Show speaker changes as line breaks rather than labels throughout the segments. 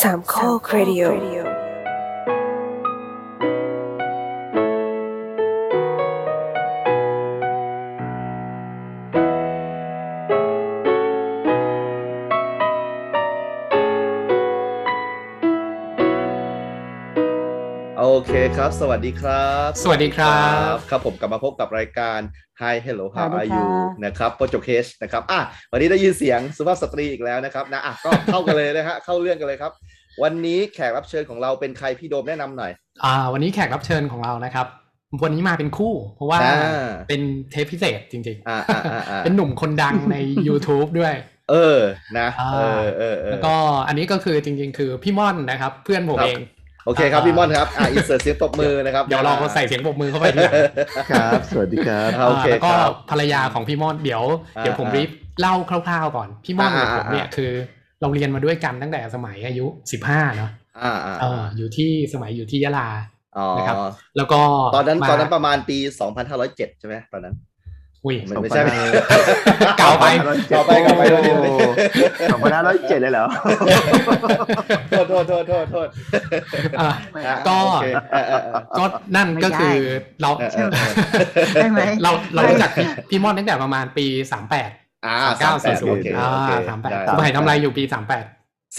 สามข้อครดิโอ
โอเคครับ สวัสดีครับ
สวัสดีครับ
ครับผมกลับมาพบกับรายการ Hi Hello
สวั
How
สดีค่ะ
are you นะครับโปรจกเคชนะครับอ่ะวันนี้ได้ยินเสียงสุภาพสตรีอีกแล้วนะครับนะอ่ะก็เข้ากันเลยนะฮะเข้าเรื่องกันเลยครับ วันนี้แขกรับเชิญของเราเป็นใครพี่โดมแนะนำหน่อย
อ่าวันนี้แขกรับเชิญของเรานะครับ วันนี้มาเป็นคู่ เพราะว่า
อ่า
เป็นเทปพิเศษจริง
อ่าอ่าอ่าอ่า
เป็นหนุ่มคนดังใน YouTube ด้วย
เออนะ
อ่า
เออเออเออ
แล้วก็อันนี้ก็คือจริงๆ คือพี่ม่อนนะครับ เพื่อนผมเอง
โอเคครับ
อ่า
พี่ม่อนครับอ่ะอินเสิร์ตเสียงตบมือนะครับ
เดี๋ยวเราใส่เสียงปรบมือเข้าไปทีหลัง
ครับ สวัสดีครับ
อ่าโอเค
แล้ว
ค
ก็
รับ
ภรรยาของพี่ม่อนเดี๋ยว
อ่า
เดี๋ยวผมรีบเล่าคร่าวๆก่อน พี่ม่อนกับ
อ่า
ผมเนี่ย
อ่า
คือเราเรียนมาด้วยกันตั้งแต่สมัยอายุ 15เนาะ
อ่าอ่า
เอออยู่ที่สมัยอยู่ที่ยะลา
อ๋อ
นะครับ แล้วก็
ตอนนั้น
มา
ตอนนั้นประมาณปี 2507 ใช่ไหมตอนนั้น
อุ้ย
ไม่ไม่ใช่
เก่าไป
เก่าไปเก่าไปเก่าไป
สองพันห้าร้อยเจ็ดเลยเหรอ
โทษโทษโทษโทษโทษ
อ่า
อ่ะ
ก็
โอเคเออเออเออ
ก็นั่นก็คือเรา
เออเออเออ
ได้ไหม
เราเรารู้จักพี่พี่มอนตั้งแต่ประมาณปี 38
อ่า
39 40
โอเค
อ่า
โอเคได้
38คุณไผ่ทำอะไรอยู่ปี 38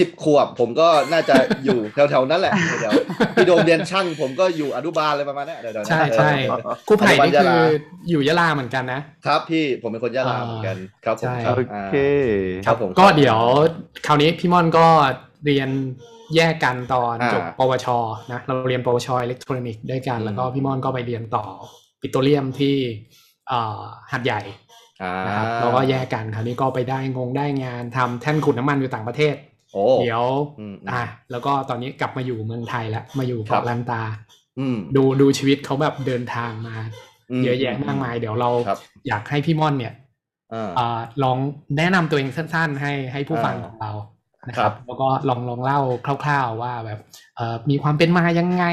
สิบขวบผมก็น่าจะอยู่ แถวๆ นั้นแหละเดี๋ยวพี่โดมเรียนช่างผมก็อยู่อนุบาลอะไรประมาณเนี้ยเดี๋ยวๆนะ
ใช่ใช่
เออ
ครูไผ่นี่
ปัจจุบันยะ
คื
ลา
ออยู่ยะลาเหมือนกันนะ
ครับพี่ผมเป็นคนยะลา
อ่า
เหมือนกันครับผ
ใช่
มครับ
โอ
อ่า
เค
ครับผม
ก็เดี๋ยวคราวนี้พี่มอนก็เรียนแยกกันตอน
อ่า
จบปวชนะเราเรียนปวชอิเล็กทรอนิกส์ด้วยกัน
อืม
แล้วก็พี่มอนก็ไปเรียนต่อปิโตรเลียมที่เอ่อหัดใหญ่
อ่า
นะครับแล้วก็แยกกันคราวนี้ก็ไปได้งงได้งานทำแท่นขุดน้ำมันอยู่ต่างประเทศ
โอ้
เดี๋ยว
อืม
อ่ะแล้วก็ตอนนี้กลับมาอยู่เมืองไทยแล้ว มาอยู่
ครั
เกาะ
บ
ลันตา
อืม
ดูดูชีวิตเขาแบบเดินทางมา
ม
เยอะแยะมากมาย เดี๋ยวเรา
ครับ
อยากให้พี่ม่อนเนี่ย
อ่า
เอ่อลองแนะนำตัวเองสั้นๆ ให้ให้ผู้ฟัง
อ่า
ของเรานะ
ค
ค
รั
รับ บ แล้วก็ลองลองเล่าคร่าว ๆว่าแบบเอ่อมีความเป็นมายังไง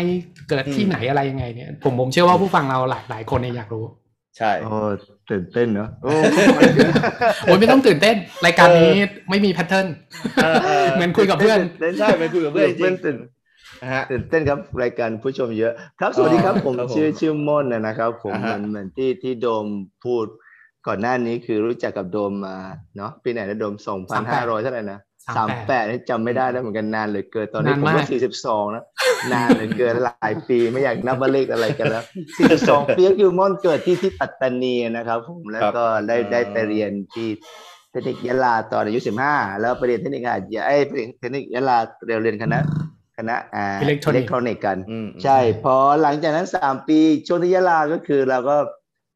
เกิดที่ไหนอะไรยังไงเนี่ย ผมผมเชื่อว่าผู้ฟังเราหลายหลายคนเนี่ยอยากรู้
ใช่
โอ้ตื่นเต้นเนาะโอ้
โอ้ยไม่ต้องตื่นเต้นรายการนี้ไม่มีแพทเทิร์น
เออเออ
เหมือนคุยกับเพื่อน
ตื่นเต้น
ใช่ไปคุยกับเพื่อนจริง
ตื่น
นะฮะ
ตื่นเต้นครับรายการผู้ชมเยอะ ครับสวัสดีครับ
อ๋อ
ผม
ครับผม
ชื่อชื่อม่อนนะนะครับ ผม
อ่า
เห
ฮะ
มือนเหมือนที่ที่โดมพูดก่อนหน้านี้คือรู้จักกับโดมมาเนาะปีไหนนะโดมสองพันห้าร้อยเท่าไหร่นะ สามแปดนี่จำไม่ได้แล้วเหมือนกันนานเหลือเกินตอนนี้
นาน
ผม
มาก
ว่าสี่สิบสองนะนานเหลือเกินหลายปีไม่อยากนับว่าเลขอะไรกันแล้วสี่สิบสองปีก็คือม่อนเกิดที่ที่ปัตตานีนะครับ ผมแล้วก็ได้
ครับ
ได้ไปเรียนที่เทคนิคยะลาตอนอายุสิบห้าแล้วไปเรียนเทคนิคอาจจะไอ้ยไปเรียนเทคนิคยะลาเรียนเรียนคณะคณะอ่า
อิเล็กทรอนิกส์
กทรอนิกส์กัน
อืม
ใช่พอหลังจากนั้นสามปีช่วงที่ยะลาก็คือเราก็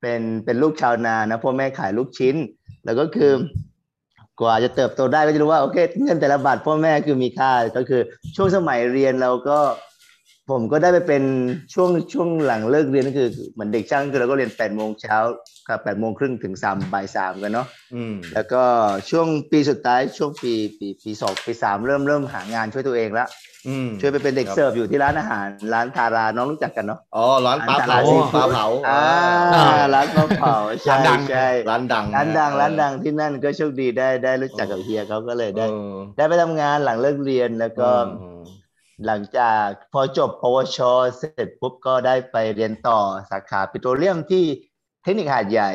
เป็นเป็นลูกชาวนานะพ่อแม่ขายลูกชิ้น แล้วก็คือกว่าจะเติบโตได้ก็จะรู้ว่าโอเคเงินแต่ละบาทพ่อแม่คือมีค่าก็คือช่วงสมัยเรียนเราก็ ผมก็ได้ไปเป็นช่วงช่วงหลังเลิกเรียนก็คือเหมือนเด็กช่างคือเราก็เรียนแปดโมงเช้ากับแปดโมงครึ่งถึงสามบ่ายสามกันเนาะ
อืม
แล้วก็ช่วงปีสุดท้ายช่วงปีปีปีสองปีสามเริ่มเริ่มหางานช่วยตัวเองละ
อืม
ช่วยไปเป็นเด็ก
ครับ
เสิร์ฟอยู่ที่ร้านอาหาร ร้านทาราน้องรู้จักกันเนาะ
อ๋อร้านปลาเผา
ร้านซีฟู้
ป
ด
ลาเผา
อ่า
อ่า
ร้านข้าวเผาใช่
ร้านดัง
ใช่
ร้านดัง
ร้านดัง
ะ
ร้านดังที่นั่นก็โชคดีได้ได้รู้จักกับเฮียเขาก็เลยได้
เออ
ได้ไปทำงานหลังเลิกเรียนแล้วก็
อืม
หลังจากพอจบปวช เสร็จปุ๊บก็ได้ไปเรียนต่อสาขาปิโตรเลียมที่เทคนิคหาดใหญ่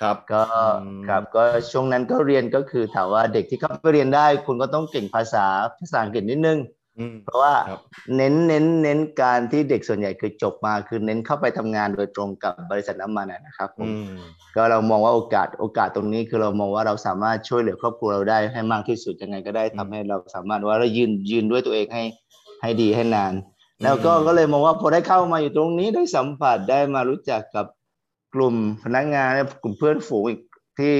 ครับ
ก็
อืม
ครับก็ช่วงนั้นก็เรียนก็คือถามว่าเด็กที่เข้าไปเรียนได้ คุณก็ต้องเก่งภาษาภาษาอังกฤษนิดนึง
อืม
เพราะว่า
ครับ
เน้นเน้นเน้นการที่เด็กส่วนใหญ่คือจบมาคือเน้นเข้าไปทำงานโดยตรงกับบริษัทน้ำมันอะนะครับผม
อืม
ก็เรามองว่าโอกาสโอกาสตรงนี้คือเรามองว่าเราสามารถช่วยเหลือครอบครัวเราได้ให้มากที่สุดยังไงก็ได้
อืม
ทำให้เราสามารถว่าเรายืนยืนด้วยตัวเองให้ให้ดีให้นาน
ม
แล้วก็ก็เลยมองว่าพอได้เข้ามาอยู่ตรงนี้ได้สัมผัสได้มารู้จักกับกลุ่มพนักงานและกลุ่มเพื่อนฝูงอีกที่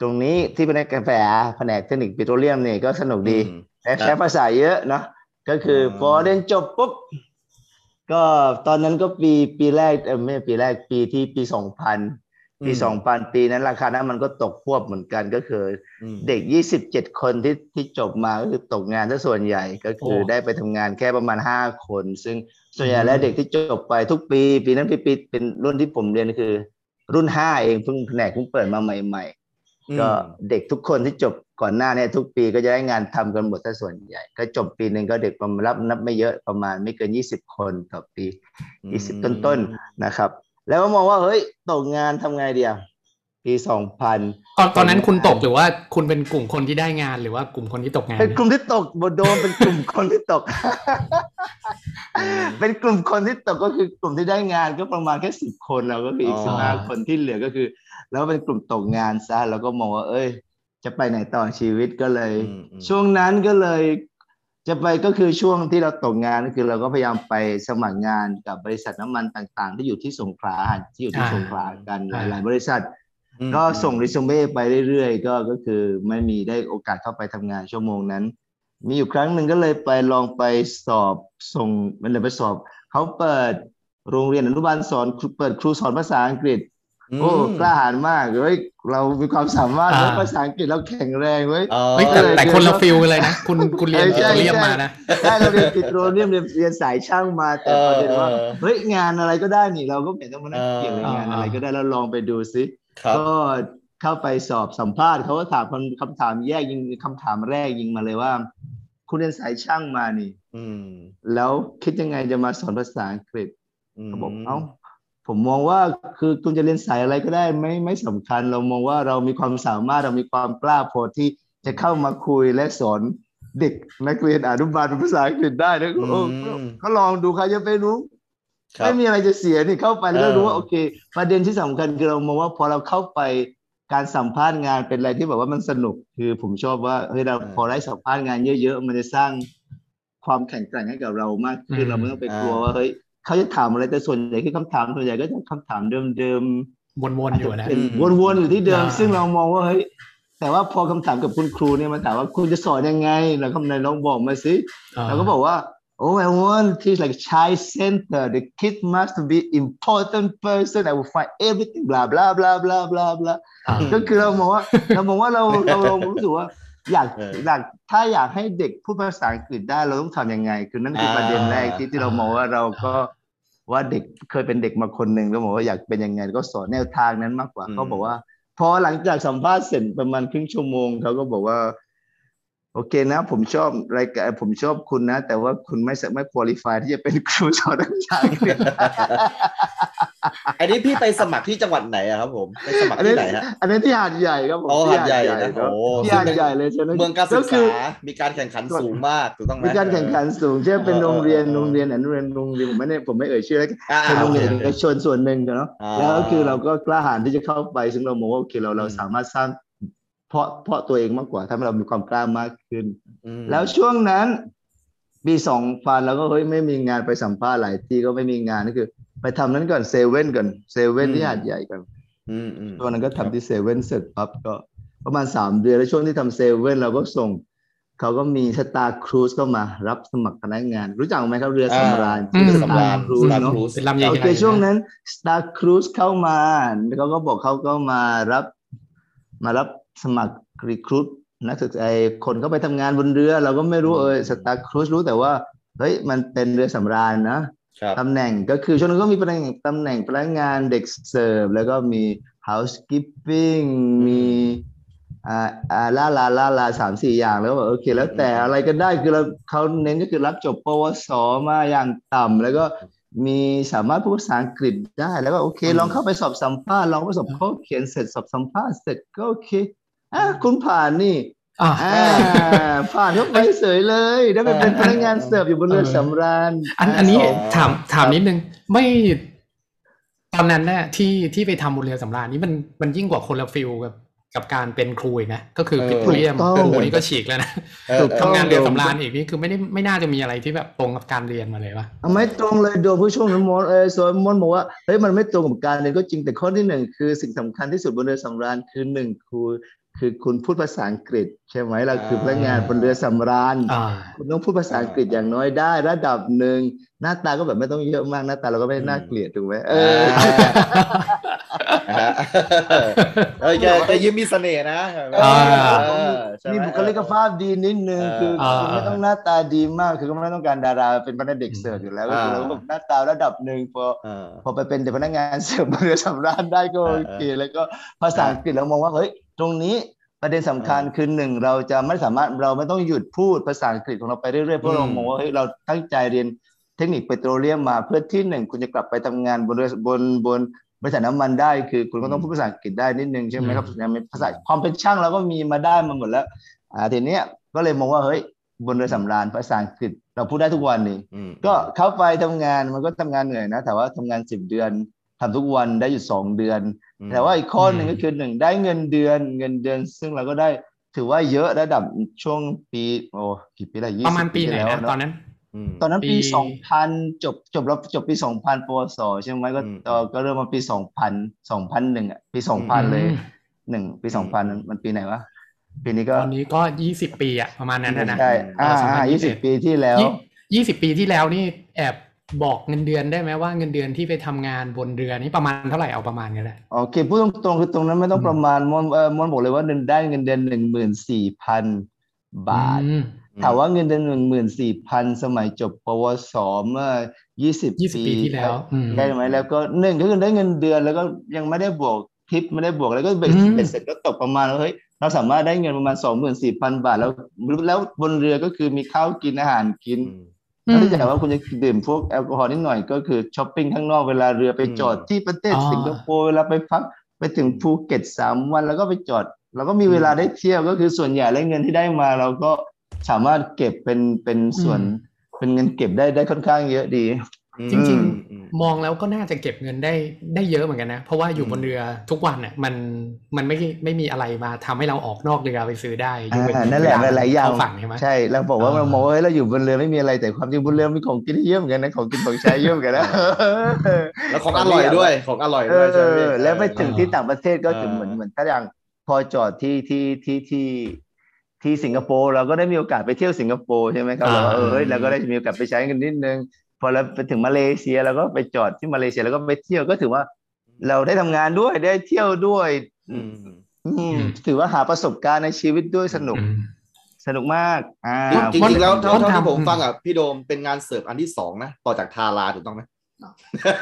ตรงนี้ที่เป็นกาแฟแผนกเทคนิคปิโตรเลียมเนี่ยก็สนุกดี
อืม
และใช้ภาษาเยอะเนอะก็คืออ
ม
พอเรียนจบปุ๊บก็ตอนนั้นก็ปีปีแรกเออไม่ใช่ปีแรกปีที่ปีสองพันปีสองพันปีนั้นราคาน้ำมันก็ตกควบเหมือนกันก็คือ
อืม
เด็กยี่สิบเจ็ดคนที่ที่จบมาก็คือตกงานซะส่วนใหญ่ก็คือ
โอ้
ได้ไปทำงานแค่ประมาณห้าคน ซึ่งส่วนใหญ่แล้วเด็กที่จบไปทุกปี ปีนั้นปีปีเป็นรุ่นที่ผมเรียนคือ รุ่นห้าเองเพิ่งแผนกเพิ่งเปิดมาใหม่ ๆ ก็เด็กทุกคนที่จบ ก่อนหน้าเนี่ยทุกปีก็จะได้งานทำกันหมดซะส่วนใหญ่ ก็จบปีหนึ่งก็เด็กประมาณรับนับไม่เยอะประมาณไม่เกิน 20 คนต่อปี 20 ต้นๆนนะครับ แล้วก็มองว่าเฮ้ยตกงานทำไงเดียวปี 2000
ตอนตอนนั้นคุณตกหรือว่าคุณเป็นกลุ่มคนที่ได้งานหรือว่ากลุ่มคนที่ตกงาน
เป็นกลุ่มที่ตกบโดมเป็นกลุ่มคนที่ตก
อืม
เป็นกลุ่มคนที่ตกก็คือกลุ่มที่ได้งานก็ประมาณแค่สิบคนเราก็คืออีก
อ๋อ
สิบห้าคนที่เหลือก็คือ แล้วเป็นกลุ่มตกงานซะแล้วก็มองว่า เอ้ย จะไปไหนต่อชีวิตก็เลย
อืมอืม
ช่วงนั้นก็เลยจะไปก็คือช่วงที่เราตกงานก็คือเราก็พยายามไปสมัครงานกับบริษัทน้ำมันต่างๆ ที่อยู่ที่สงขลาที่อยู่ที่สงขลากันหลาย ๆ บริษัท
อืม
ก็ส่งรีสูเม่ไปเรื่อยๆก็ก็คือไม่มีได้โอกาสเข้าไปทำงานชั่วโมงนั้น มีอยู่ครั้งหนึ่งก็เลยไปลองไปสอบส่งมันเลยไปสอบเขาเปิดโรงเรียนอนุบาลสอนครูเปิดครูสอนภาษาอังกฤษ
ม
โอ้กล้าหาญมากเฮ้ยเรามีความสามารถเว้ยภาษาอังกฤษเราแข็งแรงเว้ย
อ๋อ
เฮ้ยแต่แต่คนละ
เออ
ฟิลกันเลยนะ คุณคุณเรียน
เออ
อิ
ใช่
ตาเลียน
ใช่
มานะ
ได้เราเรียนติดโรเรียนเรียนเรียนสายช่างมาแต่ประเด็นว่า
เออเออ
เฮ้ยงานอะไรก็ได้นี่เราก็ไม่ต้องมานั่งเกี่ยวกับ
เออ
งานอะไรก็ได้เราลองไปดูซิ
ครับ
ก็เข้าไปสอบสัมภาษณ์เขาก็ถามคำคำถามแยกยิงคำถามแรกยิงมาเลยว่า คุณเรียนสายช่างมานี่
อืม
แล้วคิดยังไงจะมาสอนภาษาอังกฤษ
ม
เขาบอกเอ้าผมมองว่าคือคุณจะเรียนสายอะไรก็ได้ไม่ไม่สำคัญ เรามองว่าเรามีความสามารถเรามีความกล้าพอที่จะเข้ามาคุยและสอนเด็กนักเรียนอนุบาลเป็นภาษาอังกฤษได้นะก็เออ
อืม
ก็ลองดูใครจะไปรู้
ครับ
ไม่มีอะไรจะเสียนี่เข้าไปแล้วก็
เออ
รู้ว่าโอเค ประเด็นที่สำคัญคือเรามองว่าพอเราเข้าไปการสัมภาษณ์งานเป็นอะไรที่แบบว่ามันสนุกคือผมชอบว่าเฮ้ยเรา
เออ
พอได้สัมภาษณ์งานเยอะ ๆ มันจะสร้างความแข็งแกร่งให้กับเรามากขึ้
อื
น
ม
เราไม่ต้องไป
อ่าก
ลัวว่าเฮ้ยเขาจะถามอะไรแต่ส่วนใหญ่คือคำถามส่วนใหญ่ก็จะคำถามเดิม
วน
ๆ
ๆอยู่นะ
เป็
อืม
วนๆอยู่ที่เดิม
อ่า
ซึ่งเรามองว่าเฮ้ยแต่ว่าพอคำถามกับคุณครูเนี่ยมันถามว่าคุณจะสอนยังไงแล้วคำนายลองบอกมาสิ เราก็บอกว่า oh I want kids like child center the kid must be important person I will find everything blah blah blah blah blah blah
อ่า
อืม
ก็คือเรามอง ว่า เรามองว่าเราเราเรารู้สึกว่าอยาก
เออ
อยากถ้าอยากให้เด็กพูดภาษาอังกฤษได้เราต้องทำยังไง คือนั่นคืออา ประเด็นแรกที่ที่เรามองว่าเราก็ว่าเด็กเคยเป็นเด็กมาคนหนึ่งก็บอกว่าอยากเป็นยังไงก็สอนแนวทางนั้นมากกว่า
อืม
เขาบอกว่า พอหลังจากสัมภาษณ์เสร็จประมาณครึ่งชั่วโมงเขาก็บอกว่า โอเคนะ ผมชอบรายการผมชอบคุณนะ แต่ว่าคุณไม่สามารถคุริฟายที่จะเป็นครูสอนภาษาอังกฤษ
อันนี้พี่ไปสมัครที่จังหวัดไหนอะครับผมไปสมัคร
อันนี้
ที่ไหนฮะ
อันนี้ที่หาดใหญ่ครับผม
อ๋อหาดใหญ่
ที่
นะ
ครั
โอ้
บ
โห
ที่
ซึ่
หา
ง
ด
เป็น
ใหญ่เลยใช่ไหม
เมืองการศึก
ก็คือ
ษา มีการแข่งขันสูงมากถูกต้องไหม
มีการแข่งขันสูงใช่ไหมเป็น
เออ
โรงเรียน
เออ
โรงเรียนอนุเรียนโรงเรียนผมไม่ได้ผมไม่เอ่ยชื่อแล้ว
อ่า
เป็นโรงเรียน
โอ
เอ
เค
กชนส่วนหนึ่งเนาะ
อ่า
แล้วก็คือเราก็กล้าหาญที่จะเข้าไปซึ่งเรามองว่าโอเคเราเรา
อืม
สามารถสร้างเพาะเพาะตัวเองมากกว่าทำให้เรามีความกล้ามากขึ้น
อืม
แล้วช่วงนั้นปีสองพันเราก็เฮ้ยไม่มีงานไปสัมภาษณ์หลายที่ก็ไม่มีงานก็คือ ไปทำนั้นก่อนเซเว่นก่อนเซเว่น
อืม
ที่หาดใหญ่ก่อน
อืมอืม
ตอนนั้นก็ทำที่เซเว่นเสร็จปั๊บก็ประมาณสามเดือนแล้วช่วงที่ทำเซเว่นเราก็ส่งเขาก็มีสตาร์ครูซเข้ามารับสมัครพนักงาน รู้จักไหมครับเรือสำราญ
อ่า
ชื่อ
สำราญ
Star Cruise
สำราญ
เนอะ
ครูส
เป็นลำใหญ่ๆ
โอเคช่วงนั้น Star Cruise เข้ามาเขาก็บอกเขาก็มารับ มารับสมัครรีครูทนักศึกษาไอ้คนเข้าไปทำงานบนเรือ เราก็ไม่รู้
อืม
เออ Star Cruise รู้แต่ว่าเฮ้ยมันเป็นเรือสำราญนะครับ ตำแหน่งก็คือช่วงนั้นก็มีตำแหน่งตำแหน่งพนักงานเด็กเสิร์ฟ แล้วก็มี housekeeping มีอ่าอ่าลาลาลาลาสามสี่อย่างแล้วก็บอกโอเค แล้วแต่อะไรก็ได้คือเราเขาเน้นก็คือรับจบปวสมาอย่างต่ำแล้วก็ มีสามารถพูดภาษาอังกฤษได้แล้วก็โอเค
อืม
ลองเข้าไปสอบสัมภาษณ์ลองไปสอบข้อเขียนเสร็จสอบสัมภาษณ์เสร็จก็โอเคอ่ะคุณผ่านนี่
อ่า
อ่าผ่านเข้าไปเฉยเลยได้ไปเป็นพนักงานเสิร์ฟอยู่บนเรือสำราญ
อันอันนี้
สง
ถามถาม
ครับ
นิดนึงไม่ตอนนั้นน่ะที่ที่ไปทำบนเรือสำราญนี่มันมันยิ่งกว่าคนละฟิลกับกับการเป็นครูอีกนะก็คือ
เออ
พิทเรียม
ถูกต้อง
ครูนี่ก็ฉีกแล้วนะ
เออ
ถูกต้
ทำงานเรือสำราญอีกนี่คือไม่ได้ไม่น่าจะมีอะไรที่แบบตรงกับการเรียนมาเลยวะ
เอาไม่ตรงเลยโดมผู้ช่วงนั้นมอนเออส่วนมอนบอกว่าเฮ้ยมันไม่ตรงกับการเรียนก็จริงแต่ข้อที่หนึ่งคือสิ่งสำคัญที่สุดบนเรือสำราญคือหนึ่งคือคือคุณพูดภาษาอังกฤษ ใช่ไหมเราคือพนักงานบนเรือสำราญ
อ่า
คุณต้องพูดภาษาอังกฤษอย่างน้อยได้ระดับหนึ่งหน้าตาก็แบบไม่ต้องเยอะมากหน้าตาเราก็ไม่ได้น่าเกลียดถูกไหมเออ
อ่า ฮะเออแกแกยิ้มมีเสน่ห์นะ
อ่า
เออใช่ไห
มีบุคลิกภาพดีนิดนึง
เออ
คือ
เออ
คือไม่ต้องหน้าตาดีมากคือก็ไม่ต้องการดาราเป็นพนักเด็กเสิร์ฟอยู่แล้วก็คือ
อ่า
เราก็หน้าตาระดับหนึ่งพอ
เออ
พอไปเป็นแต่ พนักงานเสิร์ฟบนเรือสำราญได้ก็โอ
เออ
เค
เออ
แล้วก็ภาษาอังกฤษเรามองว่าเฮ้ยตรงนี้ ประเด็นสำคัญคือหนึ่งเราจะไม่สามารถเราไม่ต้องหยุดพูดภาษาอังกฤษของเราไปเรื่อยๆเพราะเรา
อืม
มองว่าเฮ้ยเราตั้งใจเรียนเทคนิคเปโตรเลียมมาเพื่อที่หนึ่งคุณจะกลับไปทำงานบนเรือบนบนบริษัทน้ำมันได้ คือคุณก็ต้องพูดภาษาอังกฤษได้นิดนึงใช่ไหมครับภาษาความเป็นช่างเราก็มีมาได้มาหมดแล้วอ่าทีเนี้ยก็เลยมองว่าเฮ้ยบนเรือสำราญภาษาอังกฤษเราพูดได้ทุกวันนี่
อืม
ก็เข้าไปทำงานมันก็ทำงานเหนื่อยนะแต่ว่าทำงานสิบเดือนทำทุกวันได้หยุดสองเดือน แต่ว่าอีกข้อหนึ่ง
อืม
ก็คือหนึ่งได้เงินเดือนเงินเดือน ซึ่งเราก็ได้ถือว่าเยอะระดับช่วงปีโอ้กี่ปีละยี่
ประมาณปีไหน
แล้ว
นะต
เนอะ
อนนั้น
ตอนนั้นปี
ปี
สองพันจบจบแล้วจบปีสองพันปวสใช่ไหมก็
อืม
ต่อก็เริ่มมาปีสองพันสองพันหนึ่งอ่ะปีสองพันเลยหนึ่งปีสองพันมันปีไหนวะปีนี้
ต
ก็
อนนี้ก็ยี่สิบปีอะประมาณนั้นนะนะ
ใช่อ่าอ่ายี่สิบ
2021
ปีที่แล้ว
ยี่สิบปีที่แล้วนี่แอบบอกเงินเดือนได้ไหมว่าเงินเดือนที่ไปทำงานบนเรือนี่ประมาณเท่าไหร่เอาประมาณกันแหละ
โอเคพูดตรงๆคือตรงนั้นไม่ต้อง
อืม
ประมาณมอนเอ่อมอนบอกเลยว่าเดือนได้เงินเดือนหนึ่งหมื่นสี่พันบาท
อืม
ถามว่าเงินเดือนหนึ่งหมื่นสี่พันสมัยจบปวสเมื่อยี่สิบ
20ปีที่แล้วอืม
ได้ไหมแล้วก็หนึ่งก็คือได้เงินเดือนแล้วก็ยังไม่ได้บวกทิปไม่ได้บวกแล้วก็เบ็ด
อืม
เบ็ดเสร็จก็ตกประมาณว่าเฮ้ยเราสามารถได้เงินประมาณสองหมื่นสี่พันบาทแล้วแล้วบนเรือก็คือมีข้าวกินอาหารกิน
อืม
ถ้าอยากว่าคุณจะดื่มพวกแอลกอฮอล์นิดหน่อยก็คือช้อปปิ้งข้างนอกเวลาเรือไปจอด
อืม
ที่ประเทศ
อ๋อ
สิงคโปร์เวลาไปพักไปถึงภูเก็ตสามวันแล้วก็ไปจอดเราก็มีเวลาได้เที่ยวก็คือส่วนใหญ่แล้วเงินที่ได้มาเราก็สามารถเก็บเป็นเป็นส่วนเป็นเงินเก็บได้ได้ค่อนข้างเยอะดี
จริง มองแล้วก็น่าจะเก็บเงินได้ได้เยอะเหมือนกันนะ เพราะว่าอยู่บนเรือทุกวันอ่ะมันมันไม่ไม่มีอะไรมาทำให้เราออกนอกเรือไปซื้อได้ยกเว้
อ่านั่นแหละ
เว
หลายๆอย่าง
เข้ฝั่งใช่ไหม
ใช่เราบอกว่า
อ่า
เรามองว่าเฮ้ยเราอยู่บนเรือไม่มีอะไรแต่ความจริงบนเรือมีของกินที่เยี่ยมอนกันนะของกินของใช้เยี่ยมอนกันนะ
ๆแล้วของอร่อยด้วยของอร่อย
เอ
ด้วยใช่ไหม
อแล้วไปถึงที่ต่างประเทศก็
เออ
ถึงเหมือนเหมือนถ้าอย่างพอจอดที่ที่ที่ที่ที่สิงคโปร์เราก็ได้มีโอกาสไปเที่ยวสิงคโปร์ใช่ไหมครับ
อ่า
เราก็เออเฮ้ย
อืม
เราก็ได้มีโอกาสไปใช้กันนิดนึง พอเราไปถึงมาเลเซียเราก็ไปจอดที่มาเลเซียแล้วก็ไปเที่ยวก็ถือว่า เราได้ทำงานด้วยได้เที่ยวด้วย
อืม
อืมถือว่าหาประสบการณ์ในชีวิตด้วยสนุก
อืม
สนุกมากอ่า
จริงๆแล้วเท่า
ต้น
เท่า
ทาง
ที่ผมฟังอ่ะพี่โดมเป็นงานเสิร์ฟอันที่สองนะต่อจากทาราถูกต้องไหม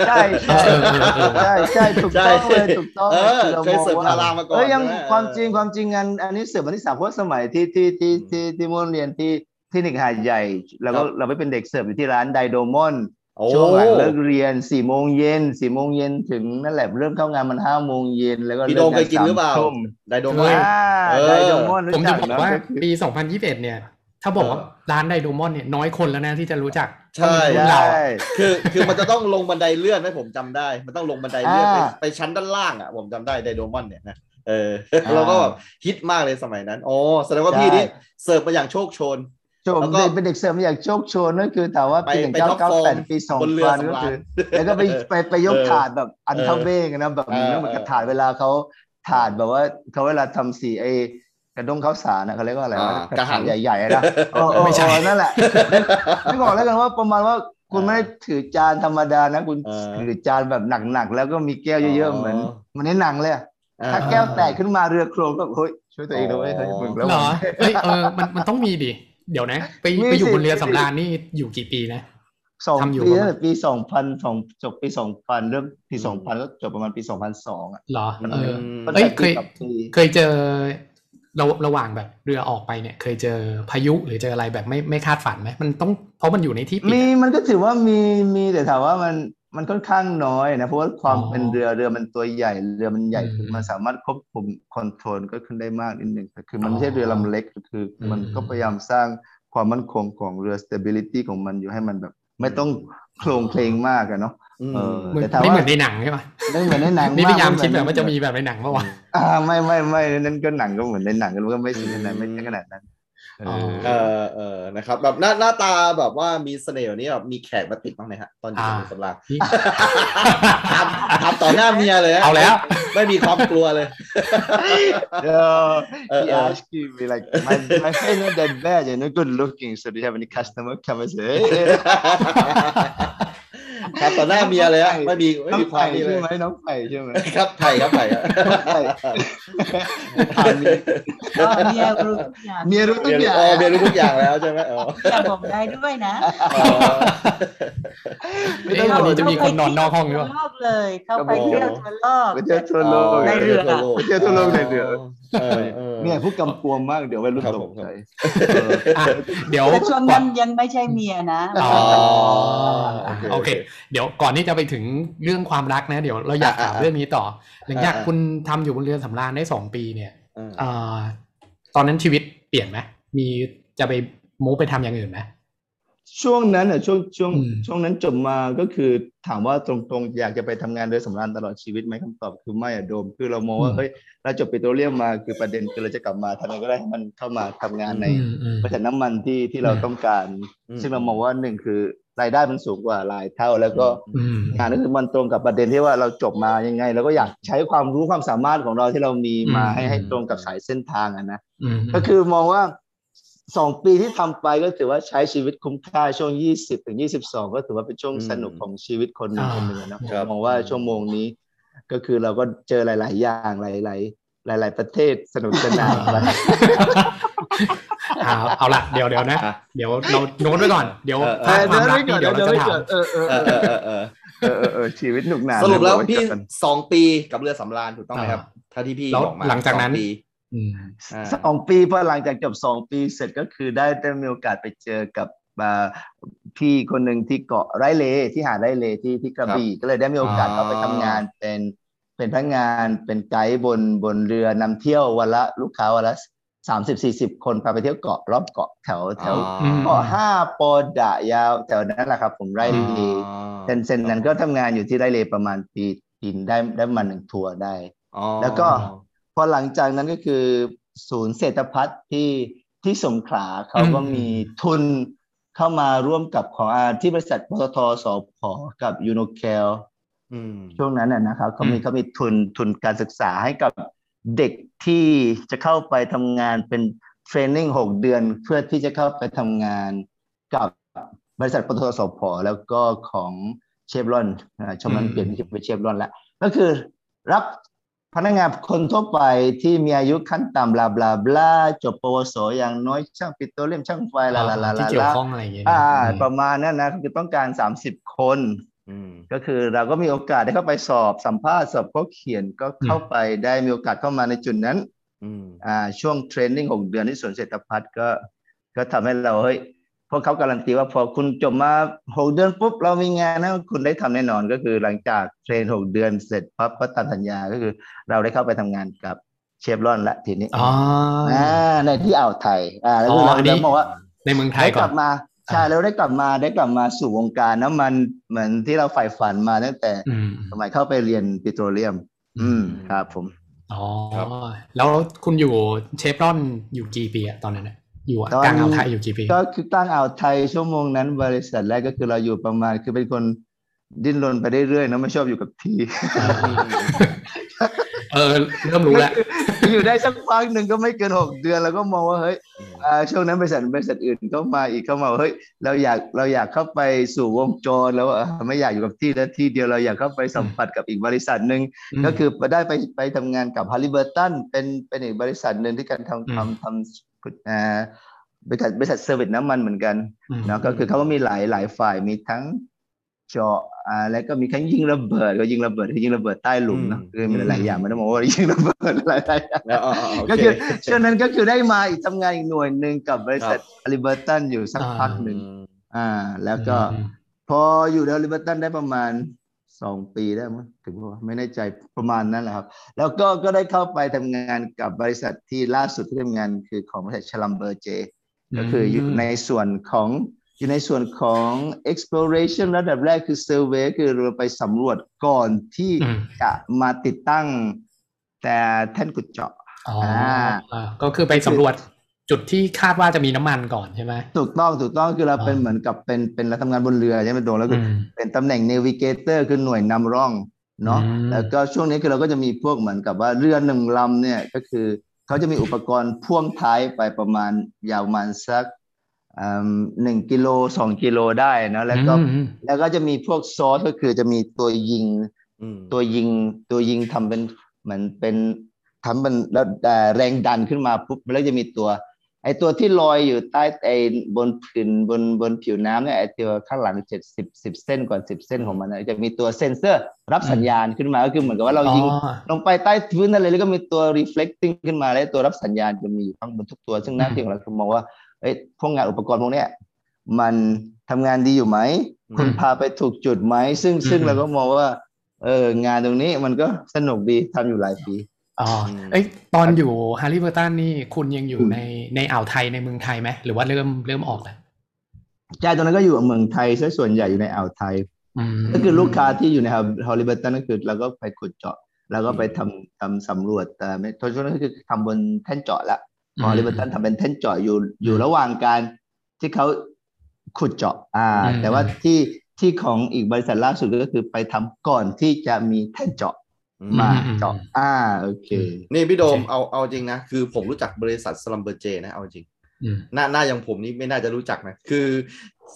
ใช่
เอ
ใช่
อเออเออ
ใช่ใช่ถูกต้องเลยถูกต้อง
เออเค
คือ
ยเสิร์ฟ
ว่
ดารามาก่อน
เอ้ยยัง
นะ
ความจริงความจริงงานอันนี้เสิร์ฟวันที่สามเพราะสมัยที่ที่ที่ที่ที่มวนเรียนที่ที่นิกหาดใหญ่ แล้วก็
ครับ
เราไปเป็นเด็กเสิร์ฟอยู่ที่ร้านไดโดมอน
โอ้
ช่วงหลังเลิกเรียนสี่โมงเย็นสี่โมงเย็นถึงนั่นแหละเริ่มเข้างานมันห้าโมงเย็นแล้วก็
พี่โดมเคยกินหรือเปล่า
สมทุ่ม
ไดโด
เฮ้
มาย น
อ่า
เออ
ไดโดมอนรู้
ผมจะ
จัก
บอก
นะ
ว่า
ก็คือ
ปี 2021 เนี่ย ถ้าบอกว่าร้านไดโดมอนเนี่ยน้อยคนแล้วนะที่จะรู้จัก
ใช่
ต้องเป็นรุ่นเราอะ
คือคือมันจะต้องลงบันไดเลื่อนไหมผมจำได้ มันต้องลงบันไดเลื่อนไป
อ่า
ไปชั้นด้านล่างอ่ะผมจำได้ไดโดมอนเนี่ยนะเออ
อ่า
เราก็แบบฮิตมากเลยสมัยนั้น โอ้แสดงว่าพี่นี่เสิร์ฟมาอย่างโชคโชน
โชม
แล้วก็
เป็นเด็กเสริมอยากโชคโชนนั่นคือแต่ว่า
ไป
ปีหนึ่ง
ไป
เก้า
top
เก้าแปด
form
ปีสอง
บนเรือ
พัน
สำ
ก็
ราญ
คือ แล้วก็ไปไปไปยก
เออ
ถาดแบบอันเท่าเบ้งอะนะแบบ
เออ
นั่นเหมือนกับ
เออ
ถาดเวลาเขาถาดแบบว่าเขาเวลาทำสีไอกระด้งข้าวสารนะเขาเรียกว่าอะไรวะ
อ่ากระหัง
ถดใหญ่ๆอะนะโอ้ โอ้
ไม่ใช่
โอ้นั่นแหละ ไม่บอกแล้วกันว่าประมาณว่าคุณไม่ได้ถือจานธรรมดานะคุณ
เออ
ถือจานแบบหนักๆแล้วก็มีแก้วเยอะๆเหมือน
อ๋อ
เหมันในหนังเลยอะถ้าแก้วแตกขึ้นมาเรือโครงก็เฮ้ยช่วยตัวเองด้วยเฮ้ยมึงแล้ว
เหรอเอ้ยเออมันมันต้องมีดิเดี๋ยวนะ ไป
มี
ไปอยู่
สิ
บนเรือสำราญนี่อยู่กี่ปีนะ
สอง
ทำอยู่
ปี
ประมาณ
ตั้งแต่ปีสองพันสองจบปีสองพันเริ่มปี
อื
สองพั
ม
นก็จบประมาณปีสองพันสองอ่ะ
เหรอเออ
ม
ตั้ง
เอ้ย
แต่
เค
ปี
ย
กับปี
เคยเจอระระหว่างแบบเรือออกไปเนี่ย เคยเจอพายุหรือเจออะไรแบบไม่ไม่คาดฝันไหมมันต้องเพราะมันอยู่ในที่ปิด
มี
อะ
มันก็ถือว่ามีมีแต่ถามว่ามันมันค่อนข้างน้อยนะเพราะว่าความ
อ๋อ
เป็นเรือเรือมันตัวใหญ่เรือมันใหญ่
อืม
มันสามารถควบคุมคอนโทรลก็ขึ้นได้มากนิดหนึ่งแต่คือมั
อ๋อ
นไม่ใช่เรือลำเล็กคืออ
ม
มันก็พยายามสร้างความมั่นคงของเรือ stability ของมันอยู่ให้มันแบบ ไม่ต้องโครงเคลงมากอะเนาะ
อืม
เออ
เหมือน
แต่ถามว่า
ไม่เหมือนในหนังใช่ปะ
ไม่เหมือนในหนัง
นี่พยายาม
ก
คิดแบบว่าจะมีแบบในหนังปะวะ
อ่าไม่ไม่ไม่นั่นก็หนังก็เหมือนในหนังกันมันก็ไม่ใช่ขนาดไม่ใช่ขนาด นั้นเออ
อ
เออเออนะครับแบบหน้าหน้าตาแบบว่ามีเสน่ห์แบบนี้แบบมีแขกมาติดบ้างไหมฮะตอนอยู่
อ่า
ในสำราญถามถามต่อหน้าเมียเลยฮะ
เอาแล้ว
ไม่มีความกลัวเลย
เออ
เออ
he
เออ
asked you be like my my face not that bad you know good looking so do you have any customer come and say
ครับต่อหน้าเมียเลยฮะไม่มีไม่
น้อง
มีควา
ไผ่
มนี่เล
ใช่
ย
ไหมน้องไผ่ใช่ไหม
ครับไผ่ครับไผ่ครับ
น้องไผ่ถามเมีย
ก็เมียรู้ทุกอย่าง
เรียนเออ
เมียรู้ทุกอย่าง
เรียนรู้ทุกอย่างแล้วใช่ไหมเออ
จำผมได้ด้วยนะ
เออ
ไม่ต้อง
เอ๊ะวันนี้จะมีคนนอนนอกห้องหรือเปล่า
นอกเลยเข้าไปเที่ยวทัวร์โลก
ไปเที่ยวทั่วโลก
ในเรือ
ไปเที่ยวทั่วโลกในเรือ
เออเออ
เนี่ยผู้กำกวมมากเดี๋ยวไปรุ่น
ครับ
ต
ผ
ก
ม
ใจ
อ่ะเดี๋ยว
แต่ช่วงนั้นยังไม่ใช่เมียนะ
อ๋ออ่ะ
โอเค
โอเค เดี๋ยวก่อนที่จะไปถึงเรื่องความรักนะ เดี๋ยวเราอยาก
อ่ะ
ถามเรื่องนี้ต่อ หลังจาก
อ่ะ
คุณทำอยู่บนเรือสำราญได้สองปีเนี่ย
อ่า
เอ่อตอนนั้นชีวิตเปลี่ยนไหมมีจะไปมูไปทำอย่างอื่นไหม
ช่วงนั้นอ่ะช่วงช่วง
อืม
ช่วงนั้นจบมาก็คือถามว่าตรงๆ อยากจะไปทำงานโดยสำราญตลอดชีวิตไหมคำตอบคือไม่อ่ะโดม คือเรามองว่าเฮ้ยเราจบปิโตรเลียมมาคือประเด็นคือเราจะกลับมาทำอะไรก็ได้ให้มันเข้ามาทำงานใน
อืมอืม
บริษัทน้ำมันที่ที่เรา
อืม
ต้องการ
อืม
ซึ่งเรามองว่าหนึ่งคือรายได้มันสูงกว่าหลายเท่าแล้วก็
อืม
งานก็คือมันตรงกับประเด็นที่ว่าเราจบมายังไงเราก็อยากใช้ความรู้ความสามารถของเราที่เรามีมา
อืม
ให้ให้ตรงกับสายเส้นทางอะนะ
อืม
ก็คือมองว่าสองปีที่ทำไปก็ถือว่าใช้ชีวิตคุ้มค่าช่วงยี่สิบถึงยี่สิบสองก็ถือว่าเป็นช่วง
อืม
สนุกของชีวิตคนหนึ่ง
อ่า
คนหนึ่งอะเนาะ
ครับ
มองว่าชั่วโมงนี้ ก็คือเราก็เจอหลาย ๆ อย่างหลาย ๆ หลาย ๆ ประเทศสนุกสนานไป
อ่าเอาละเดี๋ยวเดี๋ยวนะ
อ่ะ
เดี๋ยวเราโน้ตไว้ก่อน เดี๋ยว
เออ
ถ้าความรัก
ก่
นี่เดี๋ยวเราจะถาม
เออเออ
เออเออเออเออ
เออเออเออชีวิตหนุกหนาน
สรุปแล้ว
เดี๋ย
พี่
ไเจอกัน
สองปีกับเรือสำราญถูกต้องไหมครับถ้าที่พี่
แล้ว
บอกมา
หลังจากนั้น
สอปี
อืม
อ่า
สองปีพอหลังจากจบสองปีเสร็จก็คือได้ได้มีโอกาสไปเจอกับอ่าพี่คนหนึ่งที่เกาะไร่เลที่หาดไร่เลที่ที่กระบี่ก็เลยได้มีโอกาส
อ๋อ
เข้าไปทำงานเป็นเป็นพนักงานเป็นไกด์บนบนเรือนำเที่ยววันละลูกค้าวันละสามสิบสี่สิบคนพาไปเที่ยวเกาะรอบเกาะแถวแถว
อ๋อ
อ๋อ
เกาะห้าปอดะยาวแถวนั้นแหละครับผมไร่เล
อ๋อ
เซนเซนนั้นก็ทำงานอยู่ที่ไร่เลประมาณปีปีได้ได้ประมาณหนึ่งทัวร์ได้
อ๋อ
แล้วก็ พอหลังจากนั้นก็คือศูนย์เศรษฐพัฒน์ที่ที่สงขลาเขาก็
อืม
มีทุนเข้ามาร่วมกับของอาที่บริษัทปตทสพกับยูโนแคล
อืม
ช่วงนั้นนะนะครับเขามีเขามีทุนทุนการศึกษาให้กับเด็กที่จะเข้าไปทำงานเป็นเทรนนิ่งหกเดือนเพื่อที่จะเข้าไปทำงานกับบริษัทปตทสพแล้วก็ของเชฟรอนอ่าชมรมเปลี่ยนชื่อเป็นเชฟรอนแล้ว ก็คือรับพนักงานคนทั่วไปที่มีอายุขั้นต่ำลาบลาบลาจบปวสอย่างน้อยช่างปิโตรเลียมช่างไฟลาลาลา
ที่
ลา
เกี่ยว
ลา
ข้องอะไรอย่างเงี้ยนะ
อ่า
อืม
ประมาณนั้นนะคือต้องการ 30 คน
อืม
ก็คือเราก็มีโอกาสได้เข้าไปสอบสัมภาษณ์สอบข้อเขียนก็เข้าไปได้มีโอกาสเข้ามาในจุดนั้น
อืม
อ่าช่วงเทรนนิ่งหกเดือนที่สวนเศรษฐพัฒน์ก็ก็ทำให้เราเฮ้ยพวกเขาการันตีว่าพอคุณจบมาหกเดือนปุ๊บเรามีงานนะคุณได้ทำแน่นอนก็คือหลังจากเทรนหกเดือนเสร็จปั๊บก็ตามสัญญาก็คือ เราได้เข้าไปทำงานกับเชฟรอนละทีนี้
อ๋ออ่
าในที่อ่าวไทยอ่าแล้วคือ
อ๋อ
เรา
อันนี้
เริ่มมองว่า
ในเมืองไทย
ได้
ก่
ก
อ
ลั
น
บมาใช่
อ่า
แล้วได้กลับมาได้กลับมาสู่วงการน้ำมันเหมือนที่เราใฝ่ฝันมาตั้งแต่
อืม
สมัยเข้าไปเรียนปิโตรเลียม อืมครับผม
อ๋อ
ครับ
แล้วคุณอยู่เชฟรอนอยู่กี่ปีอะตอนนั้นอะอยู่
ตอน
กลางอ่าวไทยอยู่กี่ปี
ก็คือตั้งอ่าวไทยชั่วโมงนั้นบริษัทแรกก็คือเราอยู่ประมาณคือเป็นคนดิ้นรนไปเรื่อยๆเนอะไม่ชอบอยู่กับที่
เออเริ่มรู้แล้ว
อยู่ได้สักพักหนึ่งก็ไม่เกินหกเดือนเราก็มองว่าเฮ้ย
อืม
อ่าช่วงนั้นบริษัทบริษัทอื่นก็มาอีกเข้ามาว่าเฮ้ยเราอยากเราอยากเข้าไปสู่วงจรแล้วอ่ะไม่อยากอยู่กับที่แล้วที่เดียวเราอยากเข้าไปสัมผัสกับอีกบริษัทหนึ่ง ก็คือได้ไปไปทำงานกับฮ a ริเบอร์ตันเป็นเป็นอีกบริษัทหนึ่งที่การ
อืม
ทำทำทำอ่าบริษัทบริษัทเซอร์วิสน้ำมันเหมือนกัน
ม
เนาะก็คือเขาก็มีหลายหลายฝ่ายมีทั้งเจาะอ่าแล้วก็มีทั้งยิงระเบิดก็ยิงระเบิดก็ยิงระเบิดใต้หลุมเนาะ
อืม
คือมีหลายๆอย่าง
อืม
มันต้องบอกว่ายิงระเบิดหลายๆอย่าง
แล้วอ๋ออ๋อโอ
ก็
เค
คือช่วงนั้นก็คือได้มาอีกทำงานอีกหน่วยหนึ่งกับบริษัทอลิเบอร์ตันอยู่สักพักหนึ่งอ่า แล้วก็
อืม
พออยู่อลิเบอร์ตันได้ประมาณสองปีได้มั้งถึงว่าไม่แน่ใจประมาณนั้นแหละครับ แล้วก็ก็ได้เข้าไปทำงานกับบริษัทที่ล่าสุดที่ทำงานคือของบริษัทชลัมเบอร์เจ ก็คืออยู่ในส่วนของอยู่ในส่วนของ exploration ระดับแรกคือ survey คือเราไปสำรวจก่อนที่
อืม
จะมาติดตั้ง แต่แท่นขุดเจาะ
อ๋อ
อ่า
ก็คือไปสำรวจจุดที่คาดว่าจะมีน้ำมันก่อนใช่ไหม
ถูกต้องถูกต้องคือเราเป็น
อ่า
เหมือนกับเป็นเป็นเราทำงานบนเรือใช่ไหมโดงแล้วคือ
อื
อ
ม
เป็นตำแหน่ง navigator คือหน่วยนำร่องเนาะ
อืม
แล้วก็ช่วงนี้คือเราก็จะมีพวกเหมือนกับว่าเรือหนึ่งลำเนี่ยก็คือเขาจะมีอุปกรณ์พ่วงท้ายไปประมาณยาวประมันสักอืมหนึ่งกิโลสองกิโลได้เนอะแล้วก็
อืม
แล้วก็จะมีพวกซอสก็คือจะมีตัวยิง
อืม
ตัวยิงตัวยิงทำเป็นเหมือนเป็นทำเป็นแล้วแต่แรงดันขึ้นมาปุ๊บแล้วจะมีตัว ไอตัวที่ลอยอยู่ใต้ไอบนผืนบนบนผิวน้ำเนี่ยไอตัวข้างหลังเจ็ดสิบสิบเส้นก่อนสิบเส้นของมันนะจะมีตัวเซ็นเซอร์รับสัญญาณขึ้นมาก็คือเหมือนกับว่าเรายิง
อ๋อ
ลงไปใต้พื้นทะเลแล้วก็มีตัว reflecting ขึ้นมาและตัวรับสัญญาณจะมีอยู่ข้างบนทุกตัว ซึ่งหน้าที่ของเราคือมองว่าเอ้ยพวกงานอุปกรณ์พวกเนี้ยมันทำงานดีอยู่ไหม คุณ
อืม
พาไปถูกจุดไหม ซึ่งซึ่ง
อืม
เราก็มองว่าเอองานตรงนี้มันก็สนุกดีทำอยู่หลายปี
อ๋ออ
ม
เอ้ยตอนอยู่ฮาร์รี่เบอร์ตันนี่คุณยังอยู่
อืม
ในในอ่าวไทยในเมืองไทยไหมหรือว่าเริ่มเริ่มออกแล้ว
ใช่ตอนนั้นก็อยู่เมืองไทยซะส่วนใหญ่อยู่ในอ่าวไทย
อืม
ก็คือลูกค้าที่อยู่ในฮอลลิเบอร์ตันก็คือเราก็ไปขุดเจาะ แล้วก็ไปทำทำสำรวจแต่ไม่ตอนช่วงนั้นก็คือทำบนแท่นเจาะละ พอลิเบอร์ตันทำเป็นเท่นเจาะอยู่อยู่ระหว่างการที่เขาขุดเจาะ อ่า
อืม
แต่ว่าที่ที่ของอีกบริษัทล่าสุดก็คือไปทำก่อนที่จะมีแท่นเจาะ
อื
มา
อื
เจาะ อ่าโอเค
นี่พี่โดม
โอเค
เอาเอาจริงนะ คือผมรู้จักบริษัทสลัมเบอร์เจนะเอาจริง
อืม
หน้าหน้าอย่างผมนี่ไม่น่าจะรู้จักนะ คือ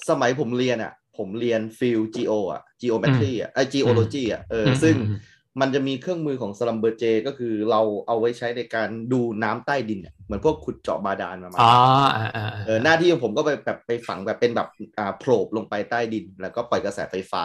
สมัยผมเรียนอ่ะ ผมเรียนฟิลจีโออ่ะจีโอแมทรีอ่ะไอจีโอโลจีอ่ะเอออซึ่งมันจะมีเครื่องมือของสลัมเบอร์เจ ก็คือเราเอาไว้ใช้ในการดูน้ำใต้ดินอะเหมือนพวกขุดเจาะบาดาลประมาณ
อ๋อ
นั้น
อ่าอ่าอ่า
เออหน้าที่ของผมก็ไปแบบไปฝังแบบเป็นแบบอ่าโผล่ลงไปใต้ดิน แล้วก็ปล่อยกระแสไฟฟ้า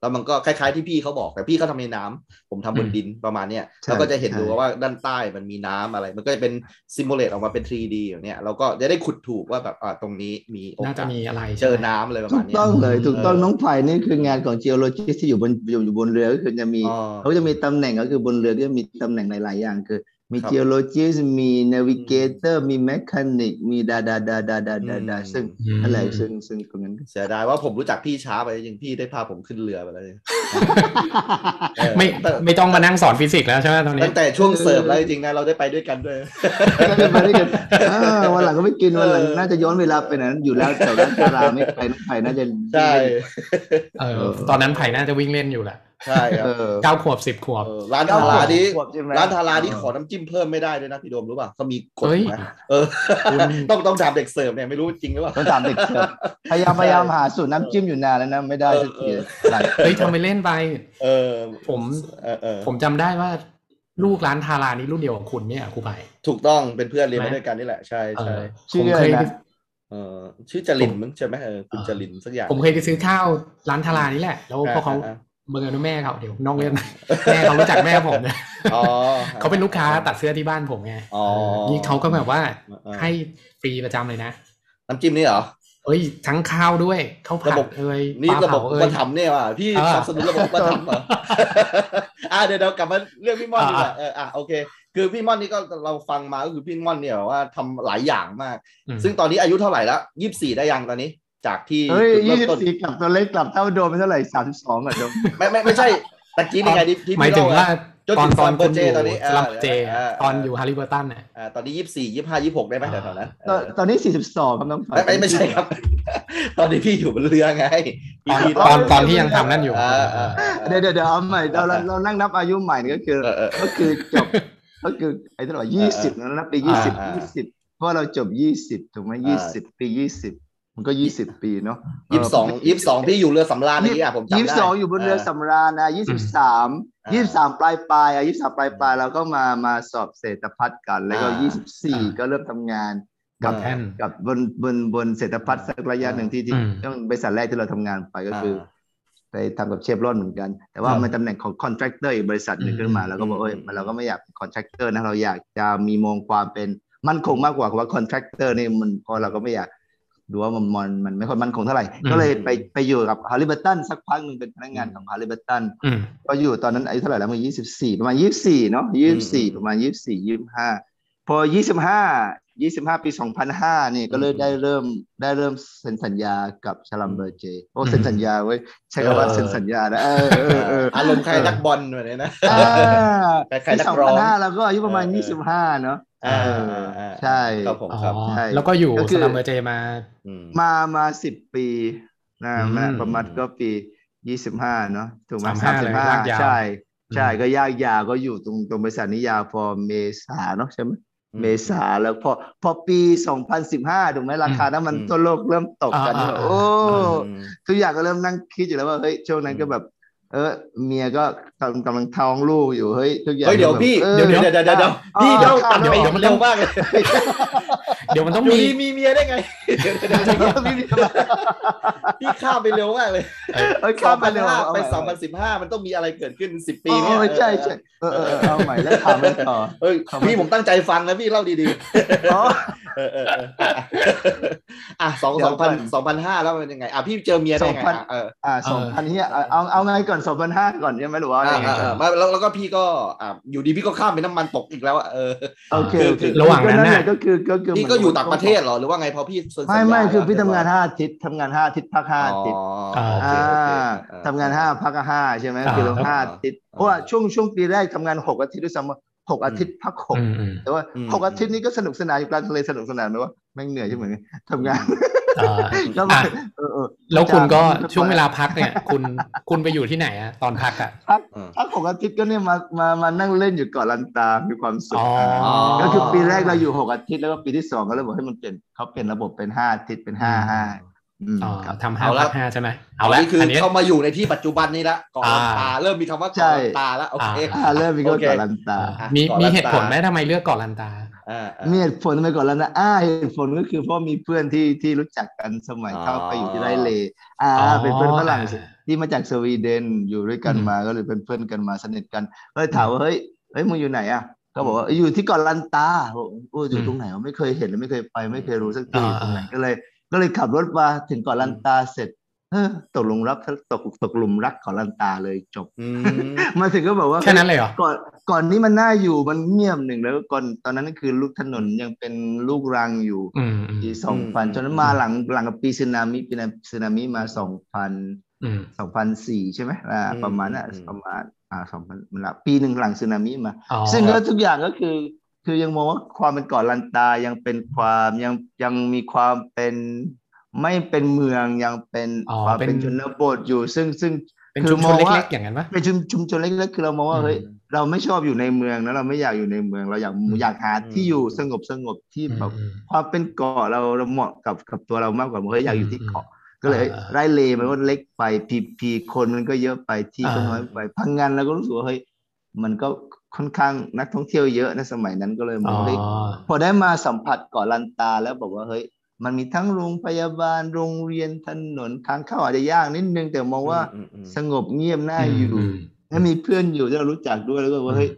แล้วมันก็คล้ายๆที่พี่เขาบอกแต่พี่เขาทำในน้ำผมทำบน
อืม
ดินประมาณเนี้ย
ใช่
แล้วก็จะเห็น
ใช่
ดูว่าด้านใต้มันมีน้ำอะไร มันก็จะเป็นซิมูเลตออกมาเป็น 3D อย่างเนี้ยเราก็จะได้ขุดถูกว่าแบบอ่าตรงนี้มีโอ
น่าจะ
กาส
มีอะไรใช่
เจอ
ไหม
น้ำเลยประ
ถู
มาณ
ก
เนี้ย
ต้องเลยถูกต้อง
เออ
น้องไผ่นี่คืองานของ geologist ที่อยู่บนอยู่อยู่บนเรือก็คือจะมี
อ๋อ
เขาจะมีตำแหน่งก็คือบนเรือก็จะมีตำแหน่งหลาย ๆ อย่างคือ มี
ครับ
geologist มี navigator มี mechanic มีดาดาดาดาดาดาดา
อืม
ซึ่ง
อืม
นั่นแหละซึ่งซึ่งตรงนั้น
เสียดายว่าผมรู้จักพี่ช้าไปจริงๆพี่ได้พาผมขึ้นเรือไปแล้วเนี่ยเออ
ไม่
ตั้ง
ไม่ต้องมานั่งสอนฟิสิกส์แล้วใช่ไหมตอนนี้
ตั้งแต่ช่วงเสิร์ฟแล้วจริงๆนะเราได้ไปด้วยกันด้วย
ก็เลยไปด้วยกันอ่าวันหลังก็ไม่กินวันหลัง
เออ
น่าจะย้อนเวลาไปหนอยนั้นอยู่แล้วแต่ร้านดาราไม่ไปน้องไผ่น่าจะ
ใช่
เออ
เออ
ตอนนั้นไผ่น่าจะวิ่งเล่นอยู่แหละ
ใช่ครับ
เออ
เก้าขวบสิบขวบ
เออร้านทารานี้
ขวบใช่ไหม
ร้านทาราที่ขอน้ำจิ้มเพิ่มไม่ได้ด้วยนะพี่โดมรู้ป่ะเขามีกฎ
เฮ้ย
นะเออ
คุณ
ต้องต้องถามเด็กเสิร์ฟเนี่ยไม่รู้จริงหรือเปล่า
ต้องตามเด็กเสิร์ฟพยายามพยายามหาสูตรน้ำจิ้มอยู่นานแล้วนะไม่ได้สักที
เออ
หลาย
เฮ้ยทำไปเล่นไป
เออ
ผม
เออเออ
ผมจำได้ว่าลูกร้านทารานี่รุ่นเดียวของคุณเนี่ยครูไผ่
ถูกต้องเป็นเพื่อนเรียน
ไหม
มาด้วยกันนี่แหละใช่
เอ
ใช่
อ
ชื่
ผม
ออะ
เค
ไร
ย
นะ
เออชื่อจรินมั้งใช่ไหมเออคุณ
เออ
จรินสักอย่าง
ผมเคยไปซื้อข้าวร้านทารานี่แหละ แล้วพอเขา
อ่า
เบอร์นะแม่เขาเดี๋ยวนอกเรื่องนะแม่เขารู้จักแม่ผมเนี่ย
อ๋อ
เขาเป็นลูกค้าตัดเสื้อที่บ้านผมไง
อ๋อ
เออนี่เขาก็แบบว่า
เออ
ให้ฟรีประจำเลยนะ
น้ำจิ้มนี่เหรอ
เอ้ย ทั้งข้าวด้วยข้าวผั
ระ
ด
บบ
เอ้ย
นี่
ปลา
ระบบ
เผา
อุ
เอ้
ป
ย
ถัมภ์เนี่ยว่ะพี่
เออ
สนับสนุนระบบอุปถัมภ์เหรอ อ่าเดี๋ยวเรากลับมาเรื่องพี่ม่อนดีกว่า
อ่ะ
เอออ่ะโอเค คือพี่ม่อนนี่ก็เราฟังมาก็คือพี่ม่อนเนี่ยแบบว่าทำหลายอย่างมาก
อืม
ซึ่งตอนนี้อายุเท่าไหร่แล้วยี่สิบสี่ได้ยังตอนนี้ จากที่
เฮ้ย
จุด
ยี่
เริ่ม
สิบ
ต้น
สี่กลับตัวเล็กกลับเท่าโดมไปเท่าไหร่สามสิบสองอ่ะโดม
ไม่ไม่ไม่ใช่ตะ กี้นี่ไงที่ที่
หมายถึง
พี่เล่
ว่า
อะ จน
ตอน
ถึง
ต
ส
อน
ลัมเบ
คุ
อร์
ณ
เจ
อยู่
ตอนนี้
สลัมเจ
เออเออเออ
ตอนอยู่ฮาริเบอร์ตันน่ะ
อ่าตอนนี้ยี่สี่ยี่ห้ายี่หกได้ไหมแถ
อ่า
วๆนั้น
ตอนตอนนี้สี่สิบสองครับน้องไผ่
ไม่ไม่ไม่ใช่ครับ ตอนนี้พี่อยู่บนเรือไง
ตอน
พี่
ตอนตอนที่ยังทำนั่นอยู่
อ่าอ่าอ่า
เดี๋ยวเดี๋ยวเดี๋ยวเอาใหม่เราเราเรานั่งนับอายุใหม่นี่ก็คือ
เออเออเออ
ก็คือจบ ก็คือไอ้ตลอดยี่สิบนะนับไปยี่สิบ
อ่า
ยี่สิบเพราะเราจบยี่สิบถูกไหม
อ่า
ยี่สิบปียี่สิบมันก็ยี่สิบปีเนาะ
ยี่สิบสองยี่สิบสองพี่อยู่เรือสำราญเมื่อกี้อ่ะผมจำได้
ยี่สิบสองอยู่บนเรือสำราญนะยี่สิบสาม
อ่ายี่
ยี่สิบสามปลายปลายๆอ่ะยี่สิบสามปลายปลายๆเราก็มามาสอบเศรษฐพัฒน์กัน แล้วก็
อ่า
ยี่สิบสี่
อ่า
ก็เริ่มทำงาน
กั
กั
บบ แท่น
กับบนบนบนเศรษฐพัฒน์สักระยะหนึ่งที่ที่
อืม
ต้องบริษัทแรกที่เราทำงานไปก็คืออา ไปทำกับเชฟรอนเหมือนกัน แต่ว่ามันตำแหน่งของคอนแทคเตอร์อีกบริษัทหนึ่งขึ้นมา เราก็บอกเอ้ยมันเราก็ไม่อยากเป็นคอนแทคเตอร์นะเราอยากจะมีมองความเป็นมั่นคงมากกว่าคำว่าคอนแทคเตอร์นี่มันพอเราก็ไม่อยากดูว่ามันมันมันไม่ค่อยมั่นคงเท่าไหร่
อืม
ก็เลยไปไปอยู่กับฮาริเบอร์ตันสักพักหนึ่งเป็นพนักงานของฮาริเบอร์ตัน
อืม
ก็อยู่ตอนนั้นอายุเท่าไหร่แล้วมันยี่สิบสี่ประมาณยี่สิบสี่เนาะยี่สิบสี่
อืม
ประมาณยี่สิบสี่ยี่สิบห้าพอยี่สิบห้ายี่สิบห้าปีสองพันห้านี่ก็เลยได้เริ่มได้เริ่มเซ็นสัญญากับชลัมเบอร์เจโอ้เซ็นสัญญาเว้ยใช้คำว่าเซ็นสัญญานะเออเออเออ
อารมณ์ใครนักบอลแบบนี้นะ
อ่า
คล้ายๆนักร้อง
ปี2005เราก็อายุประมาณ
เออเออ
25 เนาะเอ
อ่า
อ
อ่าอ่า
ใช่
ครับผม
อ๋อ
ครับ
ใช่
แล้วก็อยู่
ก็คื
ส
อ
ลัมเบอร์เจมา
ม
มามา 10 ปีนะ
อืม
มาประมาณก็ปี 25 เนาะถูกไหม
35เลยลากยาว
35 ใช่ ใช่
อืม
ก็ยากยาวก็อยู่ตรงตรงบริษัทนิยาวพอเมษาเนาะใช่ไหม
อืม
เมษาแล้วพอพอปี 2015 ถูกไหมราคาน้ำมันทั่วโลกเริ่มตกกัน
อ่า
แบบ
อ่า
โอ้
อืม
ทุกอย่างก็เริ่มนั่งคิดอยู่แล้วว่าเฮ้ยช่วงนั้นก็แบบ เออเมียก็กำกำลังท้องลูกอยู่เฮ้ยทุกอย่าง
เฮ้ยเดี๋ยว
แบบ
พี่
ออ
เดี๋ยวเดี๋ยวเดี๋ยวเดี๋ยว
อ่ะ
พี่เดี๋ยว
อ่ะ
ตัดไป
อ่ะ
เร็วมากเลย
เดี๋ยวมันต้อง
อยู่
มี
ดีมีเมียได้ไงเดี๋ยวเดี๋ยวเดี๋ยว พี่ข้ามไปเร็วมากเลย
เอ้ ยข้ามไปเร็ว
2005
เอให
ไป
ม่
สองพันสิบห้ามันต้องมีอะไรเกิดขึ้นสิบปี
อ๋
เนี่ย
อใช่ใช่เออเออเออเอาใหม่แล้วถามกันต่อ
เออ
ครับ
พี่ผมตั้งใจฟังนะพี่เล่าดี
อ๋อ
ๆเออเออเอออ่ะอ่ะสอง
เดี๋
ส
ย
อง
วก่
พั
อน น
สองพันห้าแล้วมันยังไงอ่ะพี่เจอเมียได้ไง
สองพัน
อ่ะเออ
อ่า
เออ
สองพันเฮียเอาเอาเอาไงก่อนสองพันห้าก่อนใช่ไหมหรือว่า
อ่ะ
ยังไง
อ่ะ
ก่อน
อ่ะมาแล้วแล้วก็พี่ก็อ่ะอยู่ดีพี่ก็ข้ามไปน้ำมันตกอีกแล้วอ่ะเออ
โอเคโอเค
ระหว่างนั้นน่ะ
ก็คือก็คือ
พี่ก็อยู่ต่างประเทศเหรอหรือว่าไงพอพี่เซ็นสัญ
ไม่
ญา
ไม่คือพี่
แล้ว
ทำงานห้าอาทิตย์ทำงานห้าอาทิตย์พักห้าอาทิตย์
อ๋อโอเค
อ่า
โอเคอ่
ทำงานห้าพักห้าใช่ไหม
อ่า
คือเราห้า
ครับ
อาทิตย์
อ่า
เพราะว่าช่วงช่วงปีแรกทำงานหกอาทิตย์ด้วยซ้ำหกอาทิตย์พักหก
อืมอืม
แต่ว่า
อืม
หกอาทิตย์นี้ก็สนุกสนานอยู่กลางทะเลสนุกสนานไหมว่าแม่งเหนื่อยใช่ไหมทำงาน
อ่า
แล้ว
อ่ะ
เออเออ
แล้วคุณก็ช่วงเวลาพักเนี่ย คุณคุณไปอยู่ที่ไหนอะตอนพักอะ
า
พักหกอาทิตย์ก็เนี่ยมามามานั่งเล่นอยู่เกาะลันตา มีความสุข
อ๋อ
าก็คือปีแรกเราอยู่หกอาทิตย์แล้วก็ปีที่สองก็เลยบอกให้มันเป็นเขาเป็นระบบเป็นห้าอาทิตย์เป็นห้าห้าอืม
อ๋อ
ครับ
ทำห้า
เอาละ
พักห้าใช่ไหมเอาละ
นี่คือ
อันเนี้ย
เข้ามาอยู่ในที่ปัจจุบันนี้ละก่อน
อ่า
ตาเริ่มมีคำว่า
ใช่
ก่อนตาละโอเค
อ่าเริ่มมีก็เกาะลันตา
อ่ะมี
ก่อน
มี
ลันตา
เหตุผลไหมทำไมเลือกเกาะลันตา
อ่าอ่า
มีเหตุผลทำไมก่อนแล้วนะอ่าเหตุผลก็คือเพราะมีเพื่อนที่ที่รู้จักกันสมัย
อ๋อ
เข้าไปอยู่ที่ไรเลอ่า
อ๋อ
เป็นเพื่อนฝรั่ง
อ่า
ที่มาจากสวีเดนอยู่ด้วยกัน
อืม
มาก็เลยเป็นเพื่อนกันมาสนิทกันก็เลยถามว่าเฮ้ยเฮ้ยมึงอยู่ไหนอ่ะก็บอกว่าอยู่ที่เกาะลันตาบอกโอ้อยู่ตรงไหนวะไม่เคยเห็นและไม่เคยไปไม่เคยรู้สักที
อ่า
อยู่ตรงไหนก็เลย ก็เลยขับรถมาถึงเกาะลันตาเสร็จเออตกหลุมรักตกตกหลุมรักเกาะลันตาเลยจบ
อืม
มาถึงก็บอกว่า
แค่นั้นเลยเหรอ
ก่อนก่อนนี้มันน่าอยู่มันเงียบหนึ่งแล้วก่อนตอนนั้นคือลูกถนนยังเป็นลูกรังอยู่
อืมอืม
ปีสองพันจนนั้นมาหลังหลังกับปีสึนามิปีสึนามิมาสองพัน
อืม
สองพันสี่ใช่ไหมอ่า
อืม
ประมาณน่ะ
อืม
ประมาณอ่าสองพันมันละปีหนึ่งหลังสึนามิมา
อ๋อ
ซึ่งก็ทุกอย่างก็คือ คือยังมองว่าความเป็นเกาะลันตายังเป็นความยังยังมีความเป็นไม่เป็นเมืองยังเป็นความเป็นชนบทอยู่ ซึ่งซึ่ง
เป็น
คือ
ชุมชน
มองว่า
เล็กๆอย่างนั้นปะ
เป็นชุมชุมชนเล็กๆคือเรามองว่าเฮ้ย เราไม่ชอบอยู่ในเมืองนะเราไม่อยากอยู่ในเมืองเราอยาก
อืม
อยากหาที่อยู่สงบสงบที่แบบ
อืม
ความเป็นเกาะเราเราเหมาะกับกับตัวเรามากกว่าเฮ้ยอยากอยู่ที่เกาะก็เลย
อ่า
ไร่เลมันก็เล็กไปพีพีคนมันก็เยอะไปที่ก็
อ่า
น้อยไปพังงานเราก็รู้สึกว่าเฮ้ยมันก็ค่อนข้างนักท่องเที่ยวเยอะนะสมัยนั้นก็เลยม
อ๋
อ
อง
เฮ้ยพอได้มาสัมผัสเกาะลันตาแล้วบอกว่าเฮ้ยมันมีทั้งโรงพยาบาลโรงเรียนถนนทางเข้าอาจจะยากนิดนึงแต่มองว่า
อืมอืม
สงบเงียบน่า
อืม
อยู่
อืม
แล้วมีเพื่อนอยู่ที่เรารู้จักด้วยแล้วก็ว่าเฮ้ย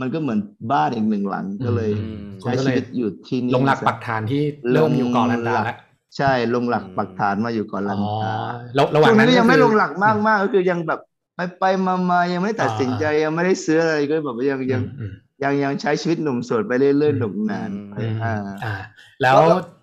มันก็เหมือนบ้านอีกหนึ่งหลัง
อืม
ก็เลย
อืม
ใช้
ก็เลย
ชีวิตอยู่ที่นี่
ลงหลักปักฐานที่เริ่มอยู่เกาะลันตา
ลงหลั
แล้ว
ก ใช่ลงหลัก
อืม
ปักฐานมาอยู่ก่อนลั
อ๋
น
อ
ตา
แล้วระหว่าง
ช่วง
นั้น
นั้นก็ยังไม่
คือ
ลงหลักมากมากก็คือยังแบบไปไปมามายังไม่ได้ตัดสินใจยังไม่ได้ซื้ออะไรก็แบบว่ายังยัง
อืม
ยังยังใช้ชีวิตหนุ่มโสดไปเรื่อยๆหนุ่มนานไป
อืม
อ่า
อ่า แล้ว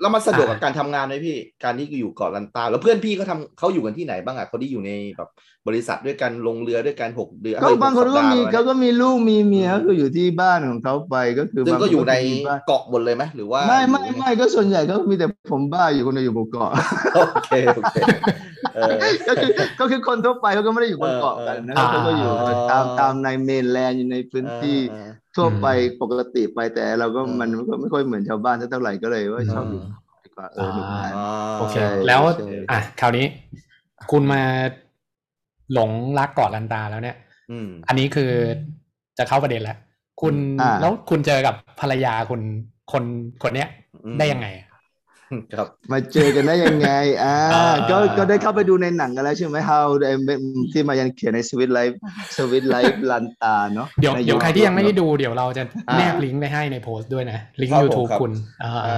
แล้วมันสะดวกกับการทำงานไหมพี่ การที่อยู่เกาะลันตา แล้วเพื่อนพี่เขาทำเขาอยู่กันที่ไหนบ้างอ่ะเขาที่อยู่ในแบบบริษัทด้วยกันลงเรือด้วยกันหกเดือน
ก็
เอ้ย
บางคนก็มี
หสัปดห์
เขาก็มีลูกมีเมียก็คืออยู่ที่บ้านของเขาไปก็คือ
ซึ่ง
บาง
ก็
ค
อยู่ใน
มีบ้าน
เกาะหมดเลยไหมหรือว่า
ไม่ไม่ไม่ก็ส่วนใหญ่ก็มีแต่ผมบ้าอยู่คนเดียวอยู่บนเกาะ
โอเคโอเคเออ
ก็คือก็คือคนทั่วไปเขาก็ไม่ได้อยู่บนเกาะกันนะ
เออเออ
เขาก็อยู่
อ่า
ตามตามในเมนแลนด์อยู่ในพื้นที่
เออ
ทั่วไปปกติไปแต่เราก็
เออ
มันก็ไม่ค่อยเหมือนชาวบ้านเท่าไหร่ก็เลยว่า
เออ
ชอบอยู่ดีกว่าเออหนุ่มนาน
อ่า
โอเค
ใช่
แล้ว
ใช่
อ่ะคราวนี้ คุณมาหลงรักเกาะลันตาแล้วเนี่ย
อืม
อันนี้คือจะเข้าประเด็นแล้ว คุณ
อ่า
แล้วคุณเจอกับภรรยาคุณคนคนเนี้ย
อืม
ได้ยังไง
ครับ
มาเจอกันได้ยังไง อ่า
อ่า
ก็ก็ได้เข้าไปดูในหนังกันแล้วใช่ไหม How I Met ที่มายันเขียนในสวิตไล ฟ์สวิตไลฟ์ลันตาเนาะ
เดี๋ยว
ใน
เดี๋ยว
YouTube
ใครที่ยังไม่ได้ดูเดี๋ยวเราจะ
อ่า
แนบลิงก์ไปให้ในโพสต์ด้วยนะ ลิงก์
ครับผม
YouTube
ครับ
คุณอ่า
อ่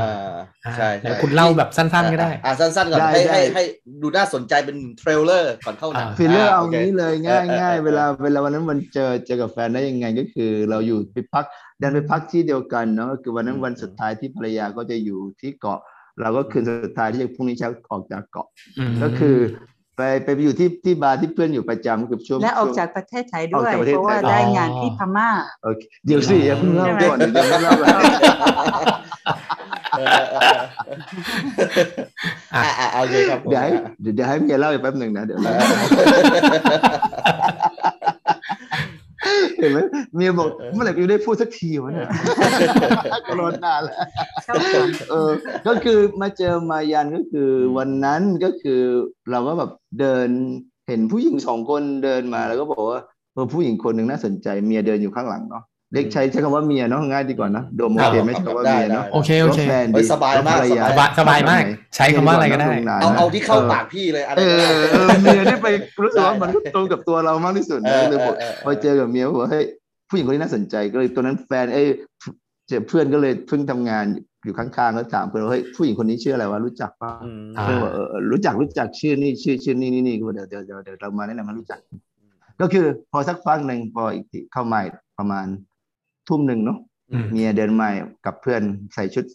าใช่
เดี๋
ใช่
ยวคุณเล่าแบบสั้นๆก็ได้
อ่าสั้นๆก่อน
ได้
ให้ให้
ได้
ให้ดูน่าสนใจเป็นเทรลเลอร์ก่อนเข้าหนัง
อ่า
ฟิลเลอ
ะ
ร์เอา
โค
งี้เลยง่าย
เออเออ
ง่าย
เออ
เวลาเวลาวันนั้นมันเจอเจอกับแฟนได้ยังไงก็คือ เราอยู่ไปพักดันไปพักที่เดียวกันเนาะก็คือวันนั้นวันสุดท้ายที่ภรรยาก็จะอยู่ที่เกาะ เราก็คืนสุดท้ายที่จะพรุ่งนี้เช้าออกจากเกาะ
ม
ก็คือ ไปไปอยู่ที่ที่บาร์ที่เพื่อนอยู่ประจำคือช่วง
และออก
ช่วง
จากประเทศไทย
ออ
ด้
ก
วย
จากประเทศไทย
เพราะว่าได้งานที่พม่า
โอเคเดี๋ยวสิอย่าเพิ่งเล่าก่อนเดี๋ยวเล่าก่อน
เออเออเอออ่ะอ่ะโอเคครับผม
เดี๋ยวให้เดี๋ยวเดี๋ยวให้เมียเล่าอีกแป๊บหนึ่งนะเดี๋ยว
เอ
เล่า
อ
เห็นไหมเมียบอก
เออ
เมื่อไหร่กูได้พูดสักทีวะเนี่ย ก็รอนานแล้ว
ชอบคน
เออ ก็คือมาเจอมายันก็คืออ
ม
วันนั้นก็คือเราก็แบบเดินเห็นผู้หญิงสองคนเดินมาแล้วก็บอกว่าเออผู้หญิงคนหนึ่งน่าสนใจเมียเดินอยู่ข้างหลังเนาะ เรียกใช้ใช้คำว่าเมียเนาะง่ายดีกว่านะโดมโอเค
ครับ
ไม่ใช้คำว่าเมียเนาะ
โอเคโอเค
ว่าแฟน
เฮ้
ดี
ยสบายมาก
ว่ภรร
สบายสบายมาก ใช้คำว่าอะไรก็ได้
ตรงนั้น
เอา
นะ
เอาที่เข้าปากพี่เลยอัน
เอ
นั้น
อเออเมียได้ไปรู้สึกว่ามันก็ตรงกับตัวเรามากที่สุด
เอ
นะ
อ
เลยบอก
เออ
พอเจอกับเมียบอกว่าเฮ้ยผู้หญิงคนนี้น่าสนใจก็เลยตอนนั้นแฟนเอ้ยเจอเพื่อนก็เลยเพิ่งทำงานอยู่ข้างๆแล้วถามเพื่อนว่าเฮ้ยผู้หญิงคนนี้ชื่ออะไรวะรู้จักปะ
อืม
อ่า
เพื่อนบอกเออเออรู้จักรู้จักชื่อนี่ชื่อชื่อนี่นี่นี่ก็บอกเดี๋ยวเดี๋ยวเดี๋ยวเดี๋ยวเรามาแนะนำให้รู้จัก ก็คือพอสักพักหนึ่งพออีกทีเข้ามาประมาณทุ่มหนึ่งเนาะ
อืม
เมียเดินมากับเพื่อนใส่ชุด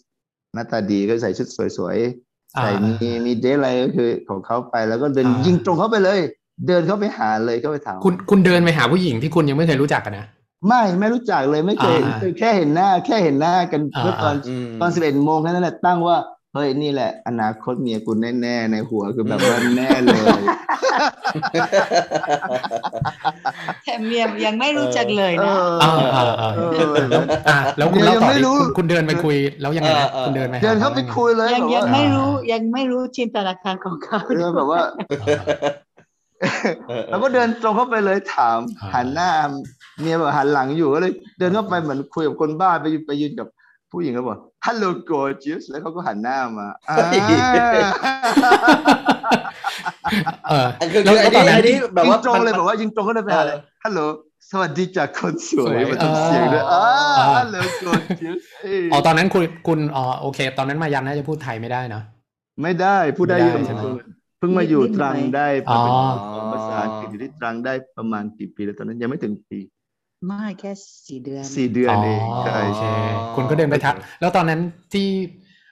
หน้าตาดีก็ใส่ชุดสวยๆ
อ่า
ใส่มีมีเดทอะไรก็คือของเขาไปแล้วก็เดิน
อ่ายิ
ยิงตรงเข้าไปเลย เดินเข้าไปหาเลยเข้าไปถาม
คุณคุณเดินไปหาผู้หญิงที่คุณยังไม่เคยรู้จักกันนะ
ไม่ไม่รู้จักเลยไม่เคย
อ่า
เคยแค่เห็นหน้า แค่เห็นหน้ากัน
อ่า
เมื่อตอน
อืม
ตอนสิบเอ็ดโมงแค่นั้นแหละตั้งว่าเฮ้ยนี่แหละ อนาคตเมียกูแน่ๆในหัวคือแบบว่าแน่เลย
แต่เมียยังไม่รู้จักเลยนะ
อ่าอ่าอ่า
เออ
แล้วอ่าแล้วคุณเล่าต่อ
ยังไม่
ดิ
รู้
คุณคุณเดินไปคุยแล้วยังไงนะ
เออเออ
คุณเดินไปห
เดินเข้าไปคุยเลย
ยัง
แบบ
ยัง
ว่า
ไม่รู้ยังไม่รู้จินตนาการของเขา
เดินแบบว่า
เออออ
แล้วก็เดินตรงเข้าไปเลยถาม
อ่า
หันหน้าเมียบอกหันหลังอยู่ก็เลยเดินเข้าไปเหมือนคุยกับคนบ้าไปไปยืนกับผู้หญิงก็บอก hello gorgeous แล้วเขาก็หันหน้ามาอ่า
เฮ้ย
เออ
อันคือคืออัน
แล้วตอ
นี้
นนั้น
อันนี้แบบว่า
ยิงตรงเลย
มัน
แบบว่ายิงตรงก็ได้ไปหาเลย
เออ
hello สวัสดีจากคนสว
สวย ย
มาทำเสียงด้วย
อ๋อ
อ่า
อ่า
hello gorgeous เอ้ย
อ๋อตอนนั้นคุณคุณอ๋อโอเค ตอนนั้นมายันน่าจะพูดไทยไม่ได้เนาะ
ไม่ได้พูดได้เยอะ
ไม่ได้ใช่ไหม
เพิ่งมาอยู่ตรังได้ประมาณ
อ๋อ
ภาษาอังกฤษอยู่ที่ตรังได้ประมาณกี่ปีแล้วตอนนั้นยังไม่ถึงปี
ไม่แค่สี่เดือน
สี่เดือน
อ๋อ
เองใช่
โอ
ใช่
เค คุณก็เดินไปทัก แล้วตอนนั้นที่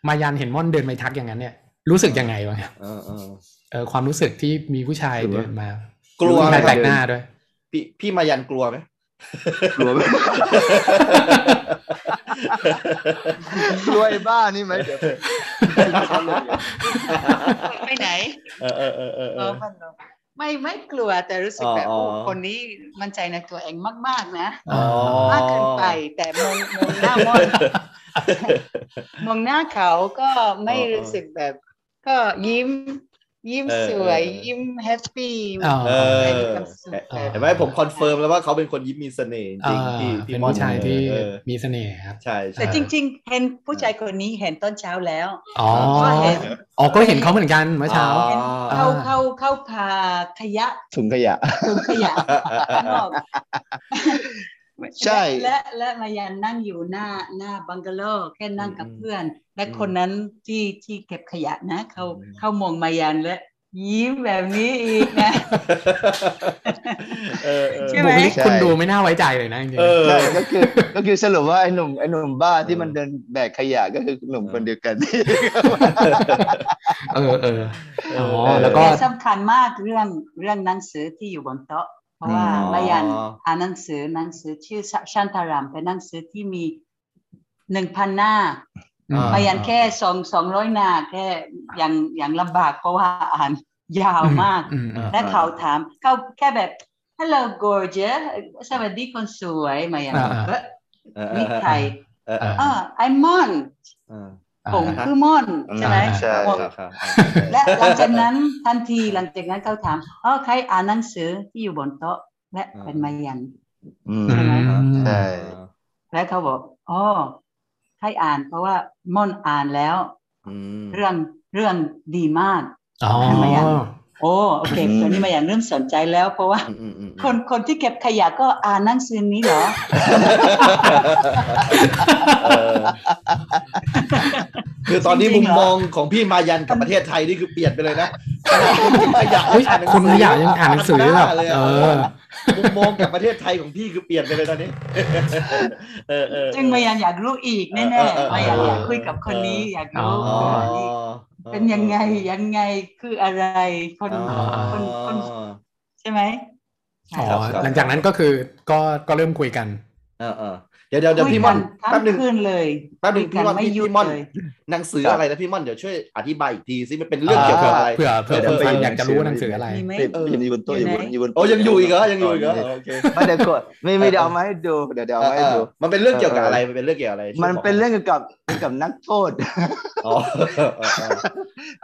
มายันเห็นม่อนเดินไปทักอย่างนั้นเนี่ย รู้สึกยังไงวะเนี่ย
เออเออ
เออความรู้สึกที่มีผู้ชายเดินมาก
ลัว
ผู้ชาย
ไหม
แปลกหน้าด้วย
พี่พี่มายันกลัวไหม
กลัวไหม กล้วยบ้านี่ไหมเดี๋ยว
ไปไหน
เออเออเออเออ
เอ
เอ
อ
อ
มันไม่ไม่กลัวแต่รู้สึกแบบ
อ๋ออ๋อ
โอ้คนนี้มั่นใจในตัวเองมาก ๆ นะ
อ๋อ
มากเกินไปแต่มองมองหน้ามอนมองหน้าเขาก็ไม่
อ๋อ
รู้สึกแบบ ก็ยิ้ม ยิ้ม
เออ
สวย
เออ
ยิ้มแฮปปี้
อ๋อ
เออ
มีความสุข
เออ
เห็นไหมผมคอนเฟิร์มแล้วว่าเขาเป็นคนยิ้มมีเสน่ห์จริงๆพี่
อ่า
พี่
เป็น
ม่อน
ผู้ชายที่
เออ
มีเสน่ห์ครับ
ใช่
แต่
ใช่
จริง ๆ เห็นผู้ชายคนนี้เห็นตอนเช้าแล้ว
อ๋อ
ก็เห็น
อ๋อก็เห็นเขาเหมือนกันเมื่อเช้า
อ๋อ
เห็น
อ่า
เข้าเข้าเข้าพาขยะ
ถุงขยะ
ถุงขยะข้างนอก
ใช่
และและและมายันนั่งอยู่หน้าหน้าบังกะโลแค่นั่งกับ
อืม
เพื่อน และ
อืม
คนนั้นที่ที่เก็บขยะนะเขา
อืม
เขามองมายันและยิ้มแบบนี้อีกนะ
เออเออ
ใช่ไหม
บุคลิก
ใช่
คุณดูไม่น่าไว้ใจเลยนะจริงๆ
เออ
ใช่ก็คือก็คือสรุปว่าไอ้หนุ่มไอ้หนุ่มบ้าที่
เออ
มันเดินแบกขยะก็คือหนุ่มคนเดียวกัน
เออเออ
เออ
อ๋อแล้วก็
แต่สำคัญมากเรื่องเรื่องหนังสือที่อยู่บนโต๊ะ เพราะว่า
อ๋อ
มายันอ่านหนังสือหนังสือชื่อชันทารามเป็นหนังสือที่มีหนึ่งพันหน้า
อืม
มายันแค่สองสองร้อยหน้าแค่ยังยังลำบากเพราะว่าอ่านยาวมาก
อืมอืม
และเขาถามเขาแค่แบบ hello gorgeous สวัสดีคนสวยมายัน
อ่า
เอ้ย
เออเออ
นี่ใคร
เออเออ
เออ I'm Mon
เออ
ผม
อ่า
คือมอนใช่ไหม
อ่า
ใช่
ครับครับ
และหลังจากนั้นทันทีหลังจากนั้นเขาถามเออใครอ่านหนังสือที่อยู่บนโต๊ะ และเป็นมายัน
อืม
ใช่ไหม
ใช่
และเขาบอกอ๋อใครอ่านเพราะว่ามอนอ่านแล้ว
อืม
เรื่องเรื่องดีมาก
อ๋อ
ทำไมอ่ะ โอ้โอเค
อืม
ตอนนี้มายันเริ่มสนใจแล้ว เพราะว่า
อืมอืมอืม
คนคนที่เก็บขยะก็อ่านหนังสือนี้เหรอ
เออคือตอนนี้
จริ
มุ
งๆ
ม
เหรอ
มองของพี่มายันกับประเทศไทยนี่คือเปลี่ยนไปเลยนะขยะ
เฮ้ยคนขยะยังอ่านหนังสือแบบเออ
มุมมองกับประเทศไทยของพี่คือเปลี่ยนไปเลยตอนนี้ เออเออ
จึงมายันอยากรู้อีกแน่
เออเออ
ๆมายันอยากคุยกับคน
เออ
นี้อยากรู้
อ๋อ
คนนี้เป็นยังไงยังไงคืออะไรคน
อ๋อ
คนคนใช่ไหมใช่
อ๋อ
ครับครับ
หลังจากนั้นก็คือก็ก็เริ่มคุยกัน
เออเออเดี๋ยวเดี๋ยวเดี๋ยวพี่ม่อน
คุยกัทั้
แป๊บ
ง
หนึ่ง
คืนเลย
แป๊บหนึ่ง
คุยกั
พี่ม่อน
ไม่
พี่
หยุด
ม่อน
เลย
หนังสือ
ครับ
อะไรนะพี่ม่อนเดี๋ยวช่วยอธิบายอีกทีซิมันเป็นเรื่องเกี่ยวกับอะไร
เผื่อเผื่อ
เดี๋
ค
ย
น
วไป
ฟังอยากจะรู้ว่าหนังสืออะไร
มีไหม
เออยังอยู่บนโต๊ะอยู่บนอยู่บน
โอ้ยังอยู่อีกเหรอยังอยู่อีกเหรอโอเค
ไม่เดี๋ยวกดไม่ไม่เดี๋ยวเอามาให้ดูเดี๋ยวเดี๋ยวเอามาให้ดู
เออมันเป็นเรื่องเกี่ยวกับอะไรมันเป็นเรื่องเกี่ยวกับอะไร
มันเป็นเรื่องเกี่ยวกับเกี่ยวกับนักโทษ
อ๋อเออเออ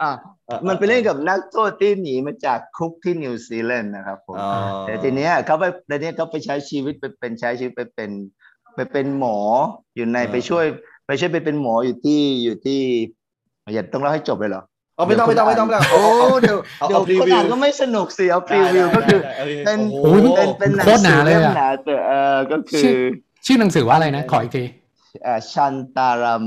เออ
มันเป็นเรื่องเกี่ยวกับนักโทษที่หนีมาจากคุกที่นิวซีแลนด์นะครับผม แต่ทีเนี้ยเขาไปในเนี้ยเขาไปใช้ชีวิตไปเป็นใช้ชีวิตไปเป็น ไปเป็นหมออยู่ใน
เออ
ไปช่วย ไปช่วยไปเป็นหมออยู่ที่อยู่ที่อย่าต้องเล่าให้จบเลยเหรอ
เอาไม่ต้องไม่ต้องไม่ต้องไม่ต้อง
โอ้เดี๋ยว
เอา
เดี๋ยว
เอาพรี
คน
วิ
อ่า
วน
ก็ไม่สนุกสิเอาพรีวิวก็คือ เป็
เป็น น
โอ้โห
เป็นเป็นหนัง
โคตรห
สื
นา
อ
เลย
เล่ม
อะ
หนาแต่เออก็คื
ชื่
อ
อชื่อหนังสือว่าอะไรนะ ขออีกที
อ่าชันตารัม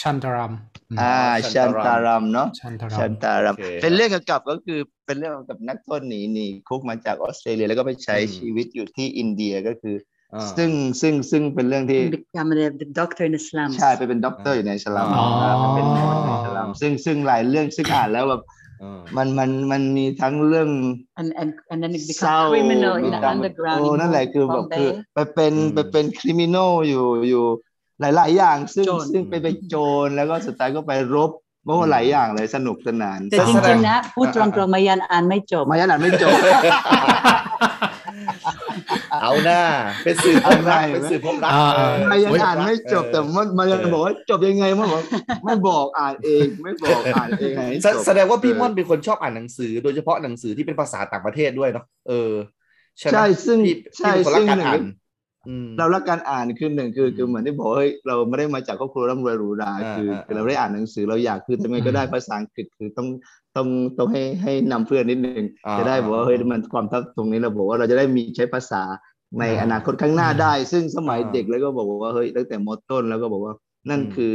ชันตรัมอืม
อ่าชันตารัมเนาะ
ชันตรั
ชั
ม
นตารัม เป็นเรื่องเกี่ยวกับก็คือเป็นเรื่องเกี่ยวกับนักโทษหนีหนีคุกมาจากออสเตรเลียแล้วก็ไปใช้ชีวิตอยู่ที่อินเดียก็คือ ซึ่งซึ่งซึ่งเป็นเรื่องที่
become the, the doctor in the slums
ใช่ไปเป็นด็อกเตอร์อยู่ในสลัม
อ๋อ
าไปเป็นหมอในสลัมซึ่งซึ่งหลายเรื่องซึ่งอ่านแล้วแบบมันมันมันมีทั้งเรื่อง
and and and then it
เศร้า
become criminal in
มี
the
การ
underground
โอ้
in
นั่นแหละคือแบบ
Bombay
คือไปเป็น
อืม
ไปเป็นคริมิโนอยู่อยู่หลาย ๆ อย่าง ซึ่ง
โจร
ซึ่งไปไปนโจรแล้วก็สุดท้ายก็ไปรบโอ้
อืม
หลายอย่างเลยสนุกสนาน
แต่จ
แสด
ริ
ง
งๆนะพูดตรงๆมายันอ่านไม่จบ
มายันอ่านไม่จบ
เอาหน้าเป็นสื่อพบรัก
เอาหน้า
เป็นสื่อพบรัก
อ่า
เออ
มายันอ่านไม่จบแต่
เออ
มันมายัน
เออ
บอกว่าจบยังไงมันบอกไม่บอกอ่านเองไม่บอกอ่านเองให้
แส
จบ
แสดงว่าพี่
เออ
ม่อนเป็นคนชอบอ่านหนังสือ โดยเฉพาะหนังสือที่เป็นภาษาต่างประเทศด้วยเนาะเออใช่ไหม
ใช่ซึ่ง
พี่
ใช่
พี่เป็นคนรักกา
ซึ่ง
ร
หนึ่
อ่าน
ง
อืม
เรารักการอ่านคือหนึ่งคือคือเหมือนที่บอกเฮ้ยเราไม่ได้มาจากครอบครัวร่ำรวยหรูหรา
อ่า
คือ
อ่า
คือเราได้อ่านหนังสือเราอยากคือทำไงก็ได้
อืม
ภาษาอังกฤษคือต้องต้องต้องให้ให้นำเพื่อนนิดนึง
อ่า
จะได้บอกว่าเฮ้ยมันความทับตรงนี้เราบอกว่าเราจะได้มีใช้ภาษาในอนาคตข้างหน้าได้ ซึ่งสมัย
อ่า
เด็กแล้วก็บอกว่าเฮ้ยตั้งแต่มต้นแล้วก็บอกว่านั่น
อืม
คือ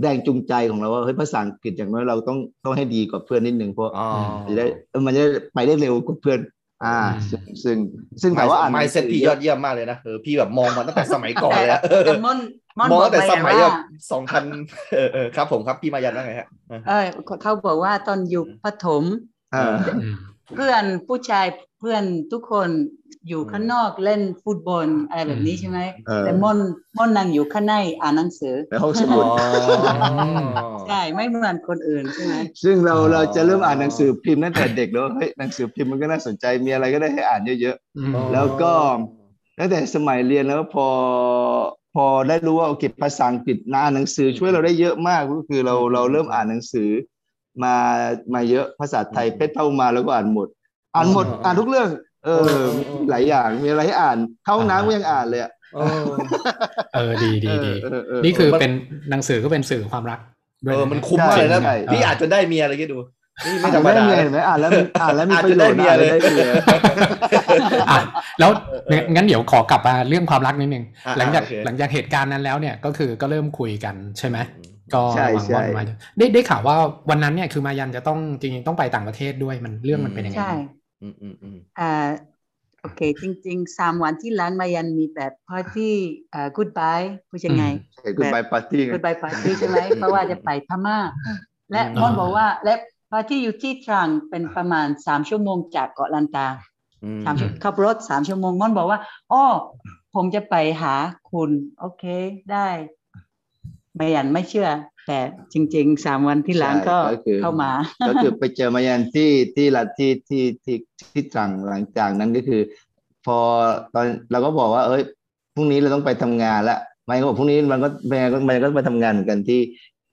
แรงจูงใจของเราว่าเฮ้ยภาษาอังกฤษอย่างน้อยเราต้องต้องให้ดีกว่าเพื่อนนิดนึงเพราะ
อ๋อ
จะได้เออมันจะได้ไปได้เร็วกว่าเพื่อน อ่า ซึ่งซึ่งซึ่งแต่ว่าอ่านห
ไม
นัง
เซ็ต
สือ
พี่ยอดเยี่ยมมากเลยนะเออพี่แบบมองมาตั้งแต่สมัยก่อน เลยอะเออ
แต่ม่อนม่อน
มอง
บอ
ตั้
ก
ง
มา
แต่ส
ยัน
มัย
ว่า
แบบ สองพันเออเออครับผมครับพี่มายันว่าไงฮะ
เออเขาบอกว่าตอนอยู่ประถม
เออ
อืม
เพื่อนผู้ชายเพื่อนทุกคนอยู่
อืม
ข้างนอกเล่นฟุตบอลอะไรแบบนี้
อืม
ใช่ไหม
เออ
แต่ม่อนม่อนนั่งอยู่ข้างในอ่านหนังสือ
ในห้องส
อ๋
มุ
อ
ด
ใช่ไม่เหมือนคนอื่นใช่ไหม
ซึ่งเรา
อ๋อ
เราจะเริ่มอ่านหนังสือพิมพ์ตั้งแต่เด็กแล้วเฮ้ยหนังสือพิมพ์มันก็น่าสนใจมีอะไรก็ได้ให้อ่านเยอะ
อืม
แล้วก็ ๆตั้งแต่สมัยเรียนแล้วพอพอได้รู้ว่าโอเคภาษาอังกฤษหนาหนังสือช่วยเราได้เยอะมากก็คือเรา
อืม
เราเริ่มอ่านหนังสือ มามาเยอะภาษาไทย
อืม
เพชรเข้ามาแล้วก็อ่านหมด อ่านหมด
อ๋ออ่
อ่านทุกเรื่อง เออ
อ๋อ
มีหลายอย่างมีอะไรให้อ่านเข้าห้องน้ำก็ยังอ่านเลยอะ
เออ
เออดีดีดี
เออเออ
นี่คือเป็นหนังสือก็เป็นสื่อความรักด้ว
เอย อ
นะ
มันคุ้มมากเลยนะ
ใช่
พี่อาจจะได้เมียอะไรก็ดูนี่ไม่
อ่าน
ธรรม
แล้วได้
ดานะ
เมียเห็นไหมอ่านแล้วมีอ่านแล้วมี
อ่าน
ประ
จน
โย
ได้
ชน์
เมีย
อ่านแล้ว
เลยเอ
อ่ะแล้ว
ได้เมีย
อ
งั้นเดี๋ยวขอกลับมาเรื่องความรักนิดนึง
อ่ะ
หลังจาก
โอเค
หลังจากเหตุการณ์นั้นแล้วเนี่ยก็คือก็เริ่มคุยกันใช่ไหมก็
ใช่
หวังว่า
ใช่
มายันได้ได้ข่าวว่าวันนั้นเนี่ยคือมายันจะต้องจริงๆต้องไปต่างประเทศด้วยมันเรื่องมันเป็นยังไง
ใช่
อืมอืมอืม
อ่าโอเค จริงๆสามวันที่ร้านมายันมีแบบพาร์ตี้อ่า goodbye พูดยังไง
เห็นคุณไปปาร์ตี้ไง
คุณไปปาร์ตี้ใช่ไหม เพราะว่าจะไปพม่า และ
อืม
ม่อนบอกว่า และปาร์ตี้อยู่ที่ตรังเป็นประมาณสามชั่วโมงจากเกาะลันตา
อืม
สามชั่วขับรถสามชั่วโมงม่อนบอกว่าอ้อผมจะไปหาคุณ โอเคได้ไม่ยันไม่เชื่อ แต่จริงๆสามวันที่หลัง
ใช่
ก็
ก็คือ
เข้ามา
ก็คือไปเจอมายันที่ที่ละที่ที่ที่ที่ตรังหลังจากนั้นก็คือ พอตอนเราก็บอกว่า เอ้ยพรุ่งนี้เราต้องไปทำงานละมันก็บอกพรุ่งนี้มันก็มันก็มันก็ไปทำงานเหมือนกันที่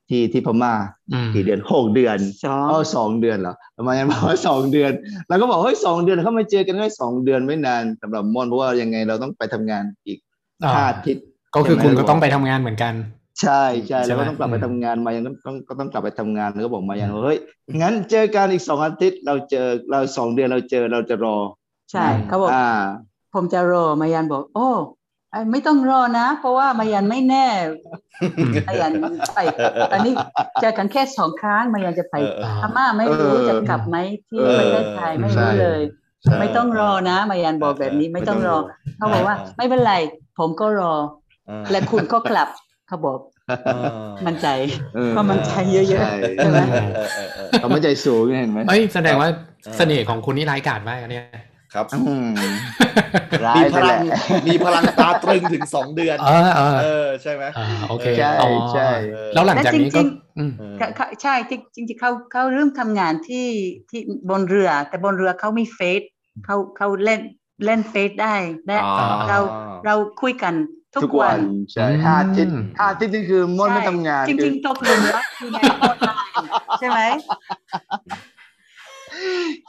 ที่ที่พม่า
อืม
กี่เดือนหกเดือน
สอง
อ๋อสองเดือนเหรอมายันบอกว่าสองเดือนเราก็บอกเฮ้ยสองเดือนเขามาเจอกันได้สองเดือนไม่นานสำหรับมอนเพราะว่ายังไงเราต้องไปทำงานอีก
อ่า
ห้าอาทิตย์
ก็คือคุณ
เห็นไหม
ก็ต้องไปทำงานเหมือนกัน
ใช่ใช่
ใช่
แล้ว
ไหม
ก็ต้องกลับไป
อืม
ทำงานมายังก็ต้องก็ต้องกลับไปทำงานแล้วก็บอกมายัง
อืม
ว่าเฮ้ยงั้นเจอกันอีกสองอาทิตย์เราเจอเราสองเดือนเราเจอเราจะรอ
ใช่เขาบอก
อ่า
ผมจะรอมายันบอก โอ้ไอ้ไม่ต้องรอนะ เพราะว่ามายันไม่แน่
อืม
มายันไปอันนี้เจอกันแค่สองครั้งมายันจะไป
เออเออ
พม่าไม่รู้
เออ
จะกลับไหมที่
เออ
ประเทศไทยไม่
ใช่
รู้เลย
ใช่
ไม่ต้องรอนะ มายันบอกแบบนี้
เออ
ไม่ต้องรอ
ไม่ต้
เขา
องรอ
บอกว่า
เออ
ไม่เป็นไร ผมก็รอ
เออ
และคุณก็กลับเขาบอก
เออ
มั่นใจ
เออ
ก็มันใจเยอะ
ใช่
ๆใช่ไหม
เออเออเออ
เขาไม่ใจสูงไงเห็นไหม
เอ้ยแสดงว่า
เออ
เสน่ห์ของคุณนี่ร้ายกาจมากอะเนี่ย
ครับ
อืมร้าย
มี
ไป
พ
แห
ลัง
ละ
มีพลังตาตรึงถึงสองเดือน
เออเออ
เออใช่ไหม
อ่าโอเค
ใช่
อ๋อ
ใช่
แล้วหลังจากนี้
และจ
ก็
ริง
อืม
เขาเขาใช่จริงจริงๆเขาเขาเริ่มทำงานที่ที่บนเรือ แต่บนเรือเขามีเฟซเขาเขาเล่นเล่นเฟซได้และ เรา เราคุยกันทุ
ทุ
ก
ก
วั
วัน นใช่
อืม
ห้าอาทิตย์ห้าอาทิตย์นี่คือมอนไม่
ใช่
ทำงาน
จริง ๆ ตกหลุมรักอยู่ในออนไลน์ใช่ไหม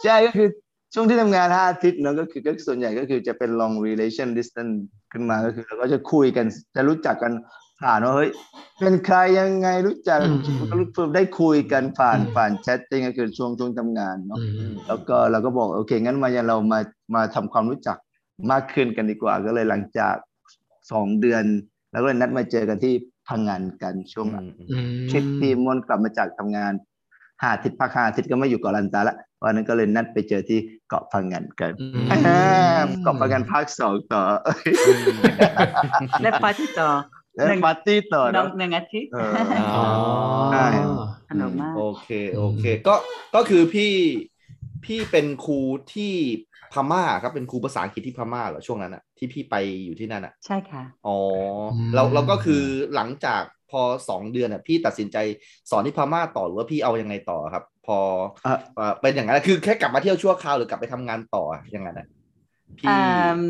ใช่ก็คือ ช่วงที่ทำงานห้าอาทิตย์เนาะก็คือก็ส่วนใหญ่ก็คือจะเป็น long relation distance ขึ้นมาก็คือเราก็จะคุยกันจะรู้จักกันผ่านว่าเฮ้ยเป็นใครยังไงรู้จัก
อืมอืม
ก็รู้ได้คุยกันผ่าน
อืม
ผ่านแชทติ้งก็คือช่วงช่วงทำงานเนาะ
อืม
แล้วก็เราก็บอกโอเคงั้นมาเรามามาทำความรู้จักมากขึ้นกันดีกว่า ก็เลยหลังจากสองเดือน แล้วก็เลยนัดมาเจอกันที่พังงานกันช่วง
อืม
ทริปที่มอนกลับมาจากทำงานหาอาทิตย์พักหาอาทิตย์ก็ไม่อยู่เกาะลันตาละวันนั้นก็เลยนัดไปเจอที่เกาะพังงานกัน
อืม
อ่าเกาะพังงานภาคสองต่อ
และปาที่ต่อ
แล้ว
หนึ่ง
ปาร์ตี้ต่อ
น้อ
เนาะ
งหนึ่งอาทิตย์
เออ
อ๋อ
ใช่
สนุกมาก
โอเคโอเคก็ก็คือพี่พี่เป็นครูที่พม่าครับเป็นครูภาษาอังกฤษที่พม่าเหรอช่วงนั้นอะที่พี่ไปอยู่ที่นั่นอะ
ใช่ค่ะ
อ๋ออ
ม
แล้วเราก็คือหลังจากพอสองเดือนอะพี่ตัดสินใจสอนที่พม่าต่อหรือว่าพี่เอายังไงต่อครับ พอ
เอ่อ
เอ่อเป็นอย่างนั้นอะคือแค่กลับมาเที่ยวชั่วคราวหรือกลับไปทำงานต่ออะอย่างนั้นอะพี่
อ่า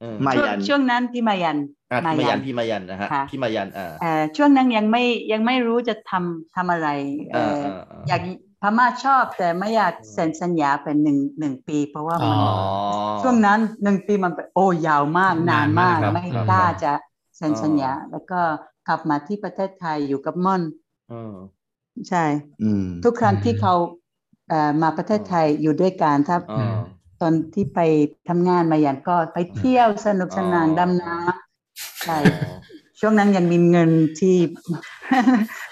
เออ
มา
ช่วง
ยัน
ช่วงนั้นพี่มายัน
อ่ะพี่มายั
มายัน
นพี่มายันนะฮะ
ค่ะ
พี่มายันอ่า
เอ่อช่วงนั้นยังไม่ยังไม่รู้จะทำทำอะไรเอ่
อ่า
ออ
อ่าอ่า
อยากพม่าชอบแต่ไม่อยากเซ็นสัญญาเป็นหนึ่งหนึ่งปี เพราะว่ามัน
อ๋
อ๋
อ
ช่วงนั้นหนึ่งปีมันเป็นโอ้ยาวมากนานมาก
นานมากครับ
ไม่
ครับ
กล้าจะเซ็น
อ๋อ
สัญญา แล้วก็กลับมาที่ประเทศไทยอยู่กับม่อน
เออ
ใช่
อืม
ทุกครั้งที่
อืม
เขาเอ่อมาประเทศไทยอยู่ด้วยกันถ้า
อ๋อ
ตอนที่ไปทำงานมายันก็ไปเที่ยวสนุกสนาน
อ๋อ
ดำน้ำใช่ ช่วงนั้นยังมีเงินที่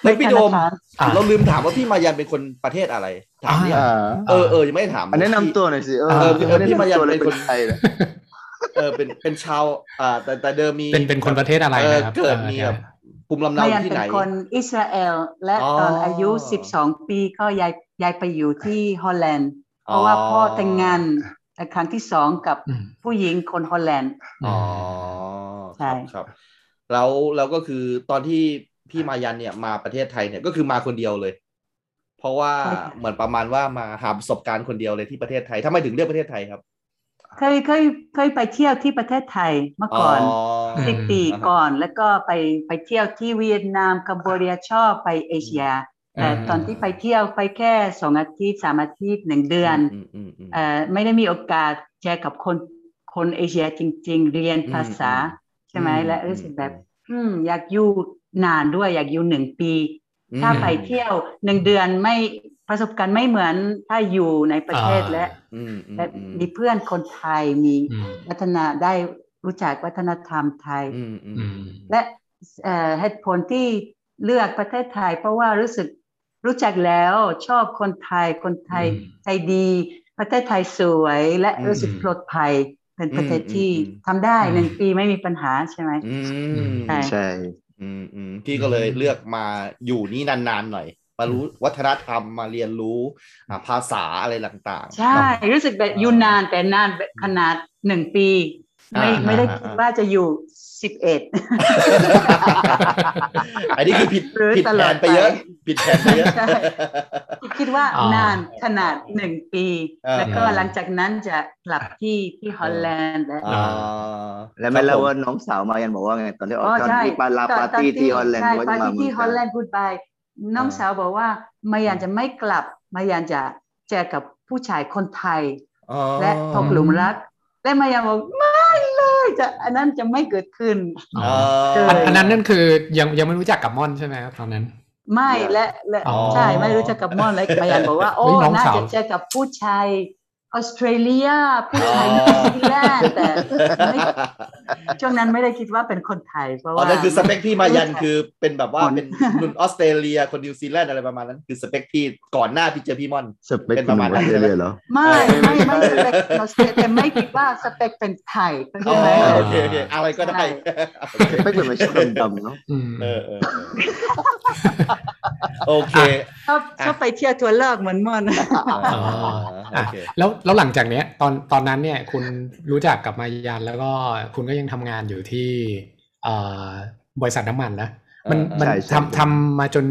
เฮ้ยพี่โดม
ธนาคาร
อ่ะ
เราลืมถามว่าพี่มายันเป็นคนประเทศอะไร ถามเนี่ย
อ่า
เออเออยังไม่ได้ถาม
อันแนะนำตัวหน่อยสิเออ
เออ
ยังไม่ได้
พี่มายัน
นำตัวเล
เป็น
ยเป็
คน น
ใครเลย
เออเป็นเป็นชาวอ่าแต่แต่เดิมมี
เป็นเป็นคนประเทศอะไร
เออ
นะครับ
เกิดมีแบบภูมิลำเนา
มา
อ
ยัน
ยู่ที่
เป็
ไหน
นคนอิสราเอล และ
อ๋อ
ตอนอายุ 12 ปีก็ย้ายย้ายไปอยู่ที่ฮอลแลนด์ เพราะว่าพ่อแต่งงานครั้งที่สองกับ
อืม
ผู้หญิงคนฮอลแลนด์
อ๋อ
ใช่
ครับครับ แล้วแล้วก็คือตอนที่พี่มายันเนี่ยมาประเทศไทยเนี่ยก็คือมาคนเดียวเลย เพราะว่าเหมือนประมาณว่ามาหาประสบการณ์คนเดียวเลยที่ประเทศไทยทำไมถึงเลือกประเทศไทยครับ
เคยเคยเคยไปเที่ยวที่ประเทศไทยเมื่อก่อน
อ๋อ
สิบปี
อ่าฮะ
ก่อน แล้วก็ไปไปเที่ยวที่เวียดนามกัมพูชาชอบไปเอเชีย แต่ตอนที่ไปเที่ยวไปแค่สองอาทิตย์สามอาทิตย์หนึ่งเดือน
มมมม
เอ่อไม่ได้มีโอกาสแชร์กับคนคนเอเชียจริง ๆ เรียนภาษา ใช่ไหม
อืม
และรู้สึกแบบ อืม อยากอยู่นานด้วยอยากอยู่หนึ่งปี
อืม
ถ้าไปเที่ยวหนึ่งเดือนไม่ประสบการณ์ไม่เหมือนถ้าอยู่ในประเทศและ
อืมอืม
และ
อืม
มีเพื่อนคนไทยมี
อืม
วัฒนาได้รู้จักวัฒนธรรมไทย
อืมอืม
อืม
และเอ่อเหตุผลที่เลือกประเทศไทย เพราะว่ารู้สึกรู้จักแล้วชอบคนไทยคนไทย
อืม
ใจดี ประเทศไทยสวยและ
อืม
รู้สึกปลอดภัย เป็นประเทศที่
อืมอืม
ทำได้
อืม
หนึ่งปีไม่มีปัญหาใช่ไหม
อืม
ใช่
ใช่
อืมอืมพี่ก็เลยเลือกมาอยู่นี่นานๆหน่อย มารู้วัฒนธรรมมาเรียนรู้อ่าภาษาอะไรต่างๆ
ใช่ รู้สึกแบบอยู่นานแต่นานแบบขนาดหนึ่งปี ไม่
อ่า
ไม่ได้
อ่า
คิด
อ่า
ว่าจะอยู่สิบเอ็ด
อันนี้คือผิด
หรือ
ผิด
ต
แผ
ลอด
นไปเยอะ
ไป
ผิดแผนไปเยอะ
คิดว่า
อ๋อน
านขนาดหนึ่งปี
อ่า
แล้วก็
อ่า
หลังจากนั้นจะกลับที่ที่ฮอลแลนด์และ
อ่า
แล้ว
ค
ไม่
รั
เล่า
บผ
ว่าน้องสาวมายันบอกว่าไงตอนที่ออก
อ๋อ
ตอน
ใช่
ที่ปาลาปาร์ตี้ที่ฮอลแลนด์
ใช่
ว่า
ปา
จะ
ร์
มา
ตี้
เมือง
ที่ฮอลแล
ไท
น
ย
ด์พูดไปน้องสาวบอกว่ามายันจะไม่กลับมายันจะเจอกับผู้ชายคนไทย
อ๋อ
และตกหลุมรัก และมายันบอกไม่เลยจะอันนั้นจะไม่เกิดขึ้น
อ๋อ
อันอันนั้นนั่นคือยังยังไม่รู้จักกับม่อนใช่ไหมครับตอนนั้น
ไม่และและ
อ๋อ
ใช่ไม่รู้จักกับม่อน และมายันบอกว่าโอ้
เฮ้ยน้อง
น่า
สาว
จะเจอกับผู้ชายออสเตรเลียผู้ชาย
อ๋อ
นิวซีแลนด์แต่ไม่ช่วงนั้นไม่ได้คิดว่าเป็นคนไทยเพราะ
อ๋อ
ว่า
นั่นคือสเปคพี่มายันคือเป็นแบบว่า
อ่อน
เป็นหนุ่นออสเตรเลียคนนิวซีแลนด์อะไรประมาณนั้น คือสเปคที่ก่อนหน้าพี่เจอพี่มอน
สเปคประมาณนั้นเลยเหรอ
ไม่ไม่ไม่สเปกเราสเปกแต่ไม่คิดว่าสเปกเป็นไทยเข้าใจ
อ๋อ
ไหม
โอเคโอเคอะไรก็ได้
ใช่
สเปคเป็นแบบชุดดำๆเนาะ
อืม
เออเออ เออโอเค
ชอบชอบไปเที่ยวทัวร์เลิกเหมือนมอน
อ่าโอเค
แล้วแล้วหลังจากเนี้ยตอนตอนนั้นเนี่ยคุณรู้จักกับมายันแล้วก็คุณก็ยังทำงานอยู่ที่เอ่อบริษัทน้ำมันนะมัน
เออ
มัน
ใช่
ทำทำมาจน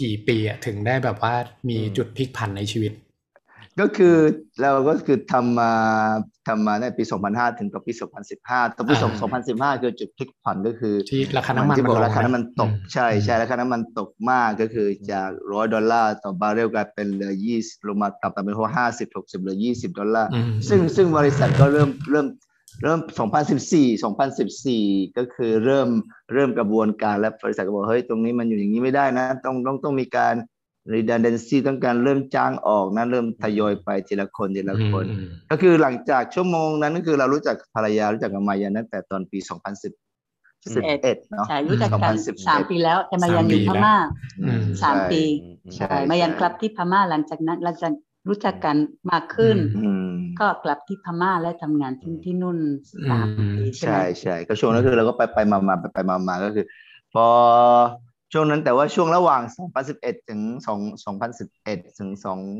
กี่ปีอะถึงได้แบบว่ามี
อืม
จุดพลิกผันในชีวิต
ก็คือเราก็คือทำมา ทำมาตั้งแต่ปี 2005 ถึงกับปี 2015ตอนปี
อ่า
2015 คือจุดพลิกผันก็คือ
ที่ราคาน้ำมัน
ที่บอก
มันลง
ราคาน้ำมันตก
อืม
ใช่ใช่
อืม
ราคาน้ำมันตกมากก็คือจากร้อยดอลลาร์ต่อบาร์เรลกลายเป็นเหลือ20ลงมาต่ำต่ำเป็นห้าสิบหกสิบเหลือยี่สิบดอลลาร์
อืม
ซึ่งซึ่งบริษัทก็เริ่มเริ่มเริ่ม 2014 2014 ก็คือเริ่มเริ่มกระบวนการและบริษัทก็บอกเฮ้ยตรงนี้มันอยู่อย่างนี้ไม่ได้นะ ต้องต้องต้องมีการ redundancy ต้องการเริ่มจ้างออกนะเริ่มทยอยไปทีละคนทีละคน
อืม
ก็คือหลังจากชั่วโมงนั้นก็คือเรารู้จักภรรยารู้จักกับมายาตั้งแต่ตอนปี 2011 เนาะ
ใช่รู้จักกัน
2013
สามปีแล้ว แต่มายัน
สาม
อ
ปี
ยู่พ
แล้ว
ม่า
อืม
สามปี
ใช่
ใช่มายันกลับที่พม่าหลังจากนั้นเราจะรู้จักกันมากขึ้น
อืม
ก็กลับที่พม่าและทำงานที่ที่นู่นสาม
อืม
ปีใช่ไหม
ใช่ใช่ก็ช่วงนั้นคือเราก็ไปไปมามาไปไปมามาก็คือ พอช่วงนั้นแต่ว่าช่วงระหว่าง 2011 ถึง 2 2011 ถึง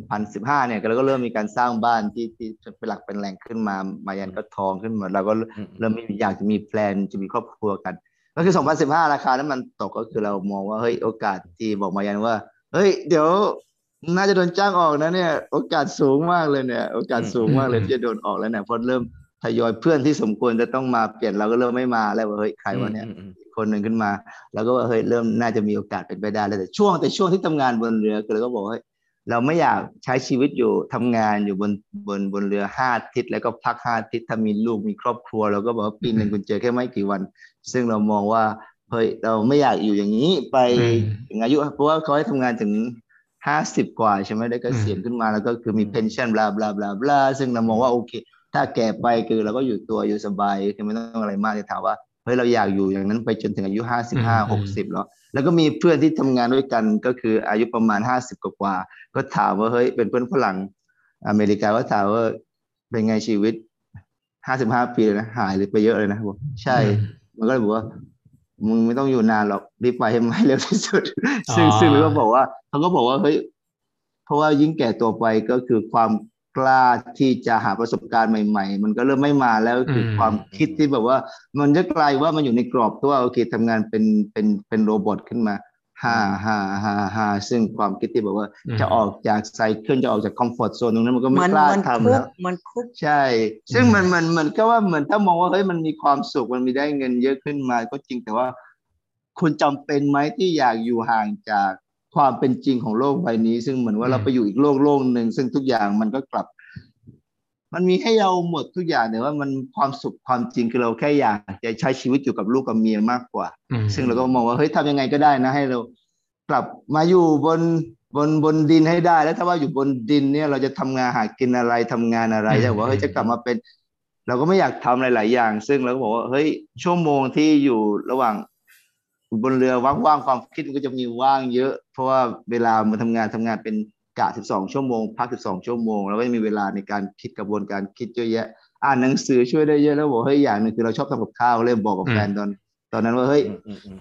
2015 เนี่ยเราก็เริ่มมีการสร้างบ้านที่ที่เป็นหลักเป็นแหล่งขึ้นมา มายันก็ทองขึ้นมาเราก็ เริ่มอยากจะมีแพลนจะมีครอบครัวกัน ก็คือ 2015 ราคานั้นมันตกก็คือเรามองว่าเฮ้ยโอกาสที่บอกมายันว่า เฮ้ย เดี๋ยวน่าจะโดนจ้างออกนะเนี่ย โอกาสสูงมากเลยเนี่ย โอกาสสูงมากเลย
อืม
ที่จะโดนออกแล้วเนี่ยเพราะเริ่มทยอยเพื่อนที่สมควรจะต้องมาเปลี่ยนเราก็เริ่มไม่มาแล้วว่าเฮ้ยใครวะเนี่ย คนหนึ่งขึ้นมา แล้วก็ว่าเฮ้ยเริ่มน่าจะมีโอกาสเป็นไปได้แล้วแต่ช่วงแต่ช่วงที่ทำงานบนเรือคือเราก็บอกว่าเฮ้ยเราไม่อยากใช้ชีวิตอยู่ทำงานอยู่บนบนบนเรือห้าอาทิศแล้วก็พักห้าอาทิศถ้ามีลูกมีครอบครัวเราก็บอกว่าปีหนึ่งคุณเจอแค่ไม่กี่วัน ซึ่งเรามองว่าเฮ้ยเราไม่อยากอยู่อย่างนี้ไป
อืม
ถึงอายุเพราะว่าเขาให้ทำงานถึงห้าสิบกว่าใช่ไหมได้เกษียณขึ้นมาแล้วก็คือมี
อืม
เพนชั่นบลาบลาบลาบลาซึ่งเรามองว่าโอเค ถ้าแก่ไปคือเราก็อยู่ตัวอยู่สบายคือไม่ต้องอะไรมากแต่ถามว่า เฮ้ยเราอยากอยู่อย่างนั้นไปจนถึงอายุห้าสิบห้า
อื
ห
ม
กสิบแล้ว แล้วก็มีเพื่อนที่ทำงานด้วยกันก็คืออายุประมาณห้าสิบกว่าๆก็ถามว่าเฮ้ยเป็นเพื่อนฝรั่งอเมริกาก็ถามว่าเป็นไงชีวิตห้าสิบห้าปีเลยนะหายเลยไปเยอะเลยนะบอกใช่ มันก็เลยบอกว่ามึงไม่ต้องอยู่นานหรอกรีบไปให้ไหมนเร็วที่สุ ด ซึ่ง
อ่า
ซึ่งเราก็บอกว่าเขาก็บอกว่าเฮ้ยเพราะว่ายิ่งแก่ตัวไปก็คือความกล้าที่จะหาประสบการณ์ใหม่ ๆ มันก็เริ่มไม่มาแล้วคืออ
ม
ความคิดที่แบบว่า มันจะกลายว่ามันอยู่ในกรอบตัวโอเคทำงานเป็นเป็นเป็นโรบอทขึ้นมาห้าห้าห้าห้าซึ่งความคิดที่แบบว่า จะออกจากไซเคิลจะออกจากคอมฟอร์ตโซนตรงนั้นมันก็
เห
ไม่
มือน
กล้า
เหมือน
ทำ
คุ
แล้
ก
ว
เหมือนคุก
ใช่ ซึ่ง
อืม
มันมันมันก็ว่าเหมือนถ้ามองว่าเฮ้ยมันมีความสุขมันมีได้เงินเยอะขึ้นมา ก็จริงแต่ว่า คุณจำเป็นไหมที่อยากอยู่ห่างจากความเป็นจริงของโลกใบนี้ ซึ่งเหมือนว่า
อืม
เราไปอยู่อีกโลกโลกหนึ่งซึ่งทุกอย่างมันก็กลับ มันมีให้เราหมดทุกอย่างแต่ว่ามันความสุขความจริงคือเราแค่อยากจะใช้ชีวิตอยู่กับลูกกับเมียมากกว่า
อืม
ซึ่งเราก็มองว่าเฮ้ยทำยังไงก็ได้นะ ให้เรากลับมาอยู่บนบนบนดินให้ได้ แล้วถ้าว่าอยู่บนดินเนี่ยเราจะทำงานหากินอะไรทำงานอะไร
อืม
จะบอกว่าเฮ้ยจะกลับมาเป็น เราก็ไม่อยากทำหลาย ๆ อย่าง ซึ่งเราก็บอกว่าเฮ้ยชั่วโมงที่อยู่ระหว่างบนเรือว่างๆความคิดมันก็จะมีว่างเยอะ เพราะว่าเวลามันทำงานทำงานเป็นกะ 12 ชั่วโมง พัก 12 ชั่วโมง แล้วไม่มีเวลาในการคิดกระบวนการคิดเยอะแยะ อ่านหนังสือช่วยได้เยอะแล้วบอกเฮ้ยอย่างหนึงคือเราชอบทำกับข้าวเลยบอกกับ
อืม
แฟนตอน ตอนนั้นว่าเฮ้ย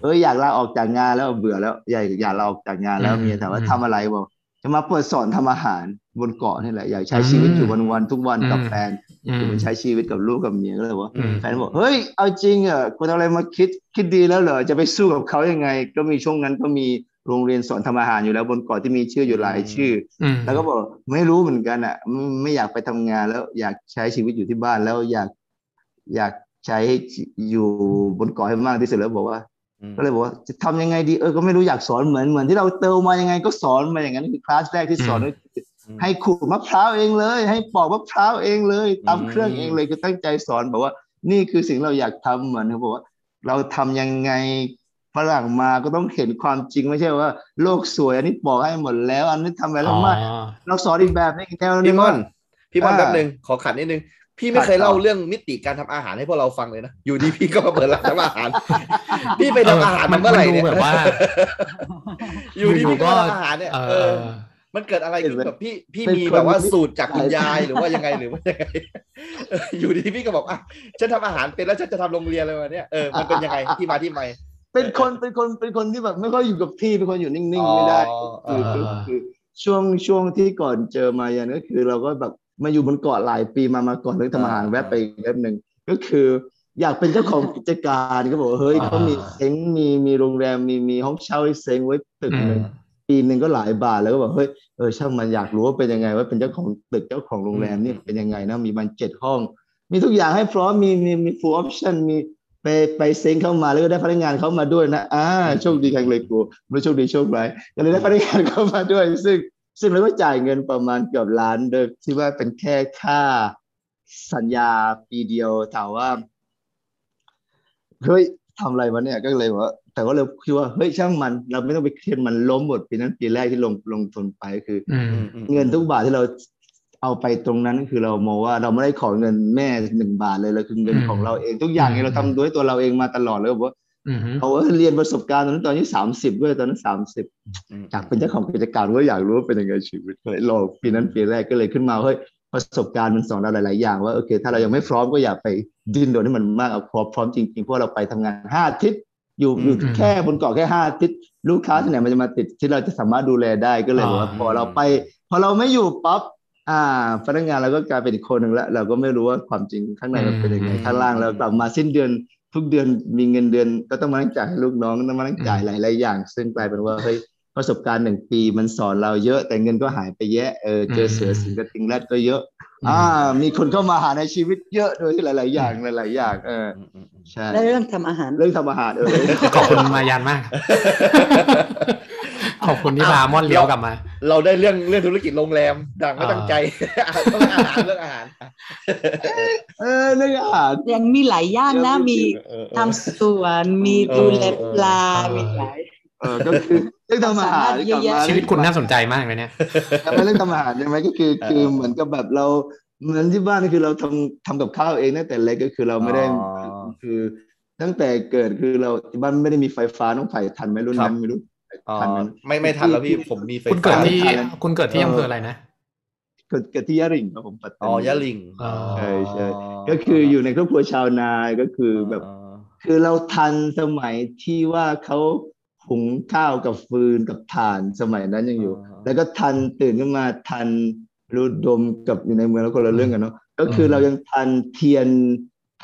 เอ้ยอยากลาออกจากงานแล้วเบื่อแล้วอยากอยากลาออกจากงานแล้ว
อืม
เมียถามว่า
อืม
ทำอะไรบอกจะมาเปิดสอนทำอาหารบนเกาะนี่แหละอยากใช้ชีวิตอยู่วันวันๆทุกวันกับ
อืม
แฟน
อื
คือ
ม
มันใช้ชีวิตกับลูกกับเมียก็เลยบอกว่า
อืม
แฟนบอกเฮ้ยเอาจริงเหรอคุณเอาอะไรมาคิดคิดดีแล้วเหรอจะไปสู้กับเขายังไง ก็มีช่วงนั้นก็มีโรงเรียนสอนทำอาหารอยู่แล้วบนเกาะที่มีชื่ออยู่หลายชื่อ
อืม
แล้วก็บอกไม่รู้เหมือนกันอ่ะไม่ไม่อยากไปทำงานแล้วอยากใช้ชีวิตอยู่ที่บ้านแล้วอยากอยากใช้อยู่บนเกาะให้มากที่สุดแล้วบอกว่า ก็เลยบอกว่าจะทำยังไงดีเออก็ไม่รู้อยากสอนเหมือนเหมือนที่เราเติมมายังไงก็สอนมาอย่างนั้นคือคลาสแรกที่สอน
อืม
ก็คือให้ขูดมะพร้าวเองเลย ให้ปอกมะพร้าวเองเลยตาม
อืม
เครื่องเองเลยคือตั้งใจสอนบอกว่า นี่คือสิ่งเราอยากทำเหมือนเขาบอกว่า เราทำยังไงฝรั่งมาก็ต้องเห็นความจริงไม่ใช่ว่า โลกสวยอันนี้ปอกให้หมดแล้ว อันนี้ทำไปแล้วไม่
อ๋อ
เราสอนอีกแบบนึงอีกแนวนึ
พี่
ง
มอ
ว่า
นพี่มอน
อ่า
แป๊บหนึ่งขอขัดนิดนึง พี่ไม่เคย
ขัดต่อ
เล่าเรื่องมิติการทำอาหารให้พวกเราฟังเลยนะ อยู่ดีพี่ก็มาเปิดร้านทำอา หาร พี่ไปทำอาหารมันเมื่อไหร่เนี่ย
มันดูแบบว่า
อยู่ดี
อยู่
พี่
ๆ
ก็
ก็
ทำอาหารเนี่ย
เอ
เออ
อ
มันเกิดอะไรขึ้นแบบพี่พี่
เป็น
มี
คน
แบบว่า
ที่
สูตรจากคุณยายหรือว่ายังไงหรือว่ายังไง เอออยู่ดีพี่ก็บอกอ่ะฉันทำอาหารเป็นแล้วฉันจะทำโรงเรียนอะไรมาเนี่ยเออมันเป็นยังไงที่มาที่ไป
เป็นคนเป็นคนเป็นคนที่แบบไม่ค่อยอยู่กับที่เป็นคนอยู่นิ่งๆไม่ได้ คือ
เอ
คือ อคือช่วงช่วงที่ก่อนเจอมายันก็คือเราก็แบบมาอยู่บนเกาะหลายปีมามาก่อนเรื่องทำอาหาร
อ่า
แวะไปแวบหนึ่งก็คือ อยากเป็นเจ้าของกิจการก็บอกว่าเฮ้ย
อ่า
เขามีเซ้งมีมีโรงแรมมีมีห้องเช่าให้เซ้งไว้ตึก
อื
ห
ม
นึ่งปีหนึ่งก็หลายบาทแล้วก็บอกเฮ้ยเออช่างมันอยากรู้ว่าเป็นยังไงว่าเป็นเจ้าของตึกเจ้าของโรงแรมนี่เป็นยังไงนะมีมันเจ็ดห้อง มีทุกอย่างให้พร้อมมีมีมี full option มีไปไปเซ็งเข้ามาแล้วก็ได้พนักงานเข้ามาด้วยนะอ่าโชคดีกันเลยกูไม่รู้โชคดีโชคร้ายก็เลยได้พนักงานเข้ามาด้วย ซึ่งซึ่งเราก็จ่ายเงินประมาณเกือบล้านโดยที่ว่าเป็นแค่ค่าสัญญาปีเดียวถามว่าเฮ้ยทำอะไรวะเนี่ยก็เลยบอกว่า แต่ว่าเราคิดว่าเฮ้ยช่างมัน เราไม่ต้องไปเครียดมันล้มหมดปีนั้นปีแรกที่ลงลงทุนไปก็คือ
อืม
อืม
เงินทุกบาทที่เราเอาไปตรงนั้นก็คือเรามองว่าเราไม่ได้ขอเงินแม่หนึ่งบาทเลยเราคือเงิน
อืม
ของเราเองทุกอย่าง
อืม
เนี่ยเราทำด้วยตัวเราเองมาตลอดเลยบอกว่า
อืม
เอาว่าเรียนประสบการณ์ตอนนั้นตอนนี้สามสิบด้วยตอนนั้นสามสิบ
อืม
อยากเป็นเจ้าของกิจการว่าอยากรู้ว่าเป็นยังไงชีวิตก็เลยลองปีนั้นปีแรกก็เลยขึ้นมาเฮ้ยประสบการณ์มันสอนเราหลาย ๆ อย่างว่าโอเค ถ้าเรายังไม่พร้อมก็อย่าไปดิ้นรนให้มันมากเอาพร้อมพร้อมจริง ๆ เพราะเราไปทำงานห้าอาทิศอยู่อยู่แค่บนเกาะแค่ห้าอาทิศลูกค้าที่ไหนมันจะมาติดที่เราจะสามารถดูแลได้ก็เลยบอกว่า พอเราไป พอเราไม่อยู่ปั๊บอ่า พนักงานเราก็กลายเป็นอีกคนหนึ่งแล้ว เราก็ไม่รู้ว่าความจริงข้างในมันเป็นยังไงข้างล่างเรากลับมาสิ้นเดือน ทุกเดือนมีเงินเดือนก็ต้องมานั่งจ่ายให้ลูกน้องต้องมานั่งจ่ายหลายๆอย่าง ซึ่งกลายเป็นว่าเฮ้ยประสบการณ์หนึ่งปีมันสอนเราเยอะ แต่เงินก็หายไปแยะเออเจอเสือสิงกระติงแรดก็เยอะ อ่า มีคนเข้ามาหาในชีวิตเยอะโดยที่หลาย ๆ อย่างหลาย ๆ อย่าง เออ
อืมอืมอืม
ใช่
และเรื่องทำอาหาร
เรื่องทำอาหารเออ
ขอบคุณมายานมาก ขอบคุณที่พาม่อนเลี้ยวกลับมา
เราได้เรื่องเรื่องธุรกิจโรงแรมดังไม่ตั้งใจต้องอาหารเรื่องอาหาร
เออเรื่องอาหาร
ยังมีหลายย่านนะ มี
เออเออ
ทำสวนมีดูแลปลา
เออ
มีหลาย
เออก็คือเรื่องทำอาหารกลับมา
ชีวิตคุณน่าสนใจมากเลยเนี่ย
ทำไมเรื่องทำอาหารใช่ไหมก็คือ
เออ
คือเหมือนกับแบบเราเหมือนที่บ้านคือเราทำทำกับข้าวเองตั้งแต่เล็กก็คือเราไม่ได้
อ๋อ
คือตั้งแต่เกิดคือเราที่บ้านไม่ได้มีไฟฟ้าต้องไผ่ทันไหมรุ่น
ครับ
นั้นไม่รู้ไผ่
อ๋อ
ทันไหม
ไม่ไม่ทันแล้วพี่ผมมีไฟ
คุณ
ฟ้า
เกิดที่
ไม่ทันแล้ว
คุณเกิดที่อำเภออะไรนะ
เกิดเกิดที่ยะริงครับผมปัตตานี
อ๋อยะลิง
อ๋อ
ใช่ใช่ ก็คืออยู่ในครอบครัวชาวนาก็คือแบบ คือเราทันสมัยที่ว่าเขาหุงข้าวกับฟืนกับถ่านสมัยนั้นยังอยู่ แล้วก็ทันตื่นขึ้นมาทันรูดมกับอยู่ในเมืองแล้วคนละเรื่องกันเนาะก็คือ
อืม
เรายังทันเทียน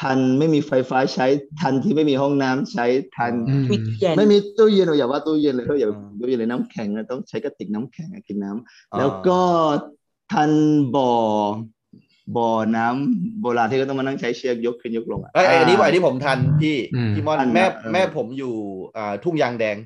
ทันไม่มีไฟฟ้าใช้ทันที่ไม่มีห้องน้ำใช้ทัน
อืม
มีแย่ง
ไม่มีตู้เย็นเราอย่าว่าตู้เย็นเลยเราอย่า
อืม
ตู้เย็นเลยน้ำแข็งนะต้องใช้กระติกน้ำแข็งอะกินน้ำแล้วก็ทันบ่อบ่อน้ำโบราณที่ก็ต้องมานั่งใช้เชือกยกขึ้นยกลงอะ
ไอยอันนี้อันนี้ผมทันพี่
อืม
พี่มอน
ทัน
แม่
นะเออ
แม่ผมอยู่อ่าทุ่งยางแดง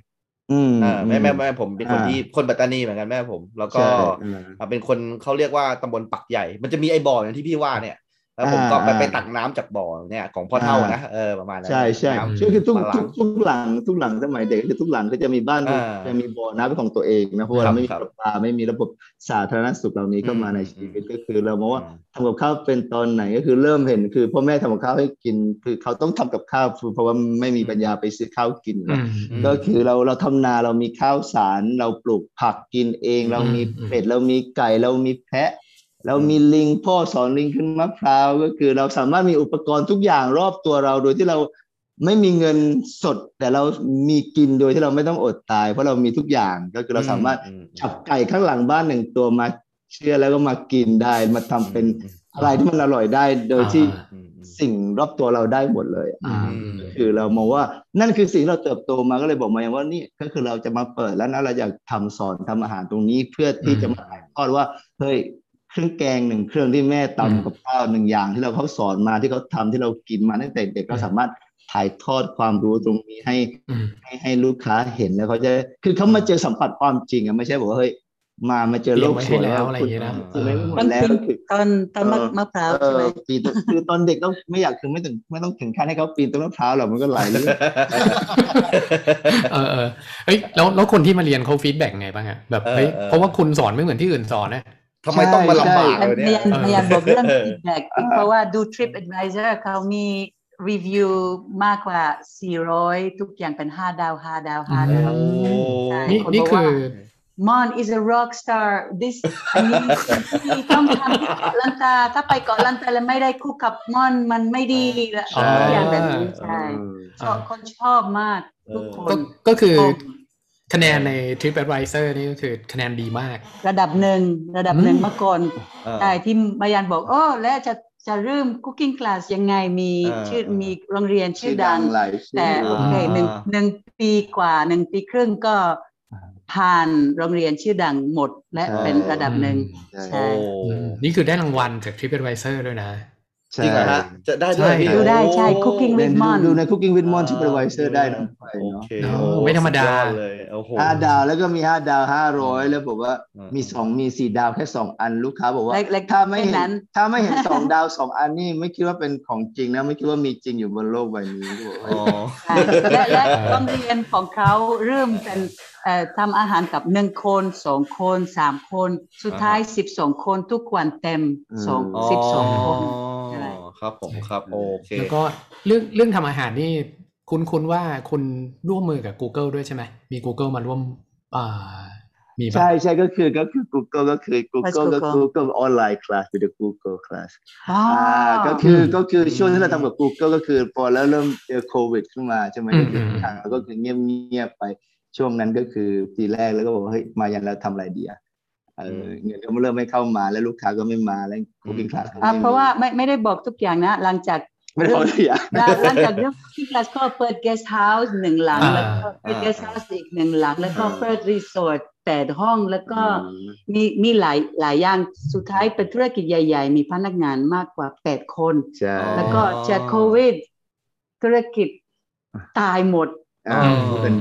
อืม
อ่าแม่แม่แม่ผมเป็นคน
อ่า
ที่คนปัตตานีเหมือนกันแม่ผม แล้วก็
ใช่อ่า
อ่าเป็นคนเขาเรียกว่าตำบลปักใหญ่ มันจะมีไอ้บ่ออย่างที่พี่ว่าเนี่ยแล้วผมก็ไป
อ่า
ไปตักน้ำจากบ่อเนี่ยของพ่อเท่า
อ่าน
นะเออประมาณนั้น
ใช่ใช่
น้ำ
ใช่คือทุก
ฝรั่
ทุ
ง
กทุกหลังทุกหลังสมัยเด็กคือทุกหลังก็จะมีบ้าน
อ่า
จะมีบ่อน้ำเป็นของตัวเองนะเพราะว่า
ครับ
เราไม่มี
ครับ
ประปาไม่มีระบบสาธารณสุขเหล่านี้เข้ามา
อืม
ในชีวิตก็คือเรามองว่าทำกับข้าวเป็นตอนไหนก็คือเริ่มเห็นคือพ่อแม่ทำกับข้าวให้กิน คือเขาต้องทำกับข้าวเพราะว่าไม่มีปัญญาไปซื้อข้าวกิน
อืม
ก็คือเราเราทำนาเรามีข้าวสาร เราปลูกผักกินเอง เรามี
อืม
เป็ดเรามีไก่เรามีแพะ เรามีลิงพ่อสอนลิงขึ้นมะพร้าวก็คือเราสามารถมีอุปกรณ์ทุกอย่างรอบตัวเราโดยที่เราไม่มีเงินสด แต่เรามีกินโดยที่เราไม่ต้องอดตาย เพราะเรามีทุกอย่างก็คือเราสามารถ
อื
จับไก่ข้างหลังบ้านหนึ่งตัวมาเชื่อแล้วก็มากินได้มาทำเป็นอะไรที่มันอร่อยได้ โดยที่
อืมอืม
สิ่งรอบตัวเราได้หมดเลย
อ่า
อืม
คือเรามองว่านั่นคือสิ่งที่เราเติบโตมาก็เลยบอกมาอย่างว่านี่ก็คือเราจะมาเปิดแล้วนะเราอยากทำสอนทำอาหารตรงนี้เพื่อที่
อืม
จะมาถ่ายทอดว่าเฮ้ยเครื่องแกงหนึ่งเครื่องที่แม่
อืม
ตำกับข้าวหนึ่งอย่าง ที่เราเขาสอนมาที่เขาทำที่เรากินมาตั้งแต่เด็กเรา
อืม
สามารถถ่ายทอดความรู้ตรงนี้ให้
อืม
ให้ให้ลูกค้าเห็นแล้วเขาจะคือเขามาเจอสัมผัสความจริงอะไม่ใช่บอกว่าเฮ้ยมามาเจอโลกสวย
เตรียมไว้ให้แล้วอะไรอย่างเงี้ยนะ
คุณไม่หม
มั
ด
น
แล้ว
เป็น
คือ
ตอนตอนมะ
เออ
มะพร้าว
เอ
ใช่ไหม
อปีนต้นคือตอนเด็กต้องไม่อยากคือไม่ถึงไม่ต้องถึงขั้นให้เขาปีนต้นมะพร้าวหรอกมันก็หลายเรื่อง
เออเออเอ้ยแล้วแล้วคนที่มาเรียนเขาฟีดแบ็กไงบ้างอะแบบเฮ้ย
เออเออ
เพราะว่าคุณสอนไม่เหมือนที่อื่นสอนนะ
ทำไมต้องมาลำบาก
แต่พ
เลยเนี่ย
าย นพยายามบอกเรื่อง
เออ
feedback เพราะว่าดู Trip Advisor เขามีรีวิวมากกว่า 400 ทุกอย่างเป็น 5 ดาว 5 ดาว 5 ดาว
โอ้โห
นี่
คน
นี่
บอก
คื
ว่า
อ
Mon is a rock star this อันนี้ที่ต้องทำที่เกาะลันตาถ้าไปเกาะลันตาแล้วไม่ได้คู่กับมอนมันไม่ดีละ
ใช่
ทุกอย่างแบบนี้ใช่ช
เอ
อ
อ
บคนชอบมากทุกค
ก็
น
ก็คือ
คน
คะแนนใน TripAdvisor นี่ก็คือคะแนนดีมาก
ระดับหนึ่งระดับหนึ่ง
อืม
เมื่อก่อน
เออ
ใช่ที่มายันบอกโอ้และจะจะเริ่ม cooking class ยังไงมี
อ่า
ชื่อ
อ่ามี
มีโรงเรียนชื่อดัง
หลายชื่อ
แต่โอเค
อ่า
หนึ่งหนึ่งปีกว่าหนึ่งปีครึ่งก็ผ่านโรงเรียนชื่อดังหมดและเป็นระดับหนึ่ง
ใช่
ใช่
โอ้
อืมนี่คือได้รางวัลจาก TripAdvisor ด้วยนะ
จริงเหรอฮะจะได้
ใช่
ด้วยพี่
ดูได้
โอ้
ใช่ Cooking
เรียน
with Mon
ดูในคุกกิ้งวิดมอนที่เป็นไวเซอร์ได้นะไป
โอ
เนาะ
เค
โอ้
โอ้
ไม่ธรรมดา
สุยอเลยโอ้โห
ห้าดาวแล้วก็มีห้าดาวห้าร้อยแล้วบอกว่า
อืม
มีสองมีสี่ดาวแค่สองอันลูกค้าบอกว่า
และและ
ถ้าไม่เห็
แค่นั้น น
ถ้าไม่เห็นสองดาวสองอันนี่ไม่คิดว่าเป็นของจริงนะไม่คิดว่ามีจริงอยู่บนโลกใบนี้ก็บอกว่า
อ๋อ
ค่ะและและโรงเรียนของเขาเริ่มเป็นเอ่อทำอาหารกับหนึ่งคนสองคนสามคน สุดท้ายสิบสองคนทุกวันเต็มสอง
อ๋อ
สิบสองคน ใช่
ครับผมครับโอเค
แล้วก็เรื่องเรื่องทำอาหารนี่คุณคุณว่าคุณร่วมมือกับ Google ด้วยใช่ไหมมี Google มาร่วมอ่ามีปะ
ใช่ใช่ก็คือก็คือ Google ก็คือ Google ก็
Google
Google ออนไลน์คลาสคือ Google class
อ๋อ
อ่า
อ
ก็คือก็คือช่วงที่เราทำกับ Google ก็คือพอแล้วเริ่มเจอโควิดขึ้นมาใช่ไหมก็คือทางเราก็คือเงียบเงียบๆไปช่วงนั้นก็คือปีแรกแล้วก็บอกว่าเฮ้ยมายันเราทำอะไรดีอะเออเงินก็เริ่มไม่เข้ามาแล้วลูกค้าก็ไม่มาแล้วคุกกิ้งคลาส
อ่ะเพราะว่าไม่ไม่ได้บอกทุกอย่างนะ หลังจาก
ไม่ได้บอกเลยอะ
หลังหลังจากเรื่องที่คลาสก็เปิด guest house หนึ่งหลัง แล้วก็เปิด guest house อีกหนึ่งหลัง แล้วก็เปิดรีสอร์ทแปดห้องแล้วก็มีมีหลายหลายอย่างสุดท้ายเป็นธุรกิจใหญ่ ๆ มีพนักงานมากกว่าแปดคน
ใช่
แล้วก็จากโควิด ธุรกิจตายหมด
อ่าเป็น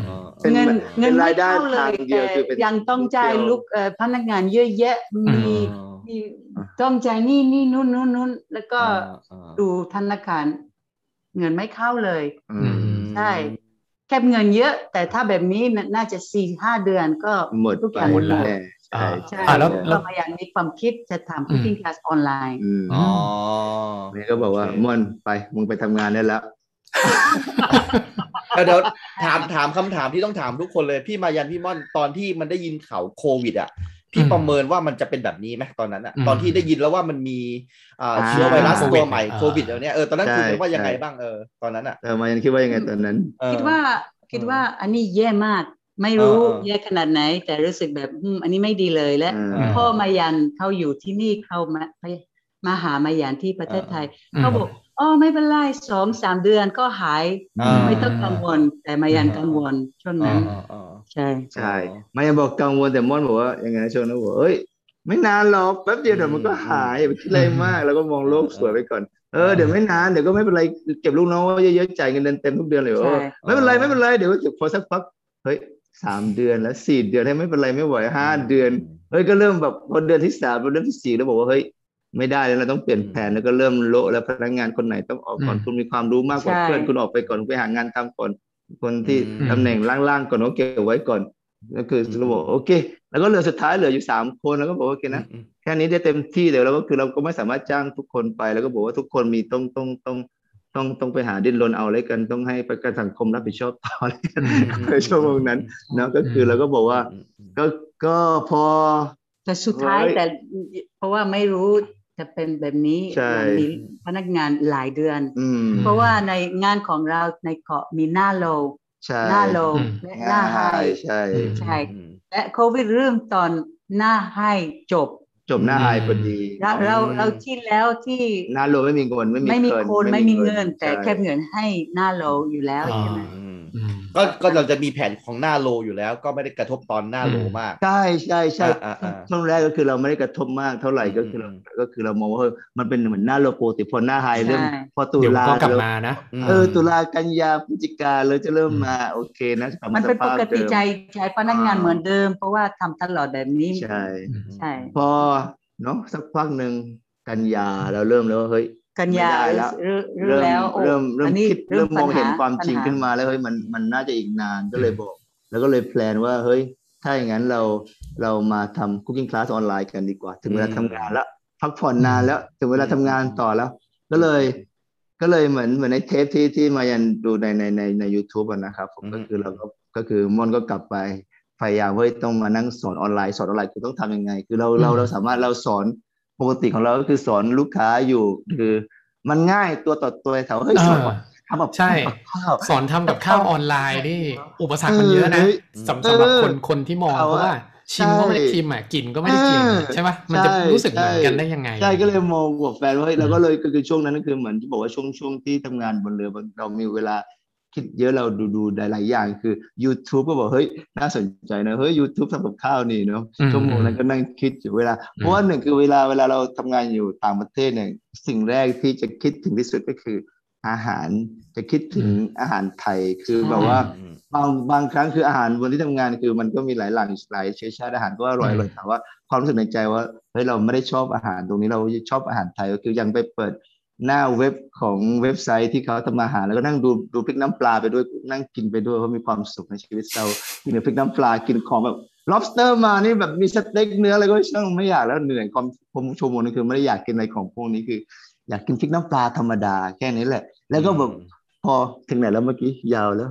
เงิน
เป็น
เงิน
รา
ไม่
ยได้
เข้าเล
ทาง
ย
เดียวคือเป็น
แต่ยังต้องจ่ายลูกเอ่อพนักงานเยอะแยะมี
อื
มีต้องจ่ายนี่นี่นู่นนู่นนู่นแล้วก็
อ่าอ่า
ดูธนาคารเงินไม่เข้าเลย
อืม
ใช่แคบเงินเยอะ แต่ถ้าแบบนี้มันน่าจะสี่ห้าเดือนก็
หมด
ทุกอ
ไป
ย่างหมดแล้ว
น่ใช่
ใช่
อ่าแล้วแล้
เรา
ว
มาอย่างมีความคิดจะทำ
อืม
cooking class ออนไลน์
อืม
อ๋อ
นี่ก็บอกว่า
โเค
ม่อนไปมึงไปทำงานได้แล้ว
เออเดี๋ยวถามถามคำถามที่ต้องถามทุกคนเลยพี่มายันพี่ม่อนตอนที่มันได้ยินข่าวโควิดอ่ะพี่
อืม
ประเมินว่ามันจะเป็นแบบนี้ไหมตอนนั้นอ่ะ
อืม
ตอนที่ได้ยินแล้วว่ามันมีอ่า
อ่า
เชื้อไวรัส
โควิ
ตั
ด
วใหม่
อ่า
โควิดแล้วเนี่ยเออตอนนั้น
ใช่
คุณคิดว่ายังไงบ้างเออตอนนั้นอ่ะ
เออมายังคิดว่ายังไงตอนนั้น
เออ
คิดว่าคิดว่าอันนี้แย่มาก ไม่รู้
เออเออ
แย่ขนาดไหน แต่รู้สึกแบบอืมอันนี้ไม่ดีเลยและ
อืม
พ่อมายันเขาอยู่ที่นี่เขามาไปมาหามายันที่ประเทศไทยเขาบอกอ๋อไม่เป็นไรสองสามเดือนก็หาย
อ่า
ไม่ต้องกังวล แต่มายัน
อ่า
กังวลช่วง
อ่า
นั้น
อ่าอ่า
ใช่
ใช่มายังบอกกังวลแต่ม่อนบอกว่ายังไงนะชวนนะบอกว่าเอ้ย ไม่นานหรอกแป๊บเดียวเดี๋ยวมันก็หายอย่าไปคิดอะไรมาก แล้วก็มองโลกสวยไปก่อนเออเดี๋ยวไม่นานเดี๋ยวก็ไม่เป็นไรเก็บลูกน้องไว้เยอะๆจ่ายเงินเดือนเต็มทุกเดือนเลยเอ
ใช่
อไม่เป็นไรไม่เป็นไรเดี๋ยวเก็บพอสักพักเฮ้ยสามเดือนแล้วสี่เดือนให้ยไม่เป็นไรไม่ไหวห้าเดือน เฮ้ยก็เริ่มแบบพอเดือนที่สามพอเดือนที่สี่แล้วบอกว่าเฮ้ยไม่ได้แล้วเราต้องเปลี่ยนแผนแล้วก็เริ่มโละแล้วพนักงานคนไหนต้องออกก่อน
อืม
คุณมีความรู้มากกว่าเพื่อนคุณออกไปก่อนไปหางานทำก่อนคนที่
อืม
ตำแหน่งล่างๆก่อนเขาเก็บไว้ก่อนก็คือเราบอกโอเค แล้วก็เหลือสุดท้ายเหลืออยู่สามคนแล้วก็บอกว่าโอเคนะ
อืม
แค่นี้ได้เต็มที่เดี๋ยวเราก็คือเราก็ไม่สามารถจ้างทุกคนไป แล้วก็บอกว่าทุกคนมีต้องต้องต้องต้องต้องไปหาดิ้นรนเอาอะไรกันต้องให้ประกันสังคมรับผิดชอบ ต่ออะไรกัน
อืม
ในชั่วโมงนั้นเนาะก็คือเราก็บอกว่า
อืมอืม
ก็ก็พอ
แต่สุดท้าย
เฮ้ย
แต่เพราะว่าไม่รู้จะเป็นแบบนี้
ใช่
มันมีพนักงานหลายเดือน
อืม
เพราะว่าในงานของเราในเกาะมีหน้าโล
ใช่
หน้าโล
อืม
และหน้าไฮ
ใช่
ใช่
อืม
และโควิดเริ่มตอนหน้าไฮจบ
จบหน้า
อืม
ไฮพอดี
เราเรา
อืม
เราที่แล้วที่
หน้าโลไม่มีเงินไม่
ไม่มี
มีเงิ
โคนไม่มีเงิน แต่
ใช่
แคบเงินให้หน้าเราอยู่แล้ว
อ๋อ
ใช่ไหม
อืม
อืม
ก็ก็เราจะมีแผนของหน้าโลอยู่แล้ว ก็ไม่ได้กระทบตอนหน้าโลมาก
ใช่ใช่ใช่
อ่าอ่าอ่า
ช่วงแรกก็คือเราไม่ได้กระทบมากเท่าไหร่ก็คือเรา
อืม
ก็คือเรามองว่าเออมันเป็นเหมือนหน้าโลโปรติพอหน้าไฮเริ่มพอตุ
เดี๋ยว
ลา
ก็กลับมานะ
เออตุลากันยาพฤศจิกาเราจะเริ่มมาโอเคนะกลับ
มั
มัน
เป็นปกติใจใจพนักงาน
อ่า
เหมือนเดิม เพราะว่าทำตลอดแบบนี้
ใช่
ใช่
พอเนาะสักพักหนึ่งกันยาเราเริ่มแล้วว่าเฮ้ย
กันยา
ไม่ได้แล้ว
เริ่มเริ่ม
เริ่ม
แล้วโอ้
เริ่มเริ่
อั
ม
นนี้
คิดเริ่มมองเห็นความจริง
ปัญห
ขึ้นมาแล้วเฮ้ยมันมันน่าจะอีกนานก็เลยบอก แล้วก็เลยแพลนว่าเฮ้ยถ้าอย่างนั้นเราเรามาทำคุกกิ้งคลาสออนไลน์กันดีกว่า ถึงเวลา
อืม
ทำงานแล้วพักผ่อนนานแล้วถึงเวลาทำงานต่อแล้ว ก็เลย ก็เลยเหมือนเหมือนในเทปที่ที่มายันดูในในในในยูทูบนะครับผม
อืม
ก็คือเราก็ก็คือมอนก็กลับไปพยายามเฮ้ยต้องมานั่งสอนออนไลน์สอนออนไลน์คือต้องทำยังไง คือเราเรา
อืม
เราสามารถเราสอนปกติของเราก็คือสอนลูกค้าอยู่คือ มันง่ายตัวต่อตัวแถวเฮ้ย
เอ
สอน
อ
แบบทำแบบ
ใช่
ข้าว
สอนทำกับข้าวออนไลน์นี่อุปสรรคมันเยอะนะ
เออ
สำสำหรับคน
เออ
คนที่มอง
เอาอะ
เพราะว่าชิมก็ไม่ได้ชิมอ่ะกลิ่นก็ไม่ได้กลิ่น
เออ
ใช่ไหมมันจะ
ใช่
รู้สึกเหมือน
ใช่
กันได้ยังไง
ใช่ก็เลยมองกับแฟนว่าเฮ้ยเราก็เลยก็คือช่วงนั้นก็คือเหมือนที่บอกว่าช่วงช่วงที่ทำงานบนเรือบางเรามีเวลา คิดเยอะเราดูดูหลายๆอย่างคือ YouTube ก็บอกเฮ้ยน่าสนใจนะเฮ้ย YouTube ทำกับข้าวนี่เนาะ
อืม
ชั่วโมงนั้นก็นั่งคิดอยู่เวลา เพราะว่าหนึ่งคือเวลาเวลาเราทำงานอยู่ต่างประเทศเนี่ยสิ่งแรกที่จะคิดถึงที่สุดก็คือ อาหารจะคิดถึง
อืม
อาหารไทยคือแบบว่า
อืม
บางบางครั้งคืออาหารบนที่ทำงานคือมันก็มีหลายหลังหลายเชื้อชาติอาหารก็อร่อย
อืม
อร่อยแต่ว่าความรู้สึกในใจว่าเฮ้ยเราไม่ได้ชอบอาหารตรงนี้เราชอบอาหารไทยก็คือยังไปเปิดหน้าเว็บของเว็บไซต์ที่เขาทำอาหารแล้วก็นั่งดูดูพริกน้ำปลาไปด้วยนั่งกินไปด้วยเพราะมีความสุขในชีวิตเรากินแต่พริกน้ำปลากินของแบบ lobster มานี่แบบมีสเต็กเนื้ออะไรก็ช่างไม่อยากแล้วเหนื่อยความผมชมนั่นคือไม่ได้อยากกินอะไรของพวกนี้คือ อยากกินพริกน้ำปลาธรรมดาแค่นี้แหละ แล้วก็แบบพอถึงไหนแล้วเมื่อกี้ยาวแล้ว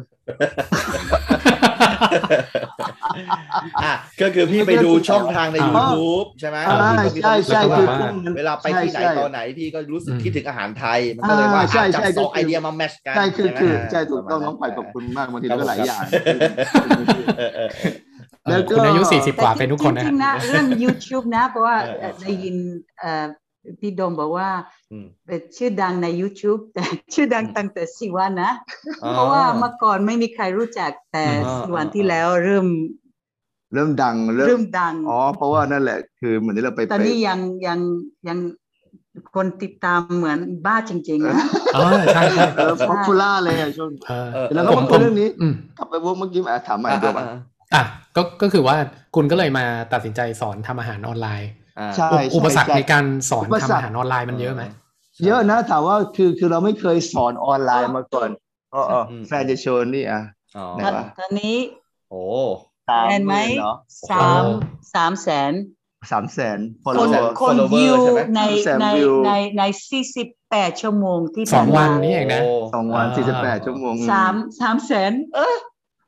อ่ะก็คือพี่ไปดูช่องทางใน
อ่า
YouTube ใช่ไหม
อ่า
พี่ก็พี่ก็
ใช่ใช่
รู้
คื
สึว่า
อกพวกนั้น
เวลาไปที่ไหน
ใช่
ต
ใช่
อนไหนพี่ก็รู้สึก
อืม
คิดถึงอาหารไทย มันก็เลยว่า
อ่าใช่
อาจจับ
ใช่
สอง
ก็คือ
ไอเดียมาแมชกัน
ใช่คือคือใช่ถูกต้อง
ประมาณ
น้องไปขอบคุณมากบางที
รับ
ก็หลายอย่าง
เออเออเออ
เอ
แล้ว
อ
ก็
คุณอายุสี่สิบกว่าเป็นทุกคน
แต่จริ
นะ
งๆนะเรื่อง YouTube นะ เพราะว่า
เออเออ
ได้ยินเอ่อพี่โดมบอกว่า
อืม
เอ่อชื่อดังใน YouTube แต่ ชื่อดังตั้งแต่สิวันนะ
อ๋อ
เพราะว่าเมื่อก่อนไม่มีใครรู้จักแต่
อ่า
สิวัน
อ่า
ที่แล้วเริ่ม
เริ่มดังเริ่
เริ่
ม
มดัง
อ๋อเพราะว่านั่นแหละคือเหมือนที่เราไป
ตอน
ไป
นี้ยังยังยังคนติดตามเหมือนบ้าจริงๆนะ
เออใช่ใช่
เออพอปูล่าเลยอะช่วง
เออ
เออ
แล้วก็
ผม
มา
ผ
คุย
ม
เรื่องนี้
อืม
กลับไปวงเมื่อกี้อ่ะถามใหม่
อ่า
ตัวก่อน
อ่ะก็ก็คือว่าคุณก็เลยมาตัดสินใจสอนทำอาหารออนไลน์
อ่า
ใช่
อุอุปสรรคในการสอน
อุป
ทำ
สรรค
อาหารออนไลน์มันเยอะไหม
เยอะนะถามว่าคือคือเราไม่เคยสอนออนไลน์มาก่อนอ๋ออ๋อแฟนจะโชว์นี่อ่ะ
อ๋อ
ไหนวะ
ตอนนี้
โอ้
สาม
แสนไหม
นเนาะ
สาม
โอ้
สามแสน
สามแสนพอ
ค
เรา
นคน
follower
วิว
ใช่ไหม
ใน
แสน
ใน
วิว
ในใน 48 ชั่วโมงที่
สอง
ผ่ามา
วันนี่เองนะ
โ
สองวัน
อ่า
สี่สิบแปดชั่วโมง
สามสามแสนเออ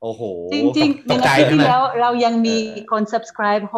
โอ้โห
จริงจริงๆ
ตกใจ
ในอาทิตย์ที่
ใช่ไหม
แล้วเรายังมี
เออ
คน subscribe 65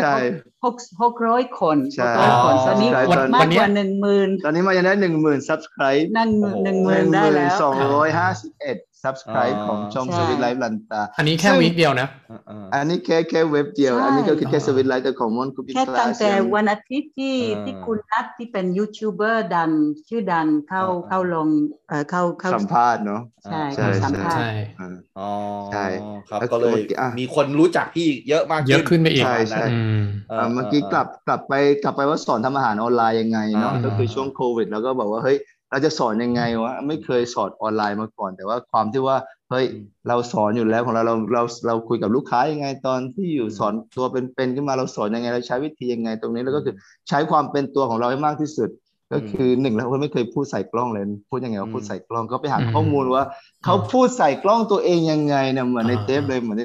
ใช่
หกหกร้อยคน
ใช่
หกร้อยคนตอนนี้
ใช่
มาก
ตอน
วันเนี้
ก
ย
ว่าหนึ่งหมื่น
ตอนนี้มายังได้หนึ่งหมื่นซับสไครป์
นั่งห
โอ้โห
นึ่งหมื่นได้แล้ว
สองร้อยห้าสิบเอ็ดซับสไครป์ของช่อง
ใช่
สวิตไลฟ์ลันตา
อันนี้แค่
ซึ่ง
วีคเดียวนะ
อ่าอ่า
อันนี้แค่แค่เว็บเดียว
ใช่
อันนี้ก็คือแค่
อ่า
สวิตไลท์แต่ของมอนคูปิ
แค่
คลา
ตั้ง
ส
แต่
ยัง
วันอาทิตย์ที่
เออ
ที่คุณนัทที่เป็นยูทูบเบอร์ดังชื่อดังเข้า
เออ
เข้าลงเอ่อเข้าเข้า
สัมภาษณ์เนาะ
ใช่
ใช่
เข้าสัมภาษณ์
ใช่
อ่า
อ๋อ
ใช่
ครับ
แล้ว
ก็เลย
เมื่อกี้อ่ะ
มีคนรู้จักพี่เยอะมาก
เยอะขึ้นไปอีก
ใช่
ประมาณ
ใช่
นั้น
อืม
อ่าเมื่อกี้กลับกลับไปกลับไปว่าสอนทำอาหารออนไลน์ยังไงเนาะ
อ่า
ก็คือช่วงโควิดแล้วก็บอกว่าเฮ้ยเราจะสอนยังไงวะไม่เคยสอนออนไลน์มาก่อน แต่ว่าความที่ว่าเฮ้ยเราสอนอยู่แล้วของเราเราเราเราคุยกับลูกค้ายังไงตอนที่อยู่สอนตัวเป็นๆขึ้นมาเราสอนยังไงเราใช้วิธียังไงตรงนี้แล้วก็คือใช้ความเป็นตัวของเราให้มากที่สุด ก็คือหนึ่งแล้วเราไม่เคยพูดใส่กล้องเลยพูดยังไงว่าพูดใส่กล้องก็ไปหาข้อมูลว่า เขาพูดใส่กล้องตัวเองยังไงเนี่ยเหมือนใน
อ่า
เทปเลยเหมือนใน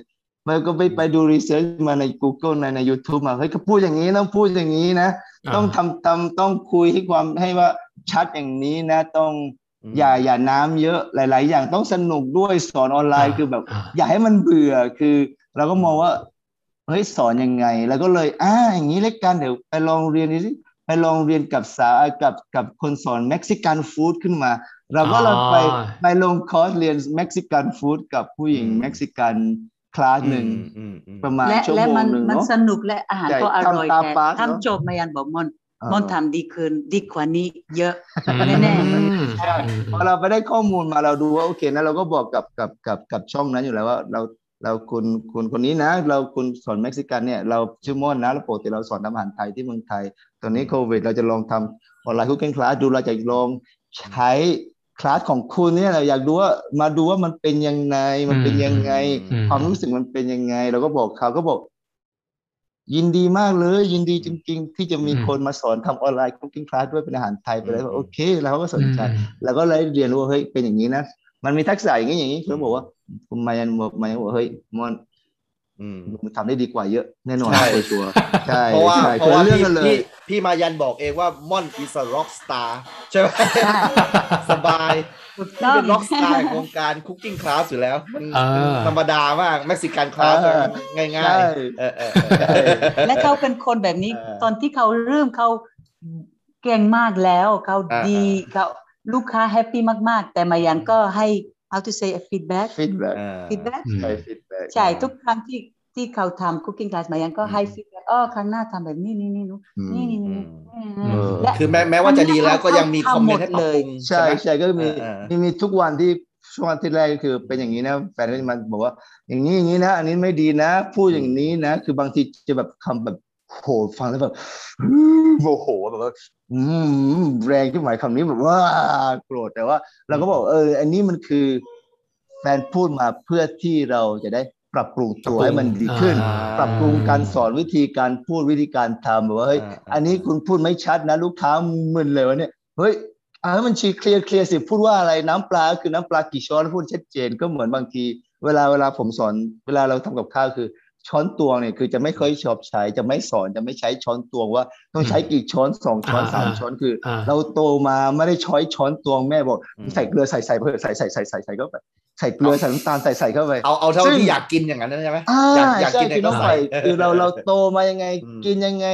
มันก็ไปไปดูรีเสิร์ชมาใน Google ในใน YouTube มาเฮ้ยเขาพูดอย่างนี้ต้องพูดอย่างนี้นะ ต้องทำทำต้องคุยให้ความให้ว่าชัดอย่างนี้นะ ต้อง
อืม
อย่าอย่าน้ำเยอะหลาย ๆ อย่างต้องสนุกด้วยสอนออนไลน์คือแบบ
อ่า
อย่าให้มันเบื่อคือ เราก็มองว่าเฮ้ยสอนยังไง แล้วก็เลยอ่าอย่างนี้เล็กกันเดี๋ยวไปลองเรียนดิไปลองเรียนกับสากับกับคนสอนเม็กซิกันฟู้ดขึ้นมา เราก็เราไป
อ๋อ
ไปลงคอร์สเรียนเม็กซิกันฟู้ดกับผู้หญิง
อืม
เม็กซิกันคลาสหนึ่ง
อืมอืม
ประมาณ
และ
ชั่ว
และ
โม
มัน
งหนึ่ง
มัน
เนาะ
สนุกและอาหาร
ใช่
ก็อร่อย
ทำตาม
แต่
ปาร์ตเนอะ
ทำจบมายันบอกมอน
เออ
มอนทำดีขึ้นดีกว่านี้เยอะ
อืม
แน่
ใช่
อืม
พอเราไปได้ข้อมูลมาเราดูว่าโอเคนะเราก็บอกกับกับกับกับช่องนั้นอยู่แล้วว่าเราเราคุณคุณคนนี้นะ เราคุณสอนเม็กซิกันเนี่ยเราชื่อม่อนนะเราปกติเราสอนทำอาหารไทยที่เมืองไทย ตอนนี้โควิด เราจะลองทำออนไลน์คุกกิ้งคลาสดูเราจะลองใช้คลาสของคุณเนี่ยเราอยากดูว่ามาดูว่ามันเป็นยังไงมันเป็นยังไง
อืม
ความรู้สึกมันเป็นยังไง เราก็บอกเขาก็บอก ยินดีมากเลย ยินดีจริง ๆ ที่จะมี
อืม
คนมาสอนทำออนไลน์คุกกิ้งคลาสด้วยเป็นอาหารไทยไปเลยโอเคแล้วเขาก็สนใจ
อืม
แล้วก็เลยเรียนรู้ว่าเฮ้ยเป็นอย่างนี้นะ มันมีทักษะอย่างนี้อย่างนี้เขาบอกว่าคุณมายันบอกมายันบอกเฮ้ยมอน
อืม
มึงทำได้ดีกว่าเยอะแน่นอน
ใช่
ชัวร์ๆใช่
เพราะว่า
ใช่
เพราะว่า
คนละ
พี่
เรื่องกันเลย
พี่พี่มายันบอกเองว่าม่อนอีสร็อกสตาร์ใช่ไหมสบาย
ถูก
พี่
ต้อง
เป็นร็อกสตาร์โครงการคุกกิ้งคลาสอยู่แล้วมัน
เออ
ธรรมดามากเม็กซิกันคลาส
เออ
ง่าย
ใช่
ๆเออเออเออ
และเขาเป็นคนแบบนี้
เออ
ตอนที่เขาเริ่มเขาเก่งมากแล้วเขา
อ่า
ดี
อ่า
เขาลูกค้าแฮปปี้มาก ๆ แต่มายันก็ให้ how to say a feedback
feedback
อ่า
feedback
อืม
ใช่ feedback
ใช่ทุกครั้งที่ที่เขาทำ cooking class มายันก็ให้
อืม
feedback อ๋อครั้งหน้าทำแบบนี้นี่นี่นู้น
อืม
นี่นี่นี่
อืม
นี่
คือแม้แม้ว่าจะดีแล้วก็ยังมีคอมเมนต์ให้ปรับปรุง
ใช่
ไหม
ใช่ก็มี
เออเออ
มีมีทุกวันที่ ช่วงอาทิตย์แรกก็คือเป็นอย่างนี้นะแฟนก็จะมาบอกว่า อย่างนี้อย่างนี้นะ อันนี้ไม่ดีนะ พูดอย่างนี้นะ คือบางทีจะแบบคำแบบโหฟังแล้วแบบ โมโหแบบว่าอืมแรงที่หมายคำนี้แบบว่าโกรธแต่ว่า เราก็บอกเออ อันนี้มันคือแฟนพูดมาเพื่อที่เราจะได้ปรับปรุงตัวให้มันดีขึ้น
อ่า
ปรับปรุงการสอนวิธีการพูดวิธีการทำแบบว่าเฮ้ย
อ่า
อันนี้คุณพูดไม่ชัดนะ ลูกค้ามึนเลยวะเนี่ยเฮ้ยอ่าให้มันชีเคลียร์เคลียร์สิพูดว่าอะไรน้ำปลาก็คือน้ำปลากี่ช้อนพูดชัดเจนก็เหมือนบางที เวลาเวลาผมสอน เวลาเราทำกับข้าวคือ ช้อนตวงเนี่ยคือจะไม่เคยชอบใช้จะไม่สอนจะไม่ใช้ช้อนตวงว่าต้องใช้กี่ช้อนสองช้อน
อ่า
สาม
อ่า
ช้อนคือ
อ่า
เราโตมาไม่ได้ช้อยช้อนตวงแม่บอก
อืม
ใส่เกลือใส่ใส่เพิ่มใส่ใส่ใส่ใส่ใส่เข้าไปใส่เกลือใส่น้ำตาลใส่ใส่เข้าไป
เอาเอาเท่า
ซึ่ง
ที่อยากกินอย่างนั้นใช่ไหม
อ่า
อยากอยาก
ใช่
กินอะไร
คือ
ก็
ต้อง
ใส่
ใส่คือเราเราโตมายังไง
อืม
กินยังไง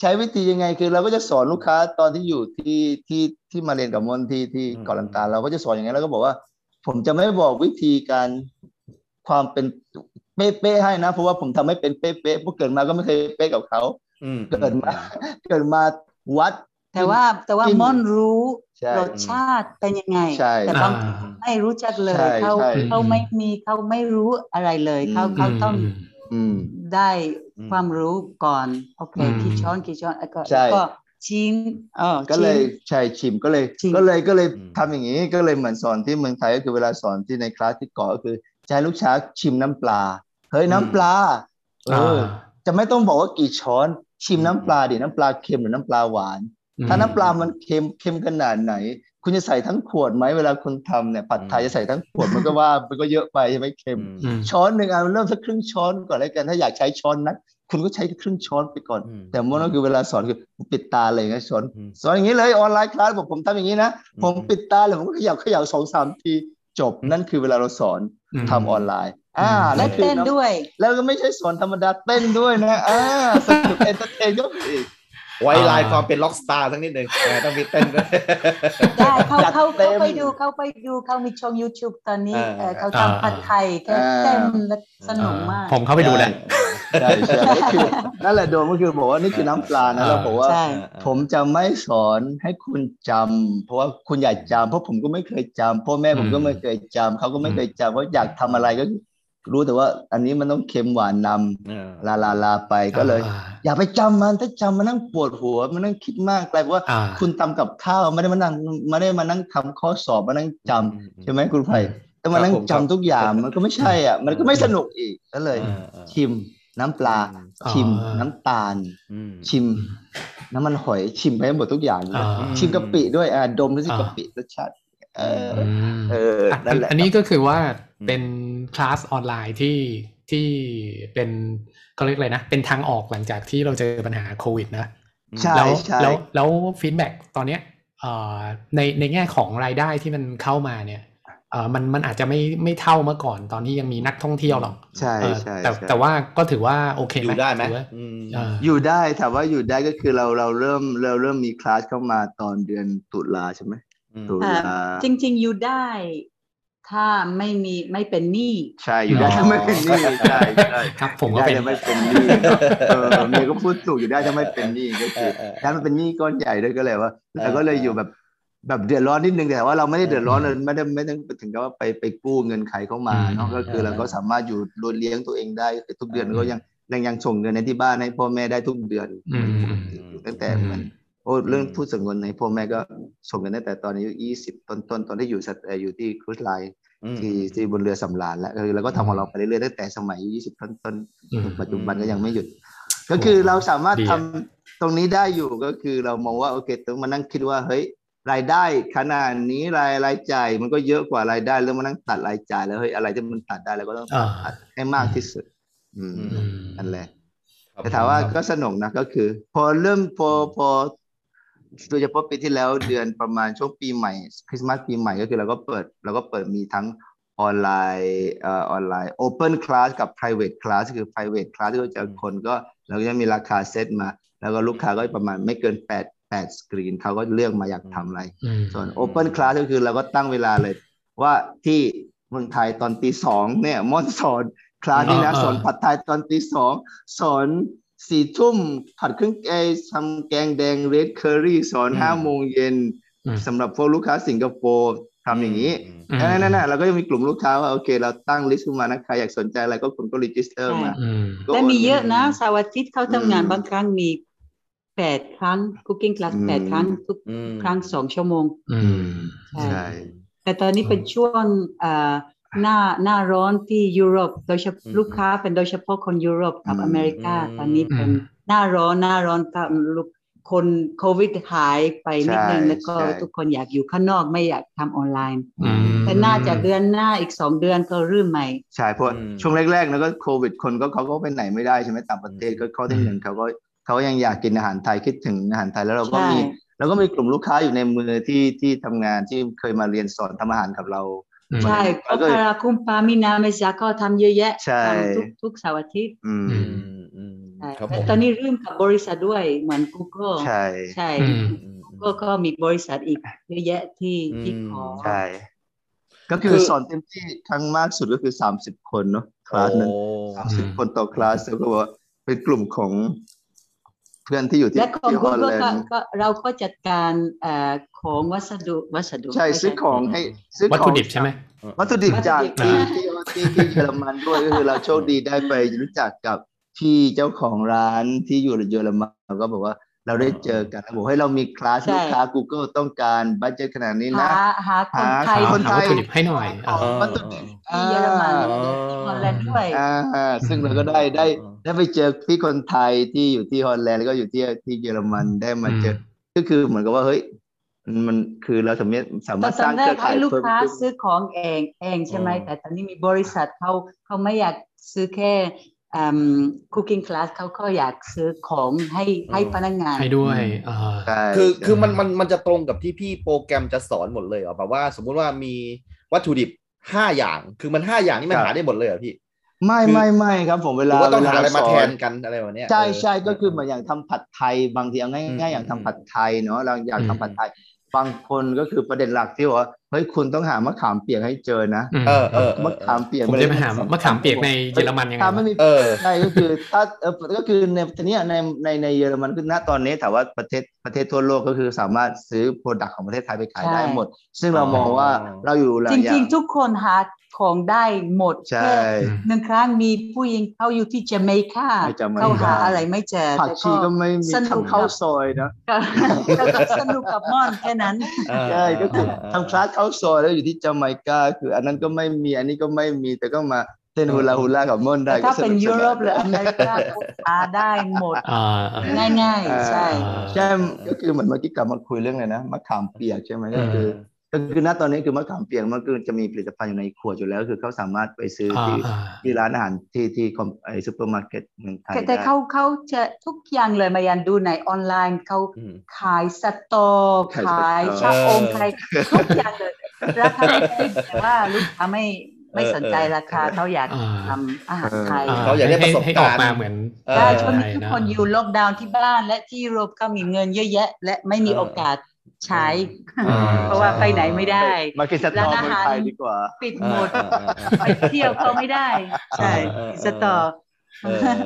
ใช้วิธียังไง คือเราก็จะสอนลูกค้าตอนที่อยู่ที่ที่ที่มาเรียนกับมอนที่ที่เกาะลันตาเราก็จะสอนอย่างนี้นแล้วก็บอกว่า ผมจะไม่บอกวิธีการความเป็นเป๊ะๆให้นะ เพราะว่าผมทำไม่เป็นเป๊ะๆเพราะเกิดมาก็ไม่เคยเป๊ะกับเขา
อืม
เกิดมา เกิดมาวัด
แต่ว่าแต่ว่า
จริง
ม่อนรู้
ใช่
รสชาติเป็นยังไง
ใช่
แต่บางคนไม่รู้จักเลย
ใช่
เขา
ใช่
เขาไม่มีเขาไม่รู้อะไรเลยเขา
อืม
เขาต้อง
อืม
ได้
อืม
ความรู้ก่อนโอเค
อืม
กี่ช้อนกี่ช้อนแล้วก็
ใช่
แล้วก็ชิ้นเออ
ก็เลย
ชิ้น
ใช่ชิมก็เลย
ชิม
ก็เลยก็เลย
อืม
ทำอย่างนี้ก็เลยเหมือนสอนที่เมืองไทยก็คือเวลาสอนที่ในคลาสที่เกาะก็คือจะใช้ลูกช้าชิมน้ำปลาเฮ้ยน้ำปลาเอออจะไม่ต้องบอกว่ากี่ช้อนชิมน้ำปลาดิน้ำปลาเค็มหรือน้ำปลาหวาน ถ้าน้ำปลามันเค็มเค็มขนาดไหน คุณจะใส่ทั้งขวดไหมเวลาคนทำเนี่ยผัดไทย
อืม
จะใส่ทั้งขวดมันก็ว่ามันก็เยอะไปใช่ไหมเค็ม
อืม
ช้อนหนึ่งอ่ะเริ่มสักครึ่งช้อนก่อนแล้วกันถ้าอยากใช้ช้อนนักคุณก็ใช้ครึ่งช้อนไปก่อน
อืม
แต่มอนก็คือเวลาสอนคือปิดตาเลยนะสอน
อืม
สอนอย่างนี้เลยออนไลน์คลาสบอกผมทำอย่างนี้นะ
อืม
ผมปิดตาเลยผมก็เขยับเขยับสองสามทีจบ
อืม
นั่นคือเวลาเราสอนทำออนไลน์อ่า
อืม
และ
คือ
เต้นด้วย
แล้วก็ไม่ใช่สอนธรรมดาเต้นด้วยนะอ่าสนุกเอนเตอร์เทนก็อีก
ไว้ลายความเป็นล็อกสตาร์สักนิดหนึ่งเออต้องมีเต้นด้วย
ได้เขา
จัด
เขา
เต็
เขา
ม
ไปดูเขาไปดูเขามีช่อง YouTube ตอนนี้
อ่า
เอ่อเขา
อ่า
ทำผัดไทยแค่
อ่า
เต้นและสนุกมาก
ผมเข้าไปดูแหละ
ใช่ใช่ก็คือนั่นแหละโดมก็คือบอกว่านี่คือน้ำปลานะเราบอกว่า
ใช่
ผมจะไม่สอนให้คุณจำเพราะว่าคุณอยากจำเพราะผมก็ไม่เคยจำพ่อแม่ผมก็
อืม
ไม่เคยจำเขาก็ไม่
อืม
เคยจำเพราะอยากทำอะไรก็รู้แต่ว่า อันนี้มันต้องเค็มหวานนำ
เออ
ลาลาลาไปก็เลย อย่าไปจำมันถ้าจำมันนั่งปวดหัวมันนั่งคิดมากกลายเป็นว่า
อ่า
คุณทำกับข้าวไม่ได้มานั่งไม่ได้มานั่งทำข้อสอบมานั่งจำใช่ไหมคุณไผ่แต่มานั่ง
ผมครั
จำ
บ
ทุกอย่าง
ผม
มันก็ไม่ใช่อ่ะ มันก็ไม่สนุกอีกก็เลย
เออเออ
ชิมน้ำปลา
อ๋อ
ชิมน้ำตาล
อืม
ชิมน้ำมันหอยชิมไปหมดทุกอย่างเลย
อ่า
ชิมกะปิด้วยอ่าดมด้วยสิ
อ่า
กะปิรสชาติเออ
อืม
เออนั่นแหละ
อันนี้ก็คือว่า
อืม
เป็นคลาสออนไลน์ที่ที่เป็นเขาเรียกอะไรนะ เป็นทางออกหลังจากที่เราเจอปัญหาโควิดนะ
ใช่
แล้ว
ใช่
แล้วแล้วฟีดแบ็กตอนเนี้ยเอ่อในในแง่ของรายได้ที่มันเข้ามาเนี่ยเอ่อมันมันอาจจะไม่ไม่เท่าเมื่อก่อนตอนที่ยังมีนักท่องเที่ยวหรอก
ใช่
เอ่อ
ใช่
แต่
ใช่
แต่ว่าก็ถือว่าโอเค
อยู่ได้ไหม
ถืว่า
อืม
เอ่ออ
อยู่ได้ถามว่าอยู่ได้ก็คือเราเราเริ่มเราเริ่มมีคลาสเข้ามาตอนเดือนตุลาใช่ไหมตุลา
จริง ๆ อยู่ได้ ถ้าไม่มีไม่เป็นหนี้
ใช่อยู่ได้
อ๋อ
ถ้าไม่เป็นหนี้ใช่ใช่
ครับ ผมก็
ได้
เป็น
ถ้าไม่เป็นหนี้เออเมียก็พูดถูกอยู่ได้ถ้าไม่เป็นหนี้ก็
เอ
คือ
อเออ
แล้วมันเป็นหนี้ก้อนใหญ่ด้วยก็เลยว่า
เออ
เราก็เลยอยู่แบบแบบเดือดร้อนนิดนึงแต่ว่าเราไม่ได้เดือดร้อน
เออ
เราไม่ได้ไม่ต้องถึงกับว่าไปไปกู้เงินใครเข้ามาเนาะ
อืม
ก็คือ
เออ
เราก็สามารถอยู่โดยเลี้ยงตัวเองได้แต่ทุกเดือน
เออ
ก็ยังยังยังส่งเงินในที่บ้านให้พ่อแม่ได้ทุกเดือน
อืมอืม
ตั้งแต่เหมือนโอ้เรื่องพูดส่งเงินในพ่อแม่ก็ส่งเงินตั้งแต่ตอนอายุยี่สิบต้นต้นๆตอนที่อยู่สัตเอ่ออยู่ที่ครูซไลน์
อืม
ที่ที่บนเรือสำราญแล้วก็คือเราก็ทำของเราไปเรื่อยๆตั้งแต่สมัยอายุยี่สิบต้นต้นๆ
อืม
ปัจจุบันก็
อืม
ยังไม่หยุด ก็คือเราสามารถ
ดี
ทำ
อะ
ตรงนี้ได้อยู่ก็คือเรามองว่าโอเคต้องมานั่งคิดว่าเฮ้ยรายได้ขนาดนี้รายรายจ่ายมันก็เยอะกว่ารายได้แล้วมานั่งตัดรายจ่ายแล้วเฮ้ยอะไรที่มันตัดได้เราก็ต้อง
อ่า
ตัดให้มากที่สุด อืม
อืม
อืม
นั่นแหละ
ครับ
แต่ถามว่า
ครับ
ก็สนุกนะก็คือ พอเริ่มพอพอโดยเฉพาะปีที่แล้วเดือนประมาณช่วงปีใหม่คริสต์มาสปีใหม่ก็คือเราก็เปิดเราก็เปิดมีทั้งออนไลน์เอ่อออนไลน์ Open Class กับ Private Class คือ Private Class ก็จะคนก็เราก็จะมีราคาเซตมา แล้วก็ลูกค้าก็ประมาณไม่เกิน8 8สกรีนเขาก็เลือกมาอยากทำอะไร
อืม
ส่วน Open Class ก็คือเราก็ตั้งเวลาเลย ว่าที่เมืองไทยตอนตีสองเนี่ยมอนสอนคลาสนี่นะ
อ่าๆ
สอนผัดไทยตอนตีสองสอนสี่ทุ่มผัดเครื่องแกงทำแกงแดงเรดเคอรี่สอน
อืม
ห้าโมงเย็น
อืม
สำหรับพวกลูกค้าสิงคโปร์ ทำอย่างนี้
อืม
นั่นนั่นน่ะเราก็จะมีกลุ่มลูกค้าว่าโอเค เราตั้งลิสต์ขึ้นมานะใครอยากสนใจอะไรก็คุณก็รีจิสเตอร์มา
อืม
ก็โน
และมีเยอะนะเสาร์อาทิตย์เขาทำงาน
อืม
บางครั้งมีแปดครั้ง cooking class
อืม
แปดครั้งทุก
อืม
ครั้งสองชั่วโมง
อืม
ใช่
ใช่
แต่ตอนนี้เป็นช่วงเอ่อหน้าหน้าร้อนที่ยุโรปโดยเฉพาะ
อืม
ลูกค้าเป็นโดยเฉพาะคนยุโรปกับ
อืม
อเมริกา
อืม
ตอนนี้เป็น
อืม
หน้าร้อนหน้าร้อนก็ลูกคนโควิดหายไปนิดนึง
ใช่
แล้วก็
ใช่
ทุกคนอยากอยู่ข้างนอกไม่อยากทำออนไลน์
อืม
แต่น่าจะเดือนหน้าอีกสองเดือนก็เริ่มใหม่
ใช่เพราะ
อืม
ช่วงแรกๆนะก็โควิดคนก็เขาก็ไปไหนไม่ได้ใช่ไหมต่างประเทศก็ข้อที่หนึ่งเขาก็เขายังอยากกินอาหารไทยคิดถึงอาหารไทยแล้วเราก็มี
ใช่
แล้วก็มีกลุ่มลูกค้าอยู่ในมือที่ที่ทำงานที่เคยมาเรียนสอนทำอาหารกับเรา
ใช่
อืมแล้วก็
ก็คาราคุมปามินาเมซาก็ทำเยอะแยะ
ใช่
ทำทุกทุกเสาร์อาทิตย์
อืม
อื
อืมอืม
ใช่
ครับผ
และ
ม
ตอนนี้เริ่มกับบริษัทด้วยเหมือน Google
ใช่
ใช่
อืม
อืม
ก็ก็มีบริษัทอีกเยอะแยะที่
อืม
ที่ขอ
ใช่ ก็คือ
คือ
สอนเต็มที่ครั้งมากสุดก็คือสามสิบคนเนาะคลาสหนึ่ง
โอ้
สามสิบคนต่อคลาสแล้วก็บอกว่าเป็นกลุ่มของเพื่อนที่อยู่ที่
และของ
ที่ฮอล
Google
แลน
ก็
ด์
ก็เราก็จัดการเอ่อของวัสดุวัสดุ
ใช่
ไม่
ซื้อของให้ซื้อ
วัต
ขอ
ถุ
ง
ดิบใช่ไหม
วัตถุดิบจาก
วัตถุ
ที่
ดิบ
ที่ที่ที่เยอรมันด้วยก็คือเราโชคดีได้ไปรู้จักกับพี่เจ้าของร้านที่อยู่เยอรมันเราก็บอกว่าเราได้เจอกันแล้วบอกให้เรามีคลาสลูกค้า Google ต้องการบัตเจ็ตขนาดนี้นะ
หาหาคนไทย
หา
หาวัต
คนไทย
ถุดิบให้หน่อยเออ
วัตถุดิบ
ที่เยอรมัน
อ่า
ที่ฮอลแลนด์ด้วย
อ่าอ่าซึ่งเราก็ได้ได้ได้ไปเจอพี่คนไทยที่อยู่ที่ฮอลแลนด์แล้วก็อยู่ที่ที่เยอรมันได้มาเจออก็คือเหมือนกับว่าเฮ้ยมันมันคือเราสามารถสา
ตอ
มาร
น
ถสร้าง
แร
เครื
ก
อข่า
ให้
ย
ลูก
เพิ่ม
ค้า
ขึ้น
ซื้อของเองเองใช่ไหม
อืม
แต่ตอนนี้มีบริษัทเขาเขาไม่อยากซื้อแค่อืม cooking class เขาก็อยากซื้อของให้ให้พนักงาน
ให้ด้วยเออ
ใช่
คือคือมัน
ใช่
มันมันจะตรงกับที่พี่โปรแกรมจะสอนหมดเลยเหรอแบบว่าสมมุติว่ามีวัตถุดิบห้าอย่างคือมันห้าอย่างนี่มันหาได้หมดเลยเหรอพี่
ไม่ไม่ไม่ครับผมเว
หรื
ลา
อว่าต้องหาอะไรมา
เวล
แท
สอน
กันอะไรแบบเนี้ย
ใช่
เออ
ใช่ก็คือเหมือนอย่างทำผัดไทยบางทีเอาง่าย
อืม
ง่ายอย่างทำผัดไทยเนาะเราอยาก
อืม
ทำผัดไทย บางคนก็คือประเด็นหลักที่บอกว่าเฮ้ยคุณต้องหามะขามเปียกให้เจอนะ
ม
เออเออ
มะขามเปียก
ผม
น
จะไปหามะขามเปียกในเยอรมันยัง
ถ้าว
ไงะ
ไม่มี
เออ
ใช่ก็คือถ้าเออก็คือในทีเนี้ยในในในเยอรมันคือณตอนนี้ถามว่าประเทศประเทศทั่วโลกก็คือสามารถซื้อโปรดักต์ของประเทศไทยไปขาย
ใช่
ได้หมด ซึ่งเรา
อ๋อ
มองว่าเราอยู่หลา
จ
ยอย่า
ริง
ง
ๆ ทุกคนหาของได้หมด
ใช
แค่
่
หนึ่งครั้งมีผู้หญิงเขาอยู่ที่เจเมกา
ไปเจเมกา
เขาหาอะไรไม่เจอ
ผัก
แต่
ชีก็ไม่มี
สนุก
ทำข้าวซอยนะ
ก็ก็ก็สนุกกับม่อนแค่นั้น
เออ
ใช่ก็คือ
เเ
ทำคลาสข้าวซอยแล้วอยู่ที่จาไมกาคืออันนั้นก็ไม่มีอันนี้ก็ไม่มีแต่ก็มาเต้นฮูลาฮูลากับม่อนได้
แต่
ก็
ถ้า
ส
เป็น
นุกส
ยุโร
นา
ป
น
หรืออเมริกาหาได้หมด
เออเออ
ง่ายๆ ใช่
ใช่ก็คือเหมือนเมื่อกี้กลับมาคุยเรื่องอะไรนะมะขามเปียกใช่ไหมก็คือ ก็คือณตอนนี้คือมะขามเปียกมันก็จะมีผลิตภัณฑ์อยู่ในขวดอยู่แล้ว คือเขาสามารถไปซื้อ
อ่า
ที่
อ่า
ที่ร้านอาหารที่ที่คอมไอซูเปอร์มาร์เก็ตเมืองไทย
แต่แต่
ได้
เขาเขาจะทุกอย่างเลยมายันดูในออนไลน์เขา
อืม
ขายสตอขายชะอม
เออ
ขายทุกอย่างเลยราคาไม่แพงแต่ว่าลูกค้าไม่ไม่สนใจ
เออเออ
ราคาเขาอยาก
อ่า
ทำอาหารไทย
เขาอยากได้
ให้
ประสบ
ให้
การณ์
ออกมาเหมือน
เออ
ได้ช่วงนี้ทุก
ได้นะ
คนอยู่ล็อกดาวน์ที่บ้านและที่ยุโรปก็มีเงินเยอะแยะ และไม่มี
เออ
โอกาสใช้
อ่
เพราะว่าไปไหนไม่ได้
มากินสตอ
ร้านอา
เมือง
หาร
ไทยดีกว่า
ปิดหมด
เออเออเออ
ไปเที่ยวก็ไม่ได้ ใช่
เออเออเออ
สตอ
เออ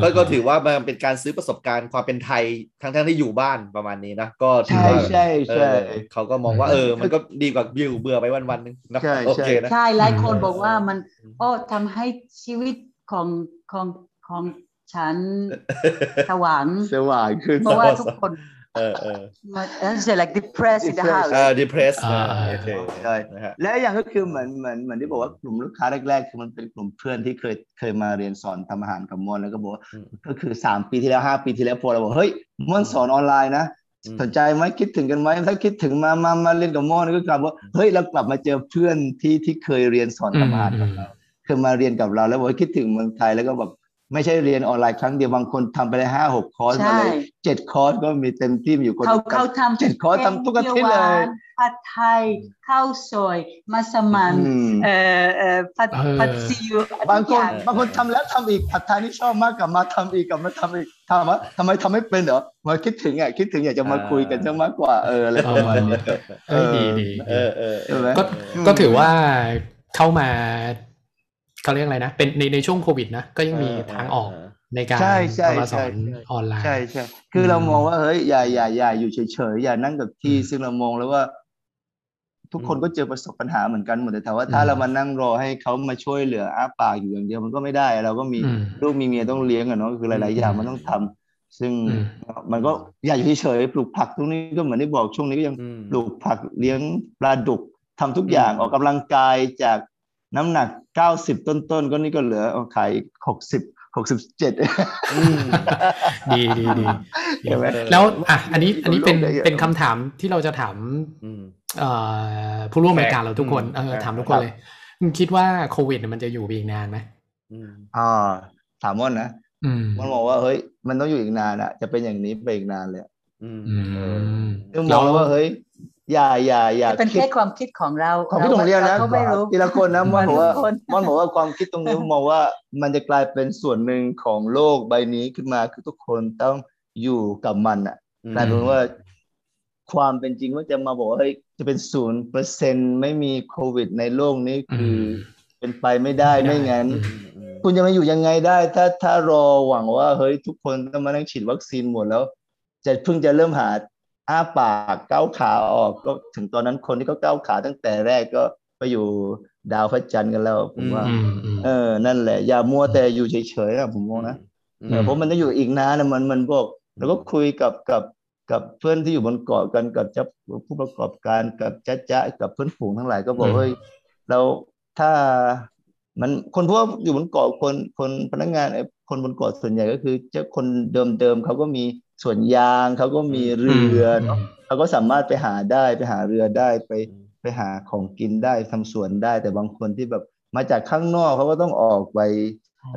เออ
ก็ก็ถือว่ามันเป็นการซื้อประสบการณ์ความเป็นไทยทั้งๆที่อยู่บ้านประมาณนี้นะก็ถือ
ใช่
ว่า
ใช่
เอ
ใช่
อเขาก็มองว่าเออ มันก็ดีกว่าบิวเบื่อไปวันๆนึงนะ
ใช่ใช่
โอเคนะ
ใช่หลายคน
อืม
บอกว่ามัน
อืม
โอ้ทำให้ชีวิตของของของฉั นสว่าง
สว่างขึ้น
เพราะว่าทุกคน
เออเออ
มัน it's like depressed in the house
เออ depressed นะโอเค
ใช่
นะฮะ
และอย่างก็คือเหมือนเหมือนเหมือนที่บอกว่ากลุ่มลูกค้าแรกๆ คือมันเป็นกลุ่มเพื่อนที่เคยเคยมาเรียนสอนทำอาหารกับมอนแล้วก็บอกว่า
อืม
ก็คือสามปีที่แล้วห้าปีที่แล้วพอเราบอกเฮ้ยมอนสอนออนไลน์นะ
อืม
สนใจไหมคิดถึงกันไหมถ้าคิดถึงมามามาเรียนกับมอนก็กลับว่าเฮ้ยเรากลับมาเจอเพื่อนที่ที่เคยเรียนสอนทำอาหารกับเราเคยมาเรียนกับเราแล้วบอกว่าคิดถึงเมืองไทยแล้วก็แบบไม่ใช่เรียนออนไลน์ครั้งเดียวบางคนทำไปเลยห้าหกคอร์สมาเลย
ใช่
เจ็ดคอร์สก็มีเต็มที่อยู่คน
เขา
กั
เขา
น
ทำ
เจ็ดข้อทำทุกอาทิตย์เล
แก
ย
งขีวหวานผัดไทยข้าวซอย มัสมัน
อืม
เอ่อเอ่อผัด
เออ
ผัดซีอิ๊ว
บางคน
ทุกอย่
บางคนทำแล้วทำอีกผัดไทยนี่ชอบมากกลับมาทำอีกกลับมาทำอีกถามว่าทำไมทำไม่เป็นเหรอมาคิดถึงอ่ะคิดถึงอยากจะมา
อ่า
คุยกันจะมากกว่าเอออะไรประมาณนี้
เอ้ยดีดี
เออเออเอ
ใช่ไหม
อ
ก็
เออ
ก็ถือว่าเข้ามาเขาเรียกอะไรนะ เป็นในในช่วงโควิดนะก็ยังมีทางออกในการ
ใช่ใช่
เข้ามาส
ใช่
อน
ใช่
ออนไลน์
ใช่ใช่คือเรามองว่าเฮ้ยอย่าอย่าอย่าอยู่เฉยๆอย่านั่งกับที่ ซึ่งเรามองแล้วว่า ทุกคนก็เจอประสบปัญหาเหมือนกันหมดแต่ถามว่าถ้าเรามานั่งรอให้เขามาช่วยเหลืออ้าปากอยู่อย่างเดียวมันก็ไม่ได้ เราก็มี
อืม
ลูกมีเมียต้องเลี้ยงอะเนาะคือหลายๆอย่างมันต้องทำซึ่ง
อืม
มันก็อย่าอยู่เฉยๆปลูกผักตรงนี้ก็เหมือนที่บอกช่วงนี้ก็ยัง
อืม
ปลูกผักเลี้ยงปลาดุกทำทุกอย่าง
อืม
ออกกำลังกายจากน้ำหนัก 90 ต้นๆ ก็นี่ก็เหลือเอาขาย60 67
อืม
ดีดีดี
ใช่ไหม
แล้วอ่ะอันนี้อันนี้เป็น
ได้เยอะ
เป็นคำถามที่เราจะถาม
อืม
เอ่อผู้ร่วมรายการเราทุกคน
อืม
เออ
ครับ
ถามทุกคนเลยคุณคิดว่าโควิดเนี่ยมันจะอยู่ไปอีกนานไหม
อืม
อ่าถามม่อนนะ
อืม
ม่อนบอกว่าเฮ้ยมันต้องอยู่อีกนานอะจะเป็นอย่างนี้ไปอีกนานเลย
อืม
อืม
เออ
ซึ่งมองแล้วว่าเฮ้ยอย่าอย่าอย่า
เป็น
คิ
แค่
ด
ความคิดของเรา
ของพี่ตรงเรียนนะ
ก็ไม่รู้
ทีละคนนะม่อนบอกว่า
ทีละคน
ม่อนบอกว่าความคิดตรงนี้มองว่ามันจะกลายเป็นส่วนหนึ่งของโลกใบนี้ขึ้นมาคือทุกคนต้องอยู่กับมัน อะ กลายเป็นว่าความเป็นจริงว่าจะมาบอกว่าเฮ้ยจะเป็นศูนย์เปอร์เซ็นไม่มีโควิดในโลกนี้
อื
คือ
ม
เป็นไปไม่ได้
ไม่ได้
ไม่งั้น
อืม
อืมอืม
คุณจะมาอยู่ยังไงได้ ถ้าถ้ารอหวังว่าเฮ้ยทุกคนต้องมานั่งฉีดวัคซีนหมดแล้ว จะเพิ่งจะเริ่มหาอ้าปากก้าวขาออกก็ถึงตอนนั้นคนที่เขาก้าวขาตั้งแต่แรกก็ไปอยู่ดาวพระจันทร์กันแล้วผมว่า
อืมอืม
เออนั่นแหละ อย่ามัวแต่อยู่เฉยๆนะผมมองนะ
อื
เออ
ม
เพราะมันจะอยู่อีกนานนะมันมันบอกแล้วก็คุยกับกับกับเพื่อนที่อยู่บนเกาะกันกับเจ้าผู้ประกอบการกับจ๊ะจ๊ะกับเพื่อนฝูงทั้งหลายก็บอก
อืม
เฮ้ยเราถ้ามันคนพวกอยู่บนเกาะคนคนพนักงานเอ่อคนบนเกาะส่วนใหญ่ก็คือเจ้าคนเดิมๆเขาก็มีสวนยางเขาก็มีเรืออ
ม
เขาก็สามารถไปหาได้ไปหาเรือได้ไป
อืม
ไปหาของกินได้ทำสวนได้ แต่บางคนที่แบบมาจากข้างนอกเขาก็ต้องออกไป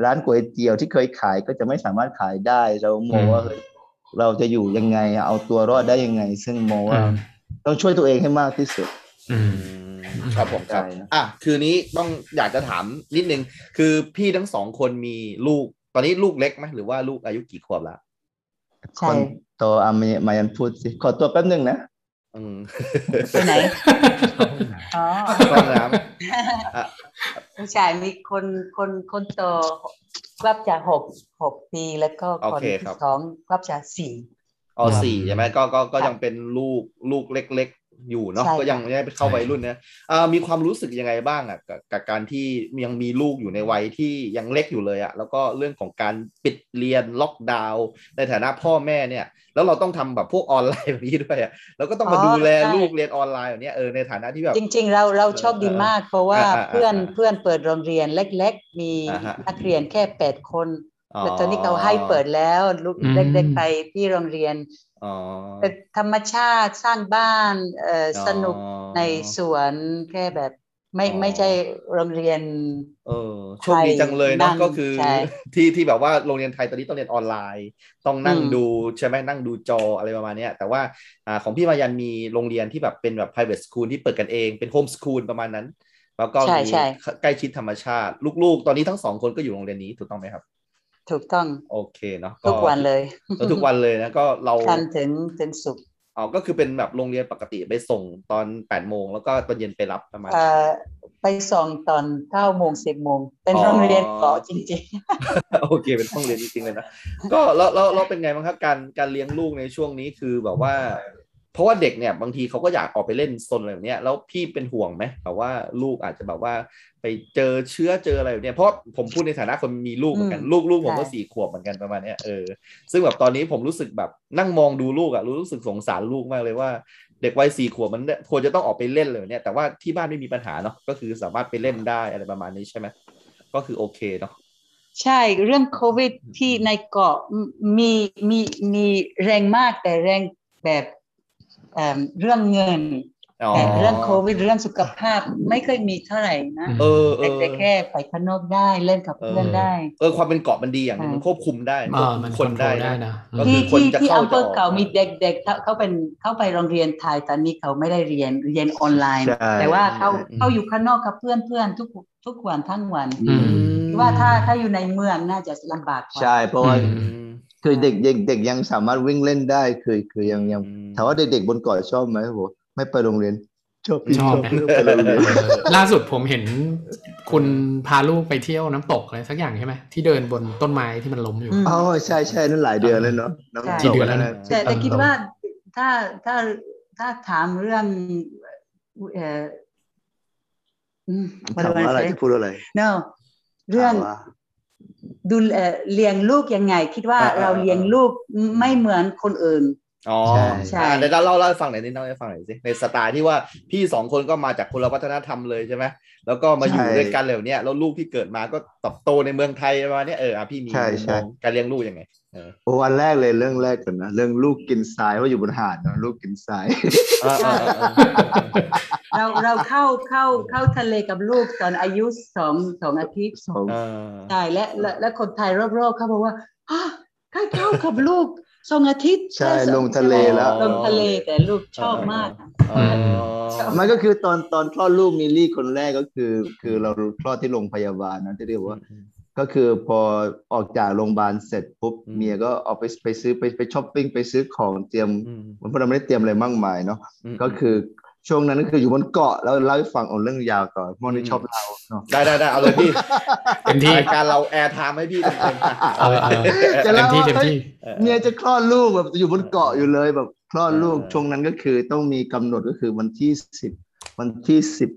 ร้านก๋วยเตี๋ยวที่เคยขายก็จะไม่สามารถขายได้ เรามองว่า
อืม
เฮ้ยเราจะอยู่ยังไงเอาตัวรอดได้ยังไง ซึ่งมองว่าต้องช่วยตัวเองให้มากที่สุด
อืม
ครับผมครับ
ใช่นะ
อ่ะคืนนี้ต้องอยากจะถามนิดนึง คือพี่ทั้งสองคนมีลูก ตอนนี้ลูกเล็กไหมหรือว่าลูกอายุกี่ขวบละ
ใช่
คนโตอามามายันพูดสิขอตัวแป๊บหนึ่งนะ
อืม
ไปไหนอ๋อ
ห้องน้
ผู้ชายมีคนคนคนโตกลับจากหกหกปีแล้วก็คนที่สองกลับจากสี่
ำอสี่ใช่ไหมก็ก็ก็ยังเป็นลูกลูกเล็ก ๆ อยู่เนาะ
ใช่ค่ะ
ก็ยังไม่ได้เข้าวัยรุ่นนะอ่ามีความรู้สึกยังไงบ้างอ่ะกับกับการที่ยังมีลูกอยู่ในวัยที่ยังเล็กอยู่เลยอ่ะแล้วก็เรื่องของการปิดเรียนล็อกดาวน์ในฐานะพ่อแม่เนี่ย แล้วเราต้องทำแบบพวกออนไลน์แบบนี้ด้วยอ่ะแล้วก็ต้องมาดูแลลูกเรียนออนไลน์แบบเนี้ยเออในฐานะที่แบบ
จริงๆ เราเราชอบดีมาก เพราะว่า
อ่าอ่า
เพื่อน
อ่า
เพื่อนเปิดโรงเรียนเล็กๆ มี
อ่าฮะ
นักเรียนแค่แปดคนแต่ตอนนี้เขาให้เปิดแล้วลูก
อืม
เด็กๆไปที่โรงเรียน
อ๋อ
แต่ธรรมชาติสร้างบ้านเอ่อสนุก
อ๋อ
ในสวนแค่แบบไม่
อ๋อ
ไม่ใช่โรงเรียน
เออโชคดีจังเลยเนาะ
นั่ง
ก็คือ
ใช่
ที่ที่แบบว่าโรงเรียนไทยตอนนี้ต้องเรียนออนไลน์ ต้องนั่ง
อืม
ดูใช่ไหมนั่งดูจออะไรประมาณเนี้ยแต่ว่าอ่าของพี่มายันมีโรงเรียนที่แบบเป็นแบบ private school ที่เปิดกันเองเป็น home school ประมาณนั้น แล้วก็
ใช่
มี
ใช่
ใกล้ชิดธรรมชาติ ลูกๆ ตอนนี้ทั้งสองคนก็อยู่โรงเรียนนี้ถูกต้องไหมครับ
ถูกต้อง
โอเคเนาะ
ทุกวันเลย
เออทุกวันเลยนะก็เรา
จันทร์ถึงถึงศุกร์
อ๋อก็คือเป็นแบบโรงเรียนปกติไปส่งตอน8ปดโมงแล้วก็ตอนเย็นไปรับประมาณ
เอ่อไปส่งตอนเก้าโมงสิบโมงเป็น
อ๋อ
โรงเรียนเกาะจริง ๆ
โอเคเป็นห้องเรียนจริงๆเลยนะ ก็แล้วแล้วแล้วเป็นไงบ้างครับการการเลี้ยงลูกในช่วงนี้คือแบบว่า เพราะว่าเด็กเนี่ยบางทีเขาก็อยากออกไปเล่นซนอะไรแบบเนี้ยแล้วพี่เป็นห่วงไหมแบบว่าลูกอาจจะแบบว่าไปเจอเชื้อเจออะไรแบบเนี้ยเพราะผมพูดในฐานะคนมีลูกเหมือนกัน
อืม
ลูกลูกผมก็
ใช่
สี่ขวบเหมือนกันประมาณเนี้ยเออซึ่งแบบตอนนี้ผมรู้สึกแบบนั่งมองดูลูกอะรู้สึกสงสารลูกมากเลยว่า เด็กวัยสี่ขวบมันเนี่ยควรจะต้องออกไปเล่นเลยเนี่ยแต่ว่าที่บ้านไม่มีปัญหาเนาะก็คือสามารถไปเล่นได้อะไรประมาณนี้ใช่ไหมก็คือโอเคเนาะ
ใช่ เรื่องโควิดที่ในเกาะมมีมีมีแรงมากแต่แรงแบบเอิ่มเรื่องเงินแต่เรื่องโควิดเรื่องสุขภาพไม่เคยมีเท่าไหร่นะ
เออเอ
แต่
อ
แต่แค่ไปข้างนอกได้เล่นกับเพื่อน
เออ
ได้
เออความเป็นเกาะมันดีอย่างหนึง
ใช่
มันควบคุมได้
อ่า
ควบคุ
มัน
ม
ค
คน น
ได้
ได้
ได้
นะ
นะ
ก็
อื
ที่
คือค
ม
น
ที่
จะ
ที่
เข้า
อำเภอ
จะออก
เก่ามีเด็กๆเขาเขาเป็นเขาไปโรงเรียนไทยตอนนี้เขาไม่ได้เรียนเรียนออนไลน์
ใช่
แต่ว่าเขา
อืม
เขาอยู่ข้างนอกกับเพื่อนเพื่อนทุกทุกวันทั้งวัน
อืม
ว่าถ้าถ้าอยู่ในเมืองน่าจะลำบากกว่า
ใช่เพราะว่า
อืม
คือเด็กเด็กเด็กยังสามารถวิ่งเล่นได้คือคือยังยังถามว่าเด็กๆบนเกาะชอบไหมโอ้โหไม่ไปโรงเรียนชอบพี่
ชอบนะ
ไม่ไปโรงเรียน
เออล่าสุดผมเห็นคุณพาลูกไปเที่ยวน้ำตกอะไรสักอย่างใช่ไหมที่เดินบนต้นไม้ที่มันล้มอยู่
อืม
อ๋อใช่ใช่นั่นหลายเดือนแล้วเนาะน้ำตก
ใช่
กี่เดือนแล้วนะ
แต่แต่คิด
น้ำตก
ว่าถ้าถ้าถ้าถามเรื่อง uh, mm,
ถา
what do
มว่า
I
อะไร
say?
จะพูดอะไร
no เรื่อง
ถามว่า
ดูแลเลี้ยงลูกยังไง คิดว่า
อ่าอ่า
เราเลี้ยงลูกไม่เหมือนคนอื่น
อ๋อ
ใช่
ใช่
อ่ะเดี๋ยวเราเล่าเล่าให้ฟังหน่อยนิดเล่าให้ฟังหน่อยสิในสไตล์ที่ว่าพี่สองคนก็มาจากคนละวัฒนธรรมเลยใช่ไหมแล้วก็มาอยู่
ใช่
ด้วยกันแล้วเนี้ยแล้วลูกที่เกิดมาก็เตบโตในเมืองไทยประมาณเนี้ยเอออ่ะพี่มี
ใช่
มุม
ใช่
มองการเลี้ยงลูกยังไงเออ
โอ้วันแรกเลยเรื่องแรกก่อนนะ เรื่องลูกกินทรายว่าอยู่บนหาดนะลูกกินทราย
เออเออเออ
เราเราเข้าเข้าเข้าทะเลกับลูกตอนอายุสองสองอาทิตย์
สอง
เออ
ใช่และและและคนไทยรอบๆเขาบอกว่าอ้าใกล้เข้ากับลูก สองอาทิตย์
ใช่
ได้สอ
ลงทะเลแล้ว
ลงทะเลแต่ลูกชอบมาก
อ๋อ
มันก็คือตอนตอนคลอดลูกมิลลี่คนแรกก็คือ คือเราคลอดที่โรงพยาบาลนะที่เรียกว่า ก็คือพอออกจากโรงพยาบาลเสร็จปุ๊บเมียก็ออกไปไปซื้อไปไปช้อปปิ้งไปซื้อของเตรียม
อืม
มันเพราะเราไม่ได้เตรียมอะไรมากมายเนาะ
ม
ก็คือช่วงนั้นก็คืออยู่บนเกาะแล้วเล่าให้ฟังเอาเรื่องยาวก่อนมอนี่
อืม
ชอบเล่าเนาะ
ได้ได้ได้เอาเลยพี่
เต็มที่
รายการเราแอร์ไทม์ให้พี่เต็มๆนะ
เออเออ
จะ
เต็
เล่าม
ที่
ว่า
เต็ม
เฮ้ย
ที่
ออ
เมียจะคลอดลูกแบบอยู่บนเกาะอยู่เลยแบบคลอดลูก
เออ
ช่วงนั้นก็คือต้องมีกำหนดก็คือวันที่สิบวันที่สิบ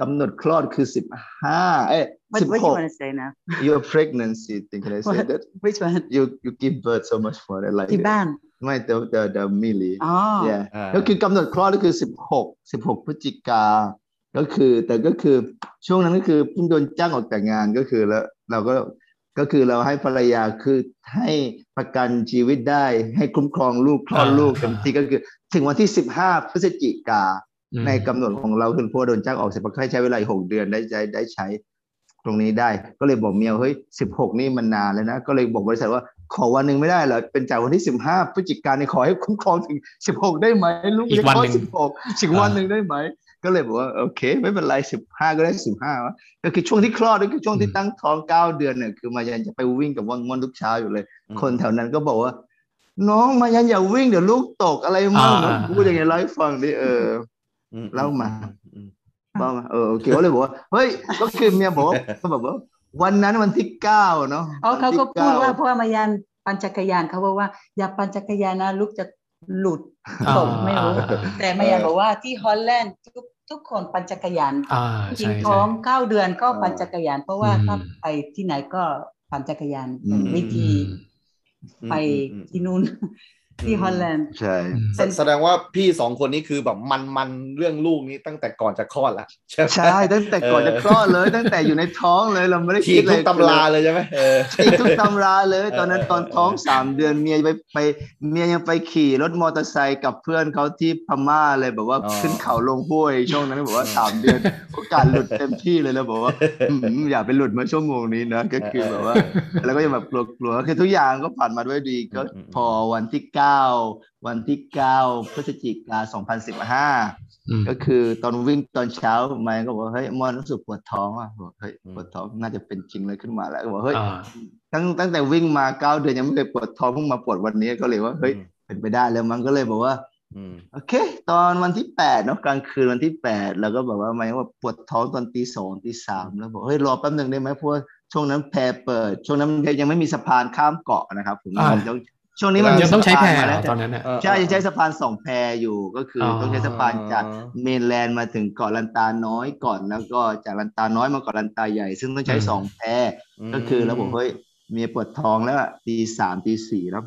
กำหนดคลอดคือสิบห้าเอ้ย
What
สิบ
what
ห
you
ก
wanna say now
your pregnancy thing can I say
What?
that
which one
you you give birth so much for it like
ที่
that.
บ้าน
ไม่แต่แต่แต่มิลลี
อ๋อ
เนี่ย
อ่า
ก็คือกำหนดคลอดก็คือสิบหกสิบหกพฤศจิกา ก็คือ แต่ก็คือช่วงนั้นก็คือเพิ่งโดนจ้างออกจากงานก็คือแล้วเราก็ก็คือเราให้ภรรยาคือให้ประกันชีวิตได้ให้คุ้มครองลูกคลอด
อ่า
ลูกเต็ม
อ่า
ที่ก็คือ ถึงวันที่สิบห้าพฤศจิกา
อืม
ในกำหนดของเราคือพอโดนจ้างออกเสร็จก็ให้ใช้เวลาอีกหกเดือนได้ใช้ได้ใช้ ตรงนี้ได้ ก็เลยบอกเมียเฮ้ยสิบหกนี่มันนานแล้วนะ ก็เลยบอกบริษัทว่าขอวันหนึ่งไม่ได้เหรอเป็นจากวันที่สิบห้าพฤศจิกายนนขอให้คุ้มครองถึงสิบหกได้ไหมลูก
อีกวันหนึ่ง
สิบหกถึงวันหนึ่งได้ไหม ก็เลยบอกว่าโอเค ไม่เป็นไรสิบห้าก็ได้สิบห้าวะก็คือช่วงที่คลอดก็คือช่วงที่ตั้งท้องเก้าเดือนเนี่ยคือมายันจะไปวิ่งกับว่างอนทุกเช้าอยู่เลย
อืม
คนแถวนั้นก็บอกว่า น้องมายันอย่าวิ่งเดี๋ยวลูกตกอะไรมั่ง
อ่า
พูดยังไงเล่าให้ฟังดิเออ
อื
เล่ามา
อืม
บ้ามาเออโอเคก็เลยบอกว่าเฮ้ยก็คือเมียบอกว่าก็แบบว่าวันนั้นวันที่เก้าเนาะ
อ๋อเขาก็
นที่
พูดว่า
เ
เพราะว่ามายันปั่นจักรยานเขาบอกว่า อย่าปั่นจักรยานนะลูกจะหลุดตกไม่รู้
อ่า
แต่มายันบอกว่าที่ฮอลแลนด์ทุกทุกคนปั่นจักรยาน
อ่า
จริ
ใช่
ง
ใช่
ท้องเก้าเดือนก็ปั่นจักรยาน เพราะว่า
อืม
ถ้าไปที่ไหนก็ปั่นจักรยาน
อืม
เป็นวิธี
อืม
ไป
อืมอืม
ที่นู่นที่
อืม
ฮอลแลนด์
ใช่
อืม
แสแสดงว่าพี่สองคนนี้คือแบบมันมันๆเรื่องลูกนี้ตั้งแต่ก่อนจะคลอดละ ใช่ไหม
ใช่ตั้งแต่ก่อน
เออ
จะคลอดเลย ตั้งแต่อยู่ในท้องเลยเราไม่ได้
ฉี
คิ
ก
ดเล
ทุ
ย
กตำราเลยใช่ไหมเออ
ฉีกทุกตำราเลย ตอนนั้น
เออ
ตอนท้อง
เออ
สามเดือนเมียไปไปเมียยังไปขี่รถมอเตอร์ไซค์กับเพื่อนเขาที่พม่าเลยแบบว่า
อ๋อ
ขึ้นเขาลงห้วย ช่วงนั้นบอกว่าสามเดือนโอกาสหลุดเต็มที่เลยแล้วบอกว่าอืมอย่าไปหลุดมาชั่วโมงนี้นะก็คือแบบว่า แล้วก็ยังแบบกลัวๆคือทุกอย่างก็ผ่านมาด้วยดีก็
อืม
พอวันที่เก้าวันที่เก้าพฤศจิกาสองพันสิบห้า
อืม
ก็คือตอนวิ่งตอนเช้าไมค์ก็บอกว่าเฮ้ยมอนรู้สึกปวดท้องอ่ะบอกเฮ้ยปวดท้องน่าจะเป็นจริงเลยขึ้นมาแล้วก็บอกเฮ้ย
อ่า
ตั้งตั้งแต่วิ่งมาเก้าเดือนยังไม่เคยปวดท้องเพิ่งมาปวดวันนี้ก็เลยว่าเฮ้ยเป็นไปได้แล้วมันก็เลยบอกว่า
อืม
โอเค ตอนวันที่แปดเนาะกลางคืนวันที่แปดเราก็บอกว่าไมค์ว่าปวดท้องตอนตีสองตีสามแล้วบอกเฮ้ยรอแป๊บหนึ่งได้ไหมเพราะว่าช่วงนั้นแพเปิด ช่วงนั้นยังไม่มีสะพานข้ามเกาะนะครับผม
อ่า
แล้วช่วงนี้มัน
ยังต้องใช้แพร
สะพานมา
เหร
แล้ว
อตอนนั้นอ่ะ
เออ
ใช่ยังใช้สะพานสองแพอยู่ก็คืออ
อ
ต้องใช้สะพานจากเมนแลนด์มาถึงเกาะลันตาน้อยก่อนแล้วก็จากลันตาน้อยมาเกาะลันตาใหญ่ ซึ่งต้องใช้สองแพ ก็คือแล้วผมเฮ้ยเมียปวดท้องแล้วอะตีสามตีสี่แล้ว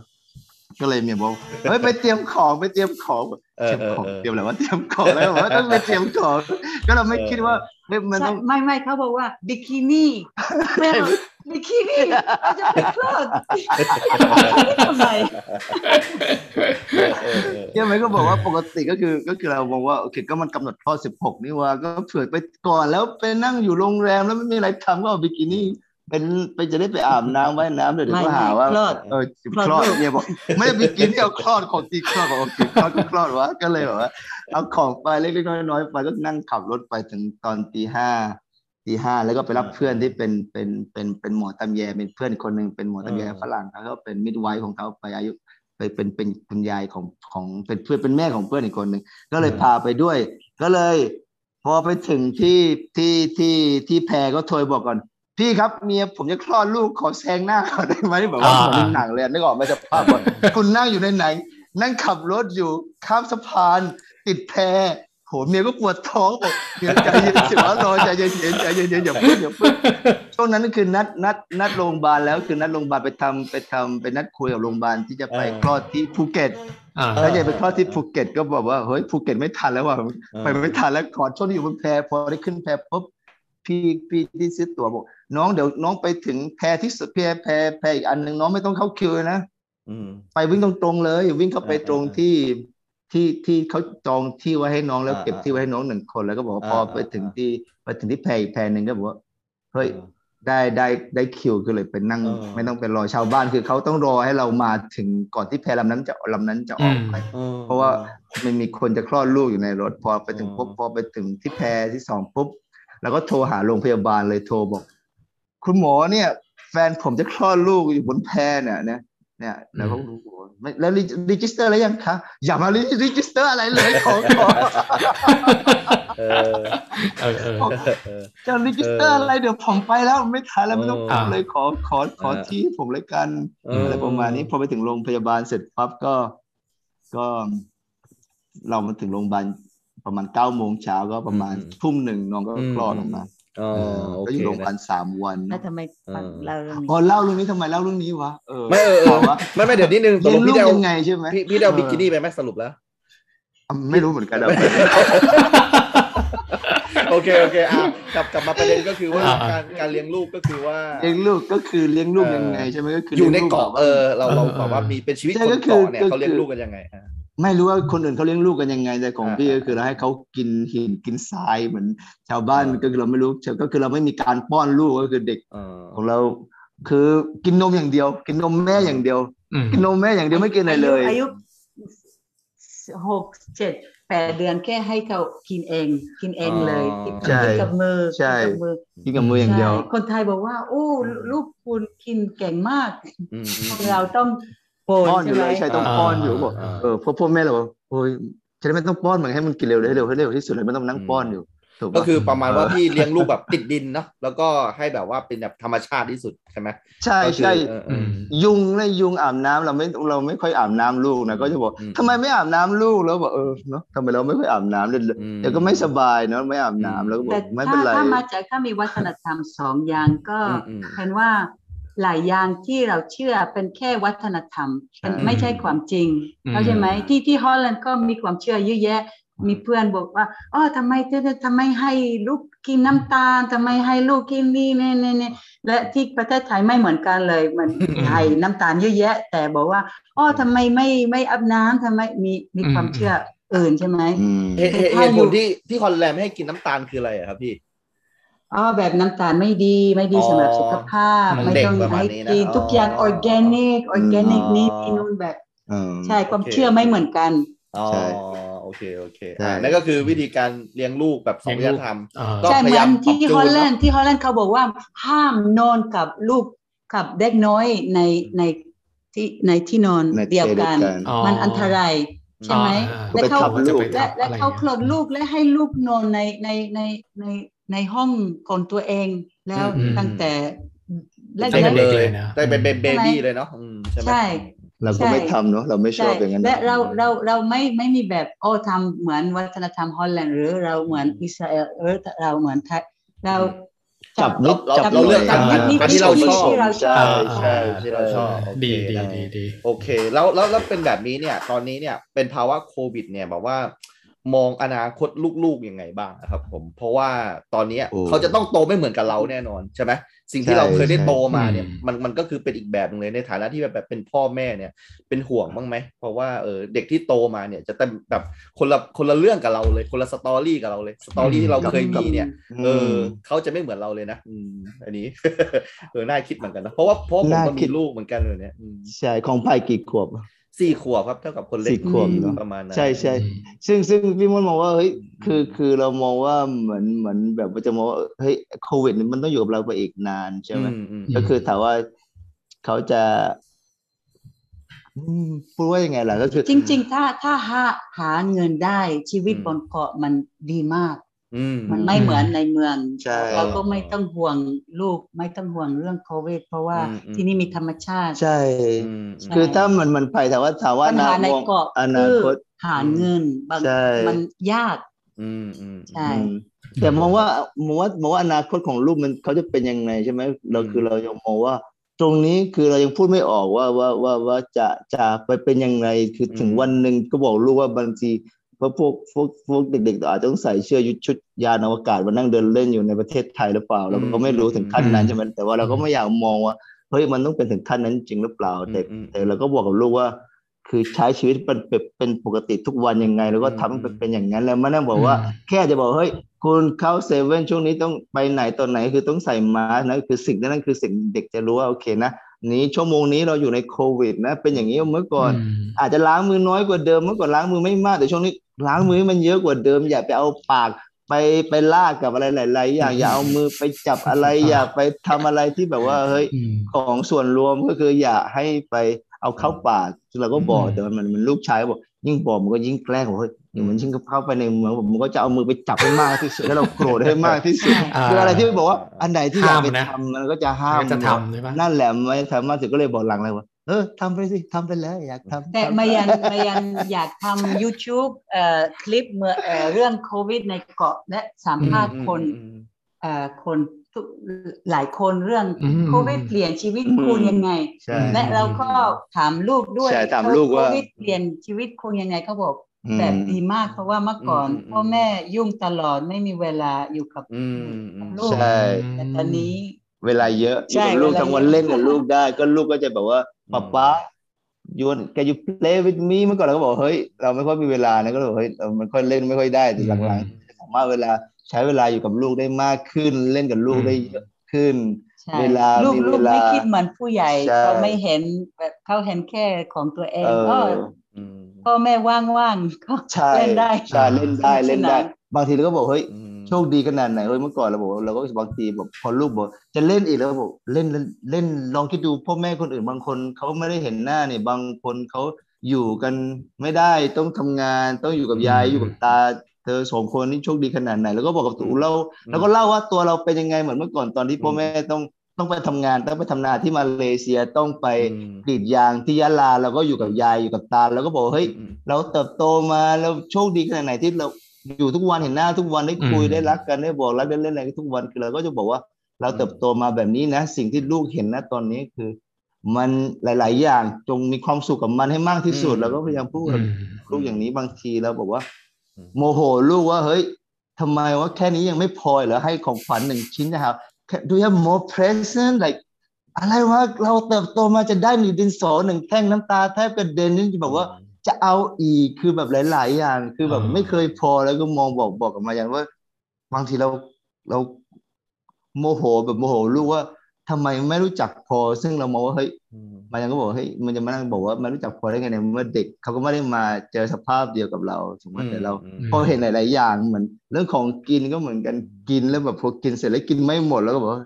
ก็เลยเมียบอกเฮ้ยไปเตรียมของไปเตรียมของ
เออ
เตรียม
เออ
ของ
เออ
เตรียมอะไรวะเตรียมของแล้วบอกว่าต้องไปเตรียมของก็เราไม่
เออ
คิดว่าเฮ้ยมันต้อง
ไม่ไม่เขาบอกว่าบิกินี่แม่บอกบิกินี่เราจะไปคลอดทำไม
เออเออเออ
เที่ยไหมก็บอกว่าปกติก็คือก็คือเรามองว่าโอเคก็มันกำหนดข้อ 16 นี่ว่าก็เผื่อไปก่อนแล้วไปนั่งอยู่โรงแรมแล้วไม่มีอะไรทำก็เอาบิกินี่เป็นไปจะได้ไปอาบน้ำว่ายน้ำเดี๋ยวเดี๋ยวก็หาว่า
ไม่ไม่คลอด
เออจิบ
คลอด
คลอด
ลูก
เนี่ยบอกไม่ได้บิกินี่เอาคลอดของตีคลอดบอกโอเคคลอดก็คลอดวะก็เลยแบบว่าเอาของไปเล็กๆน้อยๆไปก็นั่งขับรถไปถึงตอนตีห้าตีห้าแล้วก็ไปรับเพื่อนที่เป็นเป็นเป็นเป็นหมอตำแยเป็นเพื่อนคนหนึ่งเป็นหมอตำแย
เออ
ฝรั่งเขาก็เป็นมิดไวท์ของเขาไปอายุ ไปเป็นเป็นคุณยายของของเป็นเพื่อนเป็นแม่ของเพื่อนอีกคนหนึ่งก็เลย
อืม
พาไปด้วย ก็เลย พอไปถึงที่ที่ที่ที่แพรก็โทรบอกก่อน พี่ครับเมียผมจะคลอดลูกขอแซงหน้าก่อนได้ไหมแบบว่า
อ่า
เหมือนในหนังเลยนึกออกไหมจะภาพว่าคุณนั่งอยู่ในไหน นั่งขับรถอยู่ข้ามสะพาน ติดแพร โหเมียก็ปวดท้องบอกเมียใจเย็นสิวะรอใจเย็นๆใจเย็นๆอย่าเพิ่งอย่าเพิ่งช่วงนั้นก็คือนัดนัดนัดโรงพยาบาลแล้วคือนัดโรงพยาบาลไปทำไปทำไปนัดคุยกับโรงพยาบาลที่จะไป
เออ
คลอดที่ภูเก็ต
อ่า
แล้วจะไปคลอดที่ภูเก็ตก็บอกว่าเฮ้ยภูเก็ตไม่ทันแล้วว่ะ ไปไม่ทันแล้วขอช่วงที่อยู่บนแพพอได้ขึ้นแพปุ๊บพี่พี่ที่ซื้อตั๋วบอก น้องเดี๋ยวน้องไปถึงแพที่สุดแพแพแพอีกอันหนึ่งน้องไม่ต้องเข้าคิวเลยนะ
อืม
ไปวิ่งตรงๆเลย วิ่งเข้าไป
อ่า
ตรงที่ที่ที่เขาจองที่ไว้ให้น้องแล้ว
อ่า
เก็บที่ไว้ให้น้องหนึ่งคนแล้วก็บอกว่าพออา ไปถึง
อ่า
ที่ไปถึงที่แพอีกแพหนึ่งก็บอกว่าเฮ้ยได้ได้ได้คิวก็เลยไปนั่ง
เออ
ไม่ต้องไปรอชาวบ้านคือเขาต้องรอให้เรามาถึงก่อนที่แพลำนั้นจะลำนั้นจะออกไป
ออ
เพราะว่า มันมีคนจะคลอดลูกอยู่ในรถพอไปถึง
อืม
ปุ๊บพอไปถึงที่แพรที่สองปุ๊บแล้วก็โทรหาโรงพยาบาลเลยโทรบอก คุณหมอเนี่ย แฟนผมจะคลอดลูกอยู่บนแพรเนี่ยนะเนี่ยแล้วก็รู้ว่าไม่แล้วรีจิสเตอร์แล้วยังคะอย่ามารีจิสเตอร์อะไร เลยขอขอ
เออ
เออเออ
เออ
จะรีจิสเตอร์อะไรเดี๋ยวผมไปแล้วไม่ทันแล้วไม่ต้อง
อ่า
เลยขอขอขอที่ผมเลยกัน
เ
อะไรประมาณนี้พอไปถึงโรงพยาบาลเสร็จปั๊บก็ก็ เรามาถึงโรงพยาบาลประมาณเก้าโมงเช้าก็ประมาณ
อืม
ทุ่มหนึ่งน้องก็
อืม
คลอดออกมา
อ๋อ
เออ
โอ
ก็อ
เค
ยู่โรงพยาบา
นะ
ลสามวัน
แล้วทำไมฟังเราเรื่องนี้
เออ
อ๋อเล่าเรื่องนี้ทำไมเล่าเรื่องนี้วะเออ
ไม่เออเอ
ถา
อ
มว่า
ไม่ไม่เดี๋ยวนิดนึงตก
เลี้
ลงพี่
ยงลูก
เดา
ยังไงใช่ไหม
พี่พี่เดาบิกินี่ไปไหมสรุปแล้ว
อ่ะไม่รู้เหมือนกันอะ
โอเคโอเคอ่ะกลับกลับมาประเด็นก็คือว่า
อ่าอ่า
การการเลี้ยงลูกก็คือว่า
เลี้ยงลูกก็คือเลี้ยงลูก
เออ
ยังไงใช่ไหมก็คือ
อ
อยู่
ใน
ลี้งลู
เกาะเออเราเรา
เออเออ
แบบว่ามีเป็นชีวิต
ใช่
คน
ก็คือ
เกาะเนี่ย
ก็คือ
เขาเลี้ยงลูกกันยังไงอ่ะ
ไม่รู้ว่าคนอื่นเขาเลี้ยงลูกกันยังไงแต่ของ
อ่า
พี่ก็คือเราให้เขากินหินกินทรายเหมือนชาวบ้าน
อ่า
ก็คือเราไม่รู้ก็คือเราไม่มีการป้อนลูกก็คือเด็ก
เออ
ของเราคือกินนมอย่างเดียว กินนมแม่อย่างเดียว
อืม
กินนมแม่อย่างเดียวไม่กินอะไรเลย
อายุหกเจ็ดแปดเดือนแค่ให้เขากินเอง กินเองเลยกิน
ใช่
กับมือ
ใช่
กินกับมือ
กินกับมืออย่างเดียว
ใช่คนไทยบอกว่า โอ้ลูกคุณกินเก่งมาก
อืมอืม
ของเราต้องโปรย
ป้อนอยู่เลย
ใช่
ใช่
ไหม
ต้องป้อนอยู่บอก
อ่า
เออพวกพ่อแม่เราบอกโอ้ยฉันไม่ต้องป้อนมันให้มันกินเร็วเลยให้เร็วให้เร็วที่สุดเลยไม่ต้องนั่งป้อนอยู่ถูก
ก็
ปะ
คือประมาณว่าพี่เลี้ยงลูกแบบติดดินเนาะแล้วก็ให้แบบว่าเป็นแบบธรรมชาติที่สุดใช่ไหม
ใช่
ก็คือ
ใช่
เออเอ
อื
อ
ม
ยุงและยุงอาบน้ำเราไม่เราไม่ค่อยอาบน้ำลูกนะก็จะบอก
อืม
ทำไมไม่อาบน้ำลูกแล้วบอกเออเนาะทำไมเราไม่ค่อยอาบน้ำเลย
อื
เดี๋ยวก็ไม่สบายเนาะไม่อาบน้ำแล้วก็บอ
แต่
กไม่เป็
ถ้าน
ไร
ถ้ามาจากถ้ามีวัฒนธรรมสองอย่างก็
อืมอืม
เป็นว่าหลายอย่างที่เราเชื่อเป็นแค่วัฒนธรรมเป็น
ใช่
ไม่ใช่ความจริง
อืม
เข้าใจไหมที่ที่ฮอลแลนด์ก็มีความเชื่อเยอะแยะ มีเพื่อนบอกว่าอ๋อทำไมเธอทำไมให้ลูกกินน้ำตาลทำไมให้ลูกกินนี่เน่เน่เน่และที่ประเทศไทยไม่เหมือนกันเลยมัน ไทยน้ำตาลเยอะแยะ แต่บอกว่าอ้อทำไมไม่ไม่อาบน้ำทำไมมีมี
อืม
ความเชื่ออื่นใช่ไหม
อืม
เหตุเหตุ
ถ้า
เหตุผ
อยู่
ลที่ที่คอนแลนด์ไม่ให้กินน้ำตาลคืออะไรอะครับพี่
อ๋อแบบน้ำตาลไม่ดีไม่ดี
อ๋อ
สำหรับสุขภาพ
มัน
ไม่
เด็ก
ต้อง
ประมาณ
ให้
นี้นะ
กิน
อ๋อ
ทุกอย่างออร์แกนิกออร์แกนิก
อ๋อ
นี่นี่นู่นแบบ
เออ
ใช่ความ
โอเค
เชื่อไม่เหมือนกัน
อ๋อ
ใช่
โอเคโอเค
ใช่
อ่านั่นก็คือวิธีการเลี้ยงลูกแบบสองวัฒนธรรม
เออ
ก็
ใช่
พ
เหมือย
ยาาม
น
ปรับ
ที่
จูน
ฮอล
เนอะ
แลนด์ที่ฮอลแลนด์เขาบอกว่าห้ามนอนกับลูกกับเด็กน้อยในในที่ในที่นอน
ใน
เดียว
เดีย
กั
วน กัน
มันอันตรายใช่ไหม
อ่า
และเขา
ไปทับลูก
และและเขาคลอดลู
ก
กและให้ลูกนอนในในในในในห้องของตัวเองแล้ว
อืม
ตั้งแต่แรก
ได้
ใช่
ป็
แล้
น
ว
เด็กเลยนะ
ได้เป็นเบบี้เลยเนาะอืมใช่ไหม
ใช่
เราก็ไม่ทำเนาะเราไม่ชอบอย่างนั้น
และ
นะ
เราเราเราไม่ไม่มีแบบโอ้ทำเหมือนวัฒนธรรมฮอลแลนด์หรือเราเหมือนอิสราเอลหรือเราเหมือนไทยเรา
จับนิด
เรา
จับ
เราเลือก
จับ
อัน
นิด
ที่เราชอบ
ที่เราช
ใช่
อบ
ใช่ที่เราชอบโอเค
ดีดี
นะ
ดีดี
โอเคแล้วแล้วแล้วเป็นแบบนี้เนี่ยตอนนี้เนี่ยเป็นภาวะโควิดเนี่ยแบบว่า มองอนาคตลูกๆยังไงบ้างครับผมเพราะว่าตอนเนี้ย
โอ้
เขาจะต้องโตไม่เหมือนกับเราแน่นอนใช่ไหมสิ่งที่เราเคยได้
ใช่
โตมาเนี่ย
อืม
มันมันก็คือเป็นอีกแบบหนึงเลยในฐานะที่แบบเป็นพ่อแม่เนี่ยเป็นห่วงบ้างไหมเพราะว่าเออเด็กที่โตมาเนี่ยจะเต็มแบบคนละคนละเรื่องกับเราเลย คนละสตอรี่กับเราเลยสตอรี่ที่เราเคยมีเนี่ย เออเขาจะไม่เหมือนเราเลยนะอืมอันนี้ เออน่าคิดเหมือนกันนะเพราะว่าเพราะผมก็
น่าคิ
มี
ด
ลูกเหมือนกันเลยเนี่ยอืม
ใช่ของไผ่กี่ขวบอะ
สี่ขวบครับเท่ากับคนเล็ก
สี่ขวบ
เนอะ
ประมาณนั้น
ใช่ใช่ ซึ่งซึ่งพี่มดมองว่าเฮ้ยคือคือเรามองว่าเหมือนเหมือนแบบว่าจะมองว่าเฮ้ยโควิดนี่มันต้องอยู่กับเราไปอีกนานใช่ไหม
อือื
ก็คือถามว่าเขาจะอืมพูดว่ายังไงล่ะก็คือ
จริง ๆ ถ้าถ้าหาหาเงินได้ชีวิตบนเกาะมันดีมาก
อืม
มันไม่เหมือนในเมือง
ใช่
เราก็ไม่ต้องห่วงลูกไม่ต้องห่วงเรื่องโควิด เพราะว่า
อืมอืม
ที่นี่มีธรรมชาติ
ใช่
อืม
ใช่
คือถ้ามันมันไปถามว่าถามว่า
ปัญหาในเกาะ
อนา
คือ
คต
หาเงินบาง
ใช่
มันยาก
อืมอืม
ใช่
อืมแต่มองว่ามองว่ามองว่าอนาคตของลูกมันเขาจะเป็นยังไงใช่ไหมเรา
อืม
คือเรายังมองว่า ตรงนี้คือเรายังพูดไม่ออกว่าว่าว่าว่าจะจะไปเป็นยังไงคือถึงวันหนึ่งก็บอกลูกว่าบางทีเพราะพวกพวกพวกเด็กๆอาจจะต้องใส่เสื้อยุดชุดยานอวกาศมานั่งเดินเล่นอยู่ในประเทศไทยหรือเปล่าเราก็ไม่รู้ถึงขั้นนั้นใช่ไหมแต่ว่าเราก็ไม่อยากมองว่าเฮ้ยมันต้องเป็นถึงขั้นนั้นจริงหรือเปล่าแต่
อืม
แต่เราก็บอกกับลูกว่า คือใช้ชีวิตเป็นเป็นเป็นปกติทุกวันยังไง แล้วก็
อืม
ทำให้มันเป็นอย่างนั้นแล้วมานั่งบอกว่า แค่จะบอกเฮ้ยคุณเข้าเซเว่นช่วงนี้ต้องไปไหนตอนไหนคือต้องใส่มาสก์นะคือสิ่งนั้นคือสิ่งเด็กจะรู้ว่าโอเคนะนี้ชั่วโมงนี้เราอยู่ในโควิด นะ เป็นอย่างนี้เมื่อก่อน อาจจะล้างมือน้อยกว่าเดิมเมื่อก่อนล้างมือไม่มากแต่ช่วงนี้ล้างมือให้มันเยอะกว่าเดิม อย่าไปเอาปากไปไปลากกับอะไรหลาย ๆ อย่างอย่าเอามือไปจับ อะไรอย่าไปทำอะไรที่แบบว่าเฮ้ย
อืม
ของส่วนรวมก็คืออย่าให้ไปเอาเข้าปากเราก็บอก
อืม
แต่มันมันลูกชายก็บอกยิ่งบอกมันก็ยิ่งแกล้งบอกเฮ้ยเดี๋ยวมันชิงเข้าไปในเมืองผมมันก็จะเอามือไปจับให้มากที่สุดแล้วเราโกรธให้มากที่สุด
อ่า
คืออะไรที่บอกว่าอันไหนที่อยากไป
ห้ามนะ
ทำมันก็จะห้าม
เดี๋ยวจะทำใช่ไหม
นั่นแหละไม่ทำมากสุดก็เลยบอกหลังเลยว่าเออทำไปสิทำไปเลยอยากทำ
แต่
ทำ
มายังมายังอยากทำ YouTube เอ่อคลิปเมื่อเอ่อเรื่องโควิดในเกาะและสัมภาษณ์คน
อืม
เอ่อคนทุกหลายคนเรื่อง
อืม
โควิดเปลี่ยนชีวิตคุณ
อืม
ยังไง
ใช่
และเราก็ถามลูกด้วย
ใช่ถามลูกว่า
โควิดเปลี่ยนชีวิตคุณยังไงเขาบอก
อืม
แบบดีมากเพราะว่าเมื่อก่อน
อืม
พ่อแม่ยุ่งตลอดไม่มีเวลาอยู่กับ
อืมอืม
ลูก
ใช่
แต่ตอนนี้
เวลาเยอะอ
ใช่
ยู่กับลูก
เวลา
ทั้งวัน
เยอะ
เล่นกับลูกได้ ก็ลูกก็จะแบบว่าป๊าป๊า you want can you play with me เมื่อก่อนเราก็บอกเฮ้ยเราไม่ค่อยมีเวลานะก็เลยบอกเฮ้ยเรามันค่อยเล่นไม่ค่อยได้แต่หลังๆสามารถเวลาใช้เวลาอยู่กับลูกได้มากขึ้น เล่นกับลูกได้เยอะขึ้น
ใช่
เวลา
ลูก
มี
ลูก
เวลา
ไม่คิดเหมือนผู้ใหญ่
ใช่
เขาไม่เห็นแบบเขาเห็นแค่ของตัวเอง
เออ
ก็พ่อแม่ว่างๆก็
ใช่
เล่นได้
ใช่เล่นได้เล่นได้
สนุกสนาน
บางทีเราก็บอกเฮ้ย โชคดีขนาดไหนเฮ้ยเมื่อก่อนเราบอกว่าเราก็บางทีแบบพอลูกบอกจะเล่นอีกแล้วบอกเล่นเล่นเล่นลองคิดดูพ่อแม่คนอื่นบางคนเขาไม่ได้เห็นหน้าเนี่ยบางคนเขาอยู่กันไม่ได้ต้องทำงานต้องอยู่กับยาย
อืม
อยู่กับตา เธอสองคนนี่โชคดีขนาดไหน แล้วก็บอกกับตู
อืม
เรา
อืม
แล้วก็เล่าว่าตัวเราเป็นยังไงเหมือนเมื่อก่อนตอนที่พ่อแม่ต้องต้องไปทำงานต้องไปทำนาที่มาเลเซียต้องไปกรีดยางที่ยะลาเราก็อยู่กับยายอยู่กับตาแล้วก็บอกว่าเฮ้ย เราเติบโตมาเราโชคดีขนาดไหนที่เราอยู่ทุกวันเห็นหน้าทุกวันได้คุย
อืม
ได้รักกันได้บอกรักได้เล่นอะไรกันทุกวันคือเราก็จะบอกว่า เราเติบโตมาแบบนี้นะ สิ่งที่ลูกเห็นนะตอนนี้คือ มันหลาย ๆ อย่างจงมีความสุขกับมันให้มากที่สุด
อืม
เราก็พยายามพูดกับลูกอย่างนี้บางทีเราบอกว่า
อืม
โมโหลูกว่าเฮ้ยทำไมว่าแค่นี้ยังไม่พอเหรอให้ของขวัญหนึ่งชิ้นนะครับ do you have more present like อะไรวะเราเติบโตมาจะได้หนึ่งดินสอหนึ่งแท่งน้ำตาแทบกระเด็นนี่จะบอกว่า จะเอาอีกคือแบบหลาย ๆ อย่าง คือแบบ
อ่า
ไม่เคยพอแล้วก็มองบอกบอกกับมายันว่า บางทีเราเราโมโหแบบโมโหลูกว่าทำไมไม่รู้จักพอ ซึ่งเรามองว่าเฮ้ยมายันก็บอกเฮ้ยมันจะมานั่งบอกว่าไม่รู้จักพอได้ไงเนี่ยเมื่อเด็กเขาก็ไม่ได้มาเจอสภาพเดียวกับเราถูกไหมแต่เรา พอเห็นหลาย ๆ อย่างเหมือนเรื่องของกินก็เหมือนกันกินแล้วแบบพอกินเสร็จแล้วกินไม่หมดแล้วก็บอกว่า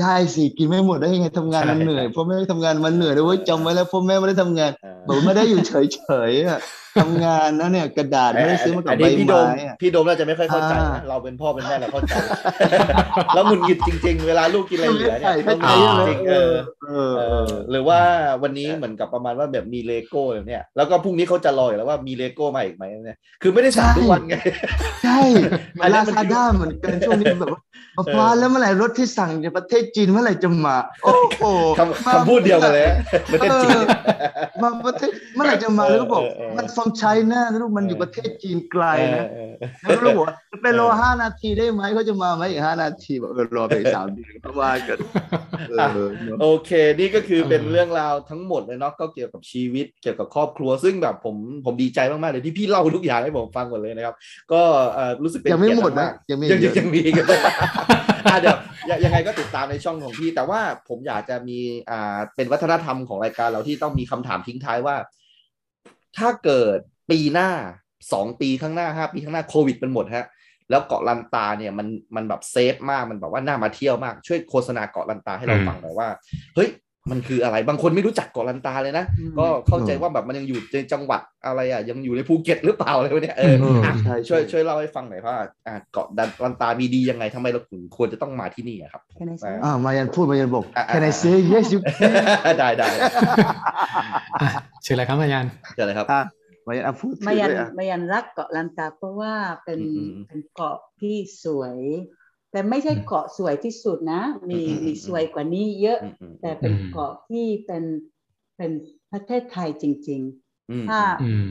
ได้สิกินไม่หมดได้ยังไงทำงานมันเหนื่อยพ่อแม่ทำงานมันเหนื่อยเลยเว้ยจำไว้แล้วพ่อแม่ไม่ได้ทำงาน ผมไม่ได้อยู่เฉยๆอะทำงานนะเนี่ยกระดาษไม่ได้ซื้อมากับใบ
นนี้พี่โด
ไม้
ม
อะ
พี่โดมน่าจะไม่ค่อยเข้าใจ
อ่า
นะเราเป็นพ่อเป็นแม่เราเข้าใจ แล้วหงุดหงิดจริง ๆ เวลาลูกกินอะไรเหลือเนี่ย
เข้าใจ
เราหงุดหงิดจริง
เข้าใจ
ๆเออ
เอ
เอ
อเอ
อ
อ
หรือว่าวันนี้เหมือนกับประมาณว่าแบบมีเลโก้อย่างเนี้ยแล้วก็พรุ่งนี้เขาจะรออยู่แล้วว่ามีเลโก้มาอีกไหมเนี่ยคือไม่ได้สั่ง
ใช่
ทุกวันไง
ใช่
อันนั้
ลาน
มัน
ซาด้าเหมือนกันช่วงนี้แบบว่าป๊าป๊า
เออ
แล้วเมื่อไหร่รถที่สั่งจากประเทศจีนเมื่อไหร่จะมา โอ้โห
คำคำพูดเดียวกันเลยประเทศจีน
มาประเทศเมื่อไหร่จะมาแล้วก็บอก
เออเออเออ
มันฟองไชน่าลูกมันอยู่
เออ
ประเทศจีนไกล
เออ
นะ
เออ
แล้วลูกบอกว่าไปรอ
เออ
ห้านาทีได้ไหมเขาจะมาไหมอีกห้านาทีบอกเออรอไปอีกสามเดือนก็ว่ากันเออเนอะ
โอเค นี่ก็คือเป็น
เออ
เรื่องราวทั้งหมดเลยเนาะก็เกี่ยวกับชีวิตเกี่ยวกับครอบครัว ซึ่งแบบผมผมดีใจมากๆเลยที่พี่เล่าทุกอย่างให้ผมฟังหมดเลยนะครับ ก็เอ่อรู้สึกเป็น
ยังไม่หมด
เกียร
นะ
ติาก
ยังมี
ยัง
เยอะ
ยังมีอีกันอ่ะเดี๋ยวยังยังไงก็ติดตามในช่องของพี่ แต่ว่าผมอยากจะมีอ่าเป็นวัฒนธรรมของรายการเราที่ต้องมีคำถามทิ้งท้ายว่า ถ้าเกิดปีหน้าสองปีข้างหน้าห้าปีข้างหน้าโควิดมันหมดฮะ แล้วเกาะลันตาเนี่ยมันมันแบบเซฟมากมันแบบว่าน่ามาเที่ยวมากช่วยโฆษณาเกาะลันตาให้เรา
อืม
ฟังหน่อยว่า เฮ้ยมันคืออะไรบางคนไม่รู้จักเกาะลันตาเลยนะ
อืม
ก็เข้าใจว่าแบบมันยังอยู่ในจังหวัดอะไรอ่ะยังอยู่ในภูเก็ตหรือเปล่าอะไรวะเนี่ยเออ
เออ
ใช่
ช่
ใช่
วยช่วยเล่าให้ฟังหน่อยว่าอ่าเกาะดันลันตามีดียังไงทำไมเราถึงควรจะต้องมาที่นี่อะครับ
Can I say?
อ่ามายันพูดมายันบอก
อ่ะอ่ะ
Can I say yes you can
ได้ได้
อ่ะเชิญเลยครับอาจารย์
เจอเลยครับ
อ่ะ มายันอ่ะพูดถึง
มายัน
ด้วยอ่ะ
มายันรักเกาะลันตาเพราะว่าเป็น
อืมอืม
เป็นเกาะที่สวย แต่ไม่ใช่เกาะสวยที่สุดนะ มี
อืมอืม
มีสวยกว่านี้เยอะ
อืมอืม
แต่เป็น
อืม
เกาะที่เป็นเป็นประเทศไทยจริง
อืม
ๆ ถ้า
อืม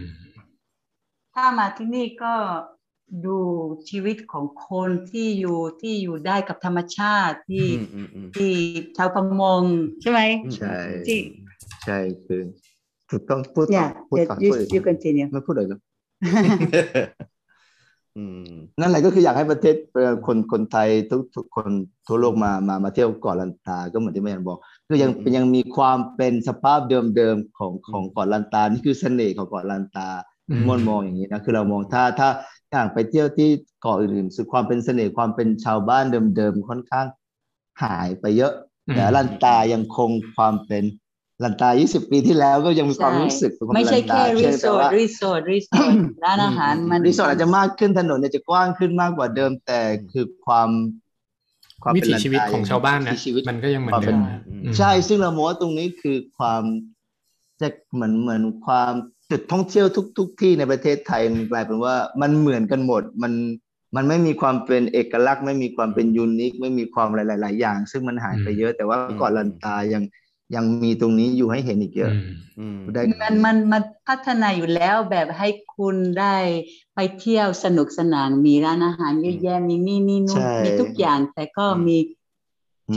ถ้ามาที่นี่ก็ดูชีวิตของคนที่อยู่ที่อยู่ได้กับธรรมชาติ
อื
ที่
มอืมอืม
ที่ชาวประมงใช่ไหม
ใช่
ที่
ใช่คือถูกต้องพูดต่
เนี่
อย พูดต่อ
you
พูดอี
you
ก
continue
ไม่พูดเลยเหรอ
อืม
นั่นแหละก็คืออยากให้ประเทศเอ่อคนคนไทยทุกทุกคนทั่วโลกมามามาเที่ยวเกาะลันตาก็เหมือนที่แม่ยันบอกก็ยังเป็นยังมีความเป็นสภาพเดิมๆของของเกาะลันตานี่คือเสน่ห์ของเกาะลันตา
อืม
มอนมองอย่างนี้นะคือเรามองถ้าถ้าต่างไปเที่ยวที่เกาะอื่นๆสุดความเป็นเสน่ห์ความเป็นชาวบ้านเดิมๆค่อนข้างหายไปเยอะ
อืม
แต่ลันตายังคงความเป็นลันตา 20 ปีที่แล้วก็ยังมีความ
ใช่
รู้สึกของ
ไม่ใช่
ลันตา
แค่รี
เพียง
สอร์ท
ว่า
รีสอร์ทรีสอร์ทร้านอาหารมัน
รีสอร์ทอาจจะมากขึ้นถนนเนี่ยจะกว้างขึ้นมากกว่าเดิม แต่คือความความ
วิ
เป็น
ถี
ลันต
ชีวิตของชาวบ้านนะ
วิถีชีวิต
มันก็ยังเหมือนเดิมนะอืม
ใช่ซึ่งเรามองว่าตรงนี้คือความจะเหมือนเหมือนความจุดท่องเที่ยวทุกทุกที่ในประเทศไทยมันกลายเป็นว่ามันเหมือนกันหมด มันมันไม่มีความเป็นเอกลักษณ์ ไม่มีความเป็นยูนิคไม่มีความหลาย ๆ อย่าง ซึ่งมันหายไปเยอะ แต่ว่าเกาะลันตายังยังมีตรงนี้อยู่ให้เห็นอีกเยอะ
ม
อืม
ได้
มันมันมันพัฒนาอยู่แล้วแบบให้คุณได้ไปเที่ยวสนุกสนานมีร้านอาหารเยอะแยะมีนี่นี่นู่น
ใช่
มีทุกอย่างแต่ก็
อืม
มี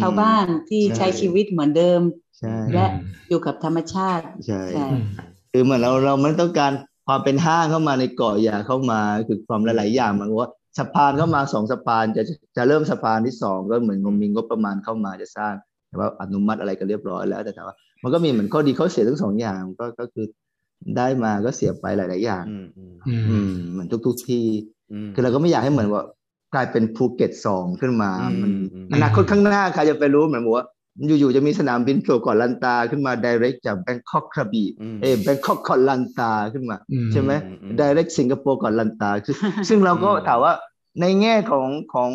ชาวบ้านที่
ใช่
ใช้ชีวิตเหมือนเดิม
ใช่
และอยู่กับธรรมชาติ
ใช่
ใช่
คือเหมือนเราเราไม่ต้องการความเป็นห้างเข้ามาในเกาะอย่าเข้ามาคือความหลาย ๆ อย่างมันว่าสะพานเข้ามาสองสะพานจะจะเริ่มสะพานที่สองก็เหมือนงบมีงบประมาณเข้ามาจะสร้างแต่ว่าอนุมัติอะไรก็เรียบร้อยแล้วแต่ถามว่ามันก็มีเหมือนข้อดีข้อเสียทั้งสองอย่างก็ก็คือได้มาก็เสียไปหลาย ๆ อย่าง
อืมอืม
อืม
อืมเหมือนทุก ๆ ที่
อืม
คือเราก็ไม่อยากให้เหมือนว่ากลายเป็นภูเก็ตสองขึ้นมา
อืม
มัน
อืม
อนาคตข้างหน้าใครจะไปรู้เหมือนบอกว่าอยู่ๆจะมีสนามบินโผล่เก่อนลันตาขึ้นมา direct จากแบงคอกกระบี่
อืม
เออแบงคอกก่อนลันตาขึ้นมา
อื
ใช่ไหม
อืมอืม
ไดเรกสิงคโปร์ก่อนลันตาคือ ซึ่งเราก็
อืม
ถามว่าในแง่ของของ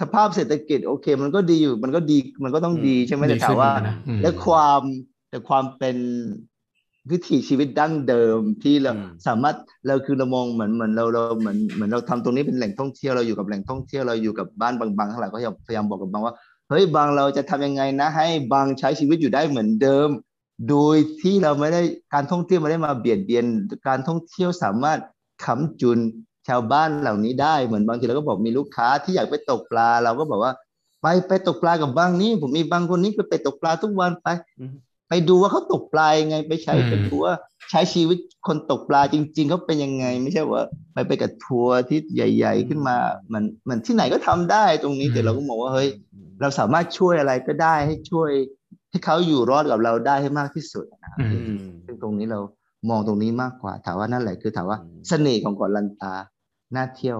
สภาพเศรษฐกิจโอเค มันก็ดีอยู่มันก็ดีมันก็ต้องดีใช่ไหมแต่ถามว่า
ดีขึ้นนะอืม
และความแต่ความเป็นวิถีชีวิตดั้งเดิมที่เรา
อืม
สามารถเราคือเรามองเหมือนเหมือนเราเราเหมือนเหมือนเราทำตรงนี้เป็นแหล่งท่องเที่ยวเราอยู่กับแหล่งท่องเที่ยวเราอยู่กับบ้านบางบางๆทั้งหลายก็พยายามพยายามบอกกับบางว่าเฮ้ยบางเราจะทำยังไงนะ ให้บางใช้ชีวิตอยู่ได้เหมือนเดิม โดยที่เราไม่ได้การท่องเที่ยวไม่ได้มาเบียดเบียน การท่องเที่ยวสามารถค้ำจุนชาวบ้านเหล่านี้ได้เหมือนบางทีเราก็บอกมีลูกค้าที่อยากไปตกปลาเราก็บอกว่า ไปไปตกปลากับบางนี้ ผมมีบางคนนี้ไปตกปลาทุกวันไป
อืม
ไปดูว่าเขาตกปลายังไงไปใช้
อืม
ไปดูว่าใช้ชีวิตคนตกปลาจริง ๆเขาเป็นยังไง ไม่ใช่ว่าไปไปกับทัวร์ที่ใหญ่ ๆ ขึ้นมามันมันที่ไหนก็ทำได้ตรงนี้แต่เราก็มองว่าเฮ้ย เราสามารถช่วยอะไรก็ได้ให้ช่วย ให้เขาอยู่รอดกับเราได้ให้มากที่สุดนะครับ
อื
อื
ม
ม
ซึ่งตรงนี้เรามองตรงนี้มากกว่าถามว่านั่นแหละคือถามว่า
อืม
เสน่ห์ของเกาะลันตาน่าเที่ยว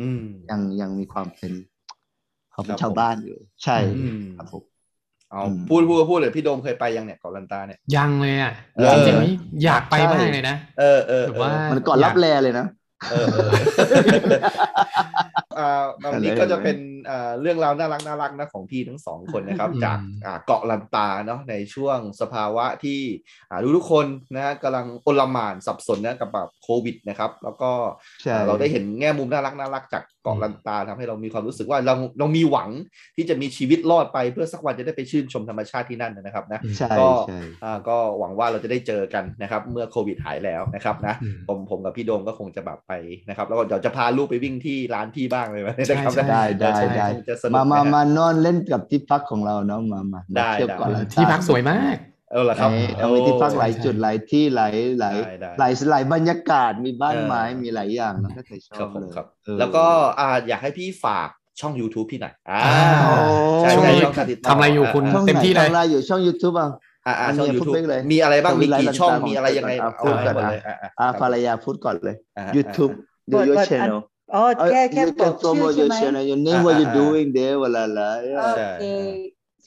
อืม
ยังยังมีความเป็นความเป็
ค
น
รับ
ชาวบ้านอยู่ ใช่
อื
อืม
ครับผม
เอา
อืม
พูดพูดพูดเลยพี่โดมเคยไปยังเนี่ยเกาะลันตาเนี่ย
ยังเลยอ่ะ
เออ
จริงๆนี่อยากไปมากเลยนะ
เออเออ
แต่
เออ
ว่า
มั
มั
นก่อนรับแลเลยนะ
เออเออเอ่อวันนี้
อะไร
ก็จะเป็นเอ่อเรื่องราวน่ารักน่ารักนะของพี่ทั้งสองคนนะครับ
อืม
จากอ่าเกาะลันตาเนาะในช่วงสภาวะที่อ่าทุกๆคนนะฮะกำลังโอลหม่านสับสนนะกับแบบโควิดนะครับ แล้วก็
ใช่
อ่าเราได้เห็นแง่มุมน่ารักน่ารักจากเกาะลันตาทำให้เรามีความรู้สึกว่าเราเรามีหวังที่จะมีชีวิตรอดไปเพื่อสักวันจะได้ไปชื่นชมธรรมชาติที่นั่นนะครับนะ
ใช่
ก็
ใช่
อ่าก็หวังว่าเราจะได้เจอกันนะครับ เมื่อโควิดหายแล้วนะครับนะ
อืม
ผมผมกับพี่โดมก็คงจะแบบไปนะครับ แล้วก็เดี๋ยวจะพาลูกไปวิ่งที่ร้านพี่บ้างเลยไหมนะครับ
ใช่ใช่
ได้
เออ
ได้ได้
คงจะสนุก
มามา
นะฮะ
มานอนเล่นกับที่พักของเราเนาะมามา
ได้
มาเที่ยว
ได้
เก่อนลันตา
ที่พักสวยมาก
เออเหรอครับ
เอ้ยเอาไว้ที่พักหลาย
ใช่
จุดหลายที่หลายหลาย
ได้ได้
หลายหลายบรรยากาศมีบ้าน
เออ
ไม้มีหลายอย่างนะก็เคยชอ
ครับ
บ
ผม
เลย
ครับ
เออ
แล้วก็อ่าอยากให้พี่ฝากช่อง YouTube พี่หน่อยอ่า
โอ้
ใช่
ช่วง
ใช่
นี้
ช่องการติดต่อ
ทำอะไรอยู่คุณ
อ่า
ช่องไห
เต็ม
น
ที่เล
ช่อย งไลน์อยู่ช่อง YouTube อ่ะ
อ่าอ่าช่อง
อันนี้
YouTube
พูดเลย
มีอะไรบ้างมีกี่ช่อง
แต่วิไลน์
มีอะไรยังไง
ต่างๆ
เอาให้หมด
อ่ะ
เลยอ่า
อา
อ่า
ภรรยาพูดก่อนเลย
อ่า
YouTube
ก
do
ด
your
กด
channel
อ๋อแค่แค่บอกชื่อ
promote
ใช่
your
ไหม
channel your name what
อ่า
you
อ่า
doing there วลาละ
โอ
ใช่
เค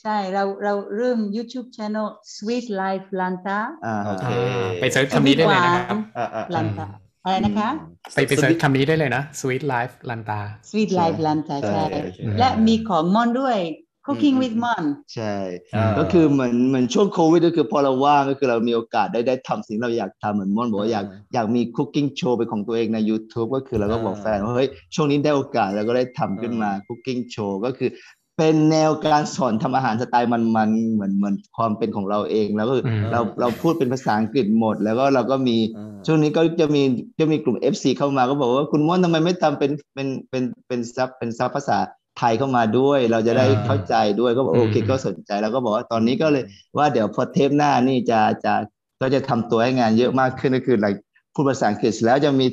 ใช่เราเราเริ่ม YouTube channel Sweet Life Lanta
อ่า
โอเค
ฮะ
อ่าไปเซิร์ชคำนี้ได้เลยนะครับ
อ่าอ่า
ลันตาอะไรนะคะ
ไปไปเซิร์ชคำนี้ได้เลยนะ Sweet Life ลันตา
Sweet Life Lanta ใช่
โอเค
และมีของม่อนด้วย cooking
อืม
with mom
ใช่
อ่า
ก็คือเหมือนเหมือนช่วงโควิดก็คือพอเราว่างก็คือเรามีโอกาสได้ได้ทำสิ่งที่เราอยากทำเหมือนม่อนบอกว่าอยาก
อ่า
อยากมีคุกกิ้งโชว์เป็นของตัวเองใน YouTube ก็คือเราก็บอก
อ่า
แฟนว่าเฮ้ยช่วงนี้ได้โอกาสเราก็ได้ทำขึ้นมา
อ่า
คุกกิ้งโชว์ก็คือ เป็นแนวการสอนทำอาหารสไตล์มันๆเหมือนเหมือนความเป็นของเราเองแล้วก็คืออ
ม
เราเราพูดเป็นภาษาอังกฤษหมด แล้วก็เราก็มี
อ่า
ช่วงนี้ก็จะมีจะมีกลุ่ม FC เข้ามาก็บอกว่าคุณม่อนทำไมไม่ทำเป็นเป็นเป็นเป็นซับเป็นซับภาษาไทยเข้ามาด้วย เราจะได้
อ่า
เข้าใจด้วยก็บอก
อืม
โอเคก็สนใจแล้วก็บอกว่าตอนนี้ก็เลยว่าเดี๋ยวพอเทปหน้านี่จะจะก็จะทำตัวให้งานเยอะมากขึ้นก็คือหลังพูดภาษาอังกฤษแล้วจะมี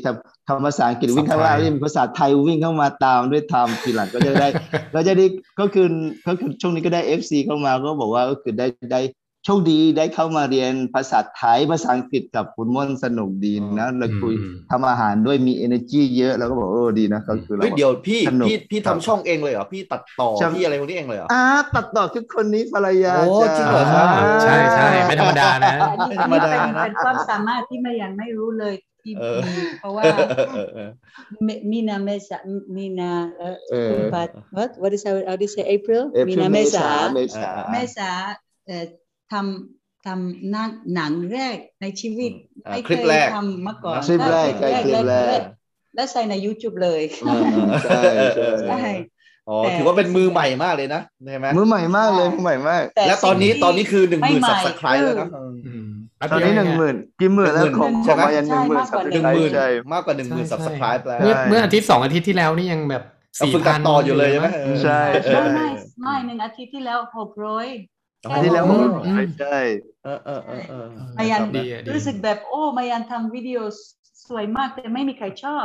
คำภาษาอังกฤษวิ่งเข้ามา
สับไทย
แล้วจะมีภาษาไทยวิ่งเข้ามาตามด้วยทำทีหลังก็จะได้ ก็จะได้ก็คือก็คือช่วงนี้ก็ได้ FC เข้ามาก็บอกว่าก็คือได้ได้โชคดีได้เข้ามาเรียนภาษาไทยภาษาอังกฤษกับคุณม่อนสนุกดีนะเราคุย
อืม
ทำอาหารด้วยมี energy เยอะแล้วก็บอกเออดีนะก็คือเรา
เฮ้ยเดี๋ยวพี่
สนุก
พี่พี่
ครับ
ทำช่องเองเลยเหรอ พี่ตัดต่อ
ใช่
พี่อะไรพวกนี้เองเลยเหรอ
อ่าตัดต่อคือคนนี้ภรรยา
โอ้
จ้า
จริงเหรอ
อ่าใช่ใช่ไม่ธรรมดานะ
แต่นี่
ธรรมดานะ
เป็นความสามารถที่ไม่ยังไม่รู้เลยที่
เออ
มีเพราะว่า
เออเออ
Mi- Mina Mesa Mina uh,
เออ
but what what is our how do you say April
เอพริล
Mina
เมษา
Mesa
เม
อ่า
ษา
Mesa เอ่อทำทำหนังหนังแรกในชีวิต
อ่า
ไม่
ค
เค
ลิป
ย
แรก
ทำมาก่อน
คลิปแรก
ได้
คลิปแรก
และใส่ใน YouTube เลย
อืมใช่ใช่
ใช่
อ๋อ
แต่
ถือว่าเป็นมือใหม่มากเลยนะใช่ไหม
มือใหม่มากเลยมือใหม่มาก
และตอนนี้
สิ่งที่
ตอนนี้คือหนึ่งห
ไม่
มื่น
ใหม่
สับสไครต์แล้วนะ
อืมแป๊บ
ตอน
เดียวเย
นี้หนึ่งหมื่นกี่หมื่นแล้วของ
หนึ่งหมื่น
ของมายันหนึ่งหมื่น
ใช่มากกว่า
หนึ่งหมื่นมากกว่าหนึ่งห
ใช่
มื่นสับสไครต์แล้ว
เมื่อ
ใช่
เมื่ออาทิตย์สองอาทิตย์ที่แล้วนี่ยังแบบ
เอา
สี่
ฝึกตั
พั
ด
น
ต่ออยู่เลยใช่ไหม
ใช่
เออ
ไม่ไม่ไม่หนึ่งอาทิตย์ที่แล้วหกร้อย
อันที่แล้ว
อื
ก็
ม
ใช่ใช่
เออเออเออเออ
มายัน
ดีอะดี
รู้สึกแบบโอ้มายันทำวิดีโอสวยมากแต่ไม่มีใครชอบ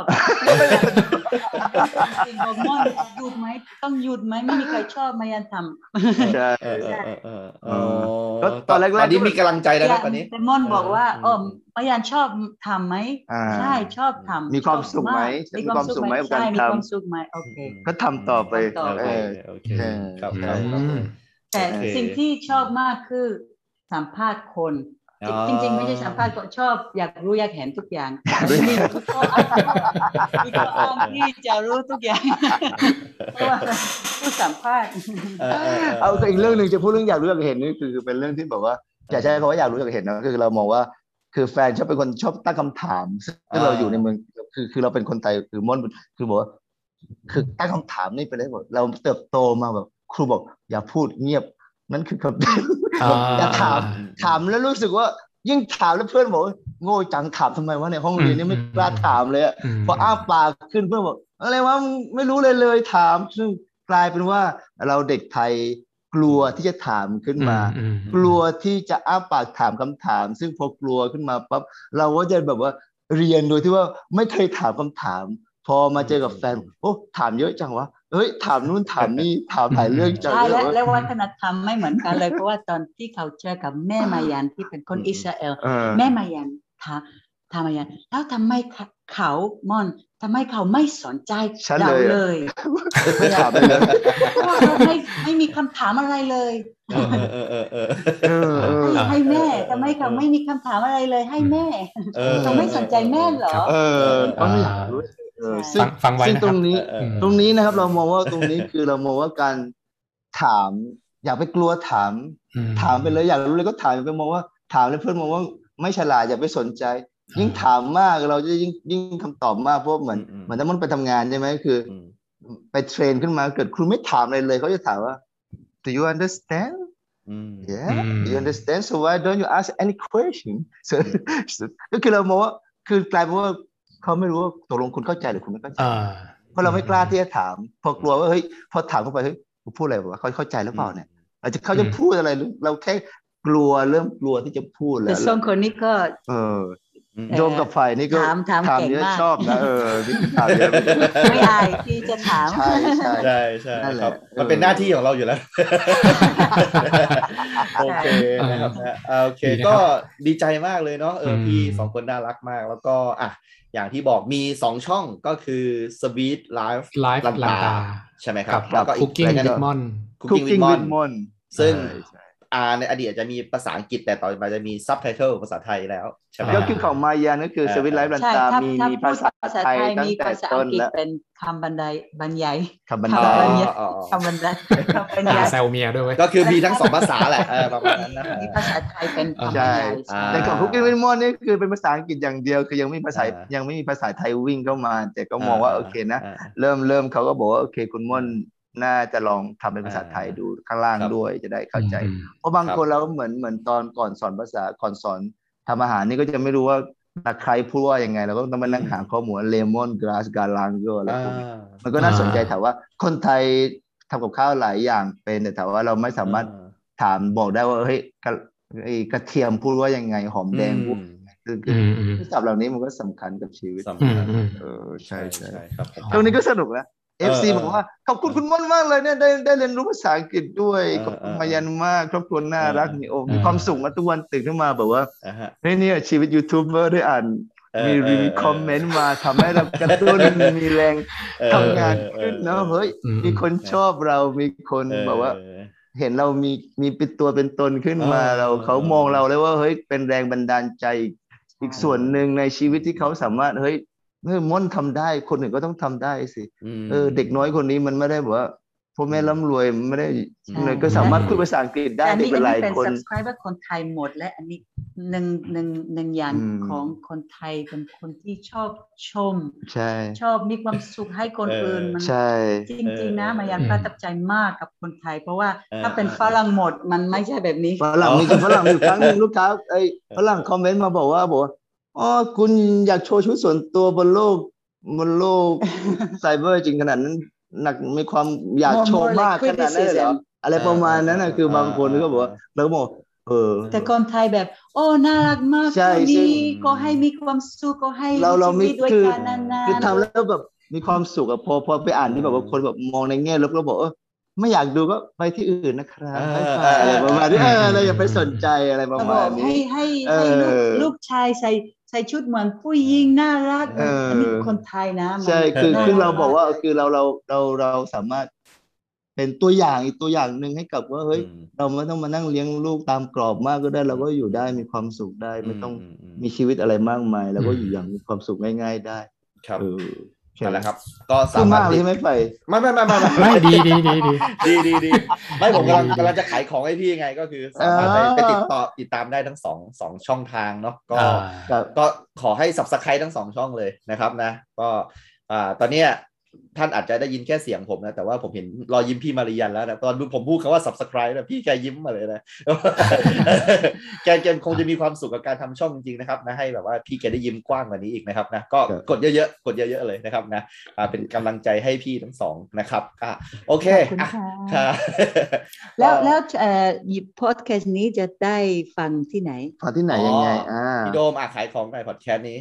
จริงๆบอกม่อนหยุดไหมต้องหยุดไหมไม่มีใครชอบมายันท
ใช่
เออเออเออเออเอ
ก็
อ
ตอนแรกๆ
ตอนนี้มีกำลังใจ
ำ
แล้วนะตอนนี้
แต่ม่อนบอกว่า
เออ
เอ๋อมายันชอบทำไหม
อ่า
ใช่ชอบทำ
มีความสุขไหม
ชอบกมีความสุขไหม
มีความสุขไหมกับ
ใช่มี
การทำ
ความสุขไหมโอเค
ก็ทำต่อไป
ทำต่อ
เอ
โอเคโอเค
อเออ
ครับ
อื
ครับ
ม
แต่
โอเค
สิ่งที่ชอบมากคือสัมภาษณ์คน
อ๋อ
จริงๆ ไม่ใช่สัมภาษณ์ก็ชอบอยากรู้อยากเห็นทุก อย่าง
รู้อยาก
มี
เห็น
ทุกข้ออ้างมีข้ออ้างที่จะรู้ทุกอย่างเพราะว่าผู้สัมภาษณ์
เออเออเอ
เอาอีกเรื่องหนึ่งจะพูดเรื่องอยากรู้อยากเห็นนี่คือเป็นเรื่องที่แบบว่าอย่าใช้คำว่าอยากรู้อยากเห็นนะคือเรามองว่าคือแฟนชอบเป็นคนชอบตั้งคำถามซึ่งเราอยู่ในเมืองคือคือเราเป็นคนไทยคือม่อนคือบอกว่าคือตั้งคำถามนี่เป็นเรื่องแบบเราเติบโตมาแบบ ครูบอก อย่าพูดเงียบนั่นคือคำ อย่าถาม ถามแล้วรู้สึกว่ายิ่งถามแล้วเพื่อนบอกว่าโง่จังถามทำไมวะในห้องเรียนนี่ไม่
อืม
กล้าถามเลยอะ พออ้าปากขึ้นเพื่อนบอกอะไรวะมึงไม่รู้เลยเลยถาม ซึ่งกลายเป็นว่าเราเด็กไทยกลัวที่จะถามขึ้นมา
อือื
กลัวที่จะอ้าปากถามคำถาม ซึ่งพอกลัวขึ้นมาปั๊บเราก็จะแบบว่าเรียนโดยที่ว่าไม่เคยถามคำถาม พอมาเจอกับแฟนโอ้ถามเยอะจังวะเฮ้ยถามนู่นถามนี่ถามหลายเรื่องจัง
ใช่และ
เออ
และวัฒนธรรมไม่เหมือนกันเลย เพราะว่าตอนที่เขาเจอกับแม่มายันที่เป็นคนอิสราเอล
เออ
แม่มายันถามถามมายันแล้วทำไมเขามอนทำไมเขาไม่สนใจ
ฉัน
เรา
เลยอะ
เลย
ไม่ถามเลยนะ
เพราะว่าเราไม่ไม่มีคำถามอะไรเลย
อเออเออเออ
เออเออ
ให้ให้แม่
เออเออเออ
ทำไมเขาไม่มีคำถามอะไรเลยให้แม่
เออ
เขาไม่สนใจแม่เหรอ
เออเพราะไม่อยากรู้เออซึ่ง
ฟังฟังไว้
ซึ่ง
นะค
ตร
รับ
งนี้
เออเออ
ตรงนี้นะครับ เรามองว่าตรงนี้คือเรามองว่าการถาม อย่าไปกลัวถาม
อื
ถามไปเลยอยากรู้เลยก็ถามอย่าไปมองว่าถามแล้วเพื่อนมองว่าไม่ฉลาดอย่าไปสนใจ ยิ่งถามมากเราจะยิ่งยิ่งคำตอบมากเพราะเหมือน
อืม
เหมือนถ้ามันไปทำงานใช่ไหมคือ
อืม
ไปเทรนขึ้นมาเกิดครูไม่ถามอะไรเลยเขาจะถามว่า do you understand
อืม
yeah do you understand so why don't you ask any question so ก็คือเรามองว่าคือกลายเป็นว่าเขาไม่รู้ว่าตกลงคุณเข้าใจหรือคุณไม่เข้าใจ
อ่า
เพราะเราไม่กล้าที่จะถาม พอกลัวว่าเฮ้ยพอถามเข้าไปเฮ้ยกูพูดอะไรวะเขาเข้าใจหรือเปล่าเนี่ยอาจจะเขาจะ
อืม
พูดอะไรหรือเราแค่กลัวเริ่มกลัวที่จะพูดแล้
แต่
ว
สองคนนี้ก็
เออ
อืม
โยมกับฝ่ายนี่ก็
ถามถามเก่ง
เยอะ
มาก
ชอบนะเออนี่ถามเยอะ
ไม่อายที่จะถาม
ใช่ใช่
ใช่ใช่
นั่นแหละ
ครับ
เออ
มันเป็นหน้าที่ของเราอยู่ แล้ว โอเคนะครับนะอ่าโอเค
ดีนะครับ
ก็ดีใจมากเลยเนาะเอออ
ม
พี่สองคนน่ารักมาก แล้วก็อ่ะอย่างที่บอกมีสองช่องก็คือ Speed Live
ไลฟ์ลันตา
ใช่ไหมค
กั
รับบ แล้วก็อี
คุกกิ้ง
แล้ว
ดิมอน
คุก
คุก
กิ้ง
กิ้ง
วิ
วิ
ด
ด
ม
ม
อน
อน
ซึ่ง
ใช่ใช่
อ่าในอดีตอาจจะมีภาษาอังกฤษแต่ต่อมาจะมีซับไตเติลภาษาไทยแล้ว ใช่ไหม
า
ก็คือของมายานั่นคือ
อ่า
สวิตไลฟ์ลัน
ใช่
ตา
ถ้า
มี
ถ้า
มี
พูด
ภาษาไทยตั้ง
มี
แต่
ภาษา
ต้
อั
น
งกฤษ
แล้ว
เป็นคำบรรยายบรรยาย
คำบรร
คำ
ยา
บร
ย
รยาย
อ๋ออ๋ออ๋อ
คำบรรยายคำบรร
อย่าย
าย
แซวเมียด้วยเว้ย
ก็คือมีทั้งสองภาษาแหละเออประมาณนั้นนะ
มีภาษาไทยเป็นคำบรรยาย
ใช่อ่า
แต่ของคุกกี้วินมอนนี่คือเป็นภาษาอังกฤษอย่างเดียว คือยังไม่มีภาษา
อ่ายั
ยังไม่มีภาษาไทยวิ่งเข้ามา แต่ก็มองว่าโอเคนะ เริ่มเริ่มเขาก็บอกว่าโอเคคุณม่อนน่าจะลองทำเป็นภาษาไทยดูข้างล่าง
ครับ
ด้วยจะได้เข้าใจ เพราะบาง
ครับ
คนเราเหมือนเหมือนตอนก่อนสอนภาษาก่อนสอนทำอาหารนี่ก็จะไม่รู้ว่าใครพูดว่ายังไงเราก็ต้องมานั่งหาข้อมูลเลมอนกราสกาลังโยอะไรพวกนี้มันก็น่าสนใจ
อ่า
ถามว่าคนไทยทำกับข้าวหลายอย่างเป็นแต่ถามว่าเราไม่สามารถถามบอกได้ว่าเฮ้ยกระไอ้กระเทียมพูดว่ายังไงหอมแดงพูดคือคือ
อื
อ
มอืม
ศัพท์เหล่านี้มันก็สำคัญกับชีวิต
สำคัญ
เออใช่ใช่
ครับ
ตรงนี้ก็สนุกนะ
เออ
FC
เออ
บอกว่าขอบคุณคุณม่อนมากเลยเนี่ยได้ได้เรียนรู้ภาษาอังกฤษด้วย
เออ
ขอบคุณ
เออ
มายันมากครอบครัวน่ารัก
เออ
มีโอมีความสุขมาทุกวันตื่นขึ้นมาแบบว่า
อ่าฮะ
เฮ้ยเนี่ยชีวิตยูทูบเบอร์ได้อ่าน
เออเอ
มีรี
อ
วิวคอมเมนต์มาทำให้เรากระตุ้น มีแรง
เออ
ทำงานขึ้นเนาะเฮ้ย
อื
มีคนชอบเรามีคน
เออ
แบบว่า เห็นเรามีมีเป็นตัวเป็นตนขึ้นมา
เออ
เราเขามองเราเลยว่าเฮ้ยเป็นแรงบันดาลใจอีกอีกส่วนหนึ่งในชีวิตที่เขาสามารถเฮ้ยเฮ้ยม่อนทำได้คนอื่นก็ต้องทำได้สิ เออเด็กน้อยคนนี้มันไม่ได้แบบว่าพ่อแม่ร่ำรวยไม่ได้
ใช่
เลยก็สามารถพูดภาษาอังกฤษได้
แต่อัน
เด็ก
นี้อันนี้
เป็นหลาย
เป็น
คน
subscriber คนไทยหมดและอันนี้หนึ่งหนึ่งหนึ่งอย่าง
อืม
ของคนไทยเป็นคนที่ชอบชม
ใช่
ชอบมีความสุขให้คน
เอออื่
อื่นมัน
ใช่
จริงๆนะ
เออ
มายังประทับใจมากกับคนไทย เพราะว่า
เออ
ถ้าเป็นฝรั่งหมดมันไม่ใช่แบบนี้
ฝรั่งมีฝรั่งอยู่ครั้งหนึ่งลูกค้าไอ้ยฝรั่งคอมเมนต์มาบอกว่าบอกว่าอ๋อคุณอยากโชว์ชุดส่วนตัวบนโลกบนโลกไซเบอร์จริงขนาดนั้นหนักมีความอยากโชว์มากขนาดนั้นเลยเหรออะไรประมาณนั้นนะคือบางคนก็บอกว่าแล้วก็บอกเออ
แต่คนไทยแบบ โอ้น่ารักมาก
ใช่
คน
ซึ่ง
นี้ก็ให้มีความสุขก็ให้
เราเราไม่
ชีวิตด้วย
คือ
กันนาน
คือ
ๆ
ทำแล้วแบบมีความสุขอะพอพอไปอ่านที่แบบว่าคนแบบมองในแง่ลบแล้วบอกเออไม่อยากดูก็ไปที่อื่นนะครับ
เออ
ไปไปอะไรประมาณนี้
เอ
เอ
อ
อเราอย่าไปสนใจอะไรประ
ก็บ
มา
อ
ณ
กให้
นี้
ให้
เอ
ให้ลูก
อ
ลูกชายใส่ใส่ชุดเหมือนผู้หญิงน่ารัก
เอออั
นนี้คนไทยนะมัน
ใช่คือ
น่
คือเราบอกว่า
รั
คือเราเราเราเราสามารถ เป็นตัวอย่างอีกตัวอย่างหนึ่งให้กับว่าเฮ้ยเราไม่ต้องมานั่งเลี้ยงลูกตามกรอบมากก็ได้ เราก็อยู่ได้มีความสุขได้ไม่ต้องมีชีวิตอะไรมากมายเราก็อยู่อย่างมีความสุขง่าย ๆ ได้
ครับ
เออใช่
นั่นแหละครับ ก็
คือ
สามาม
าร
ถ
กเลยไหม่ไป
ไม่ไม่ไม่ไม่ ไม่
ไม่ดีดีดีดี
ดีดีดีไม่ผมกำลังกำลังจะขายของให้พี่ไงก็คือสามารถไป
อ่า
ไปติดต่อติดตามได้ทั้งสองสองช่องทางเนาะก็
ครับ
ก็ขอให้สับสไครทั้งสองช่องเลยนะครับนะ ก็อ่าตอนเนี้ยท่านอาจจะได้ยินแค่เสียงผมนะ แต่ว่าผมเห็นรอยยิ้มพี่มาริยันแล้วนะตอนผมพูดคำว่า subscribe นะพี่แกยิ้มมาเลยนะ แกแกคงจะมีความสุขกับการทำช่องจริงๆนะครับนะให้แบบว่าพี่แกได้ยิ้มกว้างกว่านี้อีกนะครับนะก็
ครับ
กดเยอะๆกดเยอะๆเลยนะครับนะอ่าเป็นกำลังใจให้พี่ทั้งสองนะครับอ่ะโอเค
ขอบคุณ
อ่ะ
ค่ะ
ครับ
แล้ว
ก็
แล้วเอ่อพอดแคสต์นี้จะได้ฟังที่ไหน
พอที่ไหนยังไง
อ๋ออ่
อ่า
พี่โดมอ่ะขายของในพอดแคสต์นี้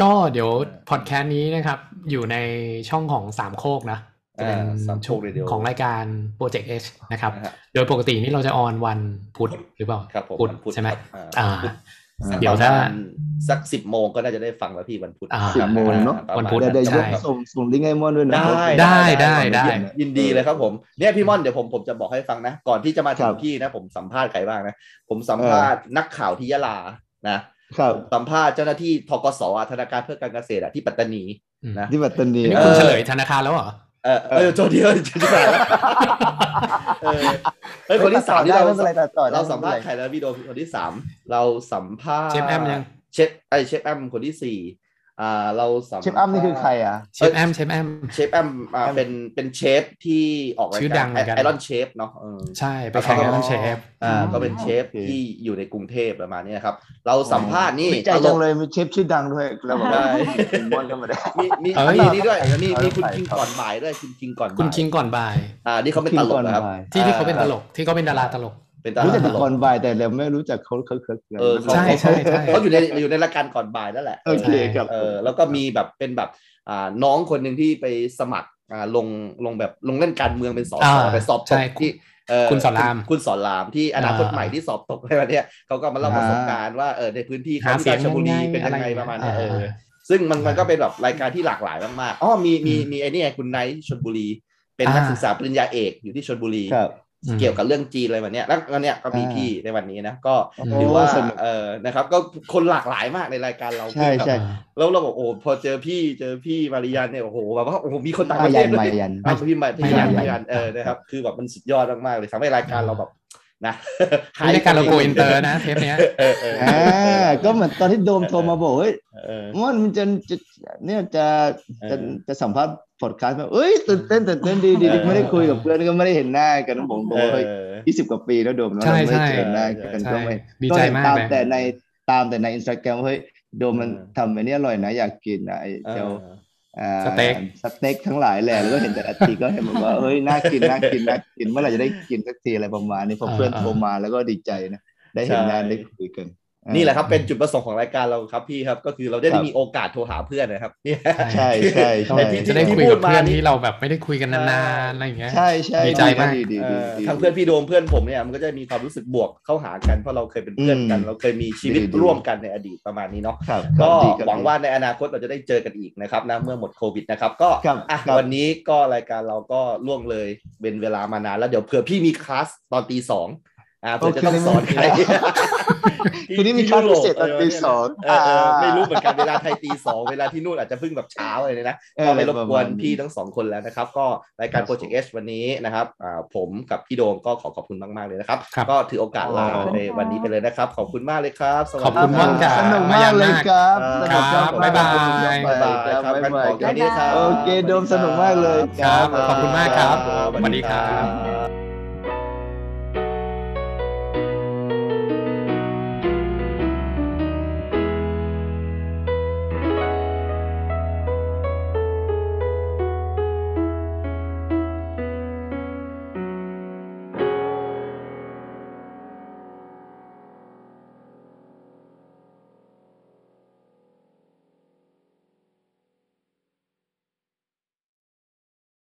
ก็เดี๋ยวพอดแคสต์นี้นะครับ อยู่ในช่องของสามโคกนะจะเป็น
อ่าสามโคก Radio
ของรายการโปรเจกต์เอนะครับ
นะฮะ
โดยปกตินี่เราจะออนวันพุธหรือเปล่า
ครับผม
พุธ
วันพุธ
ใช่ไหม
ครับ
อ่า
พุธ
อ่า
เดี๋ยว
ประ
ถ้า
มณสักสิบโมงก็น่าจะได้ฟังแล้วพี่วันพุธ
อ่า
สิบโมงเนอะ
ประ
วั
มาณ
นพุธ
เดี๋ยวเดี๋ยว
ใช่
ส่งส่งลิงก์ให้มอนด้วยนะ
ได้
ได้ได้ได้
ยินดีเลยครับผมเนี่ยพี่ม่อนเดี๋ยวผมผมจะบอกให้ฟังนะ ก่อนที่จะมาถึ
ครั
ง
บ
พี่นะ ผมสัมภาษณ์ใครบ้างนะ ผมสัมภาษณ์นักข่าวที่ยะลานะครับผมสัมภาษณ์เจ้าหน้าที่ทกสอ่ะธนาคารเพื่อการเกษตรอ่ะที่ปัตตานี
อืม
นะ
ที่ปัตตานี
นี่คุ
เอ
ณ
อ
เฉลยธนาคารแล้วเหรอ
เออเออโจเดียวจะได้แล้วเออเฮ้ยคนที่สามที่เรา
ไม่เป็นไรตัดต่อได้
เราสัมภาษ
ไ
ณ์ใครแล้วพี่โดมคนที่สามเราสัมภาษณ์
เชฟแอมยัง
เชฟไอเชฟแอมคนที่สี่อ่าเราสัม
เชฟอัพนี่คือใครอ่ะ
เชฟแอมเชฟแอม
เชฟแอมอ่า
แอม
เป็นเป็นเชฟที่ออกราย
ชื่อ
กา
ดั
ร
งเหมือนกัน
ไอรอนเชฟเนาะเออ
ใช่ไปแข่ง
อ๋
กับ
อ
ท่านเชฟ
อ่า
อ๋อ
ก็เป็นเชฟที่อยู่ในกรุงเทพประมาณนี้นะครับ เราสัมภาษณ์นี่
ดีใจจังเลยมีเชฟชื่อดังด้วยเราบอกว่า
ได้
มอนก็มาได้
มีมี
เอ้ย
มีนี่ด้วยมีมีคุณ
เอาไป
คิงก่อนบ่ายด้วยคุณคิงก่อน
คุ
บ่า
ณ
ย
คิงก่อนบ่าย
อ่านี่เขาเป็นตลกนะครับ
ที่ที่เขาเป็นตลกที่เขาเป็นดาราตลก
เป็นตล
รู้
ก
จัก
ต
แต่
ลก
ก่อนบ่ายแต่เราไม่รู้จักเขาเขาเขา
เออเขา
ใช่ใช่ใช่
เขาอยู่ในอยู่ในรายการก่อนบ่ายนั่นแหละ
โอเคครับ
เออแล้วก็มีแบบเป็นแบบอ่าน้องคนหนึ่งที่ไปสมัครอ่าลงลงแบบลงเล่นการเมืองเป็นสอสอ
อ่า
ไปสอบต
ใช่
กที่เ
คุณสอนราม
คุณสอนรามที่อนาคต
อ่า
ใหม่ที่สอบตกอะไรแบบเนี้ยเขาก็มาเล่า
อ่า
ประสบการณ์ว่าเออในพื้นที่เขา
หา
ที่
เสีย
ราง ชบุรี
ยังไง
เป็นยัง
อะไร
ไง
อย่างเงี้ย
ประมาณเนี้ยเอ
เอ
อ
อ
ซึ่งมันมันก็เป็นแบบรายการที่หลากหลายมากๆอ๋อมีมี
อืม
มีไอ้นี่ไงคุณไนท์ชนบุรี เป็นนัก
อ่า
ศึกษาปริญญาเอกอยู่ที่ชนบุรี
ครับ
อืม
เกี่ยวกับเรื่องจีนอะไรแบบเนี้ยแล้วแล้วเนี่ยก็มีพี่ในวันนี้นะก็
โอ้
ถือว่า
สนุก
เออนะครับ ก็คนหลากหลายมากในรายการเรา
ใช่ใช่
แล้วเราบอกโอ้พอเจอพี่เจอพี่มาริยานเนี่ยโอ้โหแบบว่าโอ้โหมีคนต่างประเท
ยั
ศ
น
ด้ว
มาย ยัน
เอาพี่มา
ไม่อยาย
พี่าก น
ไป
พี่ยานเออนะครับคือแบบมันสุดยอดมากๆเลยทำให้รายการ
อ่า
เราแบบนะ
นี่รายการเราโกอินเตอร์นะเทปเนี้ย
เออเออเอ
อ่า
อ
ก็เหมือนตอนที่โดมโทรมาบอกเฮ้ย
เออ
ม่อนมันจะจะเนี่ยจะ
เออ
จะจะสัมภาษณ์พอดคาสต์มาเอ้ยตื่นเต้นตื่นเต้นดีดี
เออ
ไม่ได้คุยกับเพื่อนก็ไม่ได้เห็นหน้ากันผมบอกว่าเฮ้ย
เออ
ยี่สิบกว่าปีแล้วโดมเนอะ
ใช่
เราไม่ได้เจอหน้า
ใช่
กัน
ใช่
ก็ไม่
ดีใจมาก
ตาม
เลย
แต่ในตามแต่ในอินสตาแกรมเฮ้ยโดมมัน
เออ
ทำอันนี้อร่อยนะอยากกินนะไอ้
เอ
เจ้า
อ
อ่า
สเต็ก
สเต็กทั้งหลายแหละแล้วก็เห็นแต่อาทิตย์ก็เห็นแบบว่าเฮ้ยน่ากินน่ากินน่ากินเมื่อไหร่จะได้กินสักทีอะไรประมาณนี้พอเพื่อนโทรมาแล้วก็ดีใจนะได้เห็นหน้า
ใช่
ได้คุยกัน
นี่แหละครับเป็นจุดประสงค์ของรายการเราครับพี่ครับก็คือเราได้
ครับ
มีโอกาสโทรหาเพื่อนนะครับเนี่ย
ใช่ใช่ใช่
แต่ที่
จะได้คุยกับเพื่อ
ที่พูดมา
น
นี่
ที่เราแบบไม่ได้คุยกันนานๆอะไรอย่างเงี้ย
ใช่ใช่
ดีใจมาก
ดีดี
เอ
ดี
อ
ดี
ทั้งเพื่อนพี่โดมเพื่อนผมเนี่ยมันก็จะมีความรู้สึกบวกเข้าหากันเพราะเราเคยเป็นเพื่อนกัน
อืม
เราเคยมีชีวิต
ดีดี
ร่วมกันในอดีตประมาณนี้เนาะ
ครับ
ก็
ดีครับ
หวังว่าในอนาคตเราจะได้เจอกันอีกนะครับนะเมื่อหมดโควิดนะครับก็
ครับ
อ่ะ
ครับ
วันนี้ก็รายการเราก็ล่วงเลยเป็นเวลามานานแล้วเดี๋ยวเผื่อพี่มีคลาสตอนตีสองอ่าเผื่อจะต้องสอนใคร
ทีนี้มีคลาสพิเศษตอนตีสอง
เออเออไม่รู้เหมือนกันเวลาไทยตีสองเวลาที่นู่นอาจจะเพิ่งแบบเช้าเลยนะ
เออ
ก็ไปรบกวน
ปะาณ
พี่ทั้งสองคนแล้วนะครับ ก็รายการโปรเจกต์เอวันนี้นะครับอ่าผมกับพี่โดมก็ขอขอบคุณมาก ๆ เลยนะครับ
ครับ
ก็ถือโอกาสลา
ขอบคุณ
ในวันนี้ไปเลยนะครับ ขอบคุณมากเลยครับสวัสดี
ขอบคุณมากจ้ะ
สนุกมากเลยครับสนุก
ครับบ๊ายบาย
บ๊ายบาย
ค
ครับ
รับ
บ๊ายบายครับ
ครับ
โอเคโดมสนุกมากเลย
ครับ ขอบคุณมากครับ
ครับ
สวัสดีครับ
บ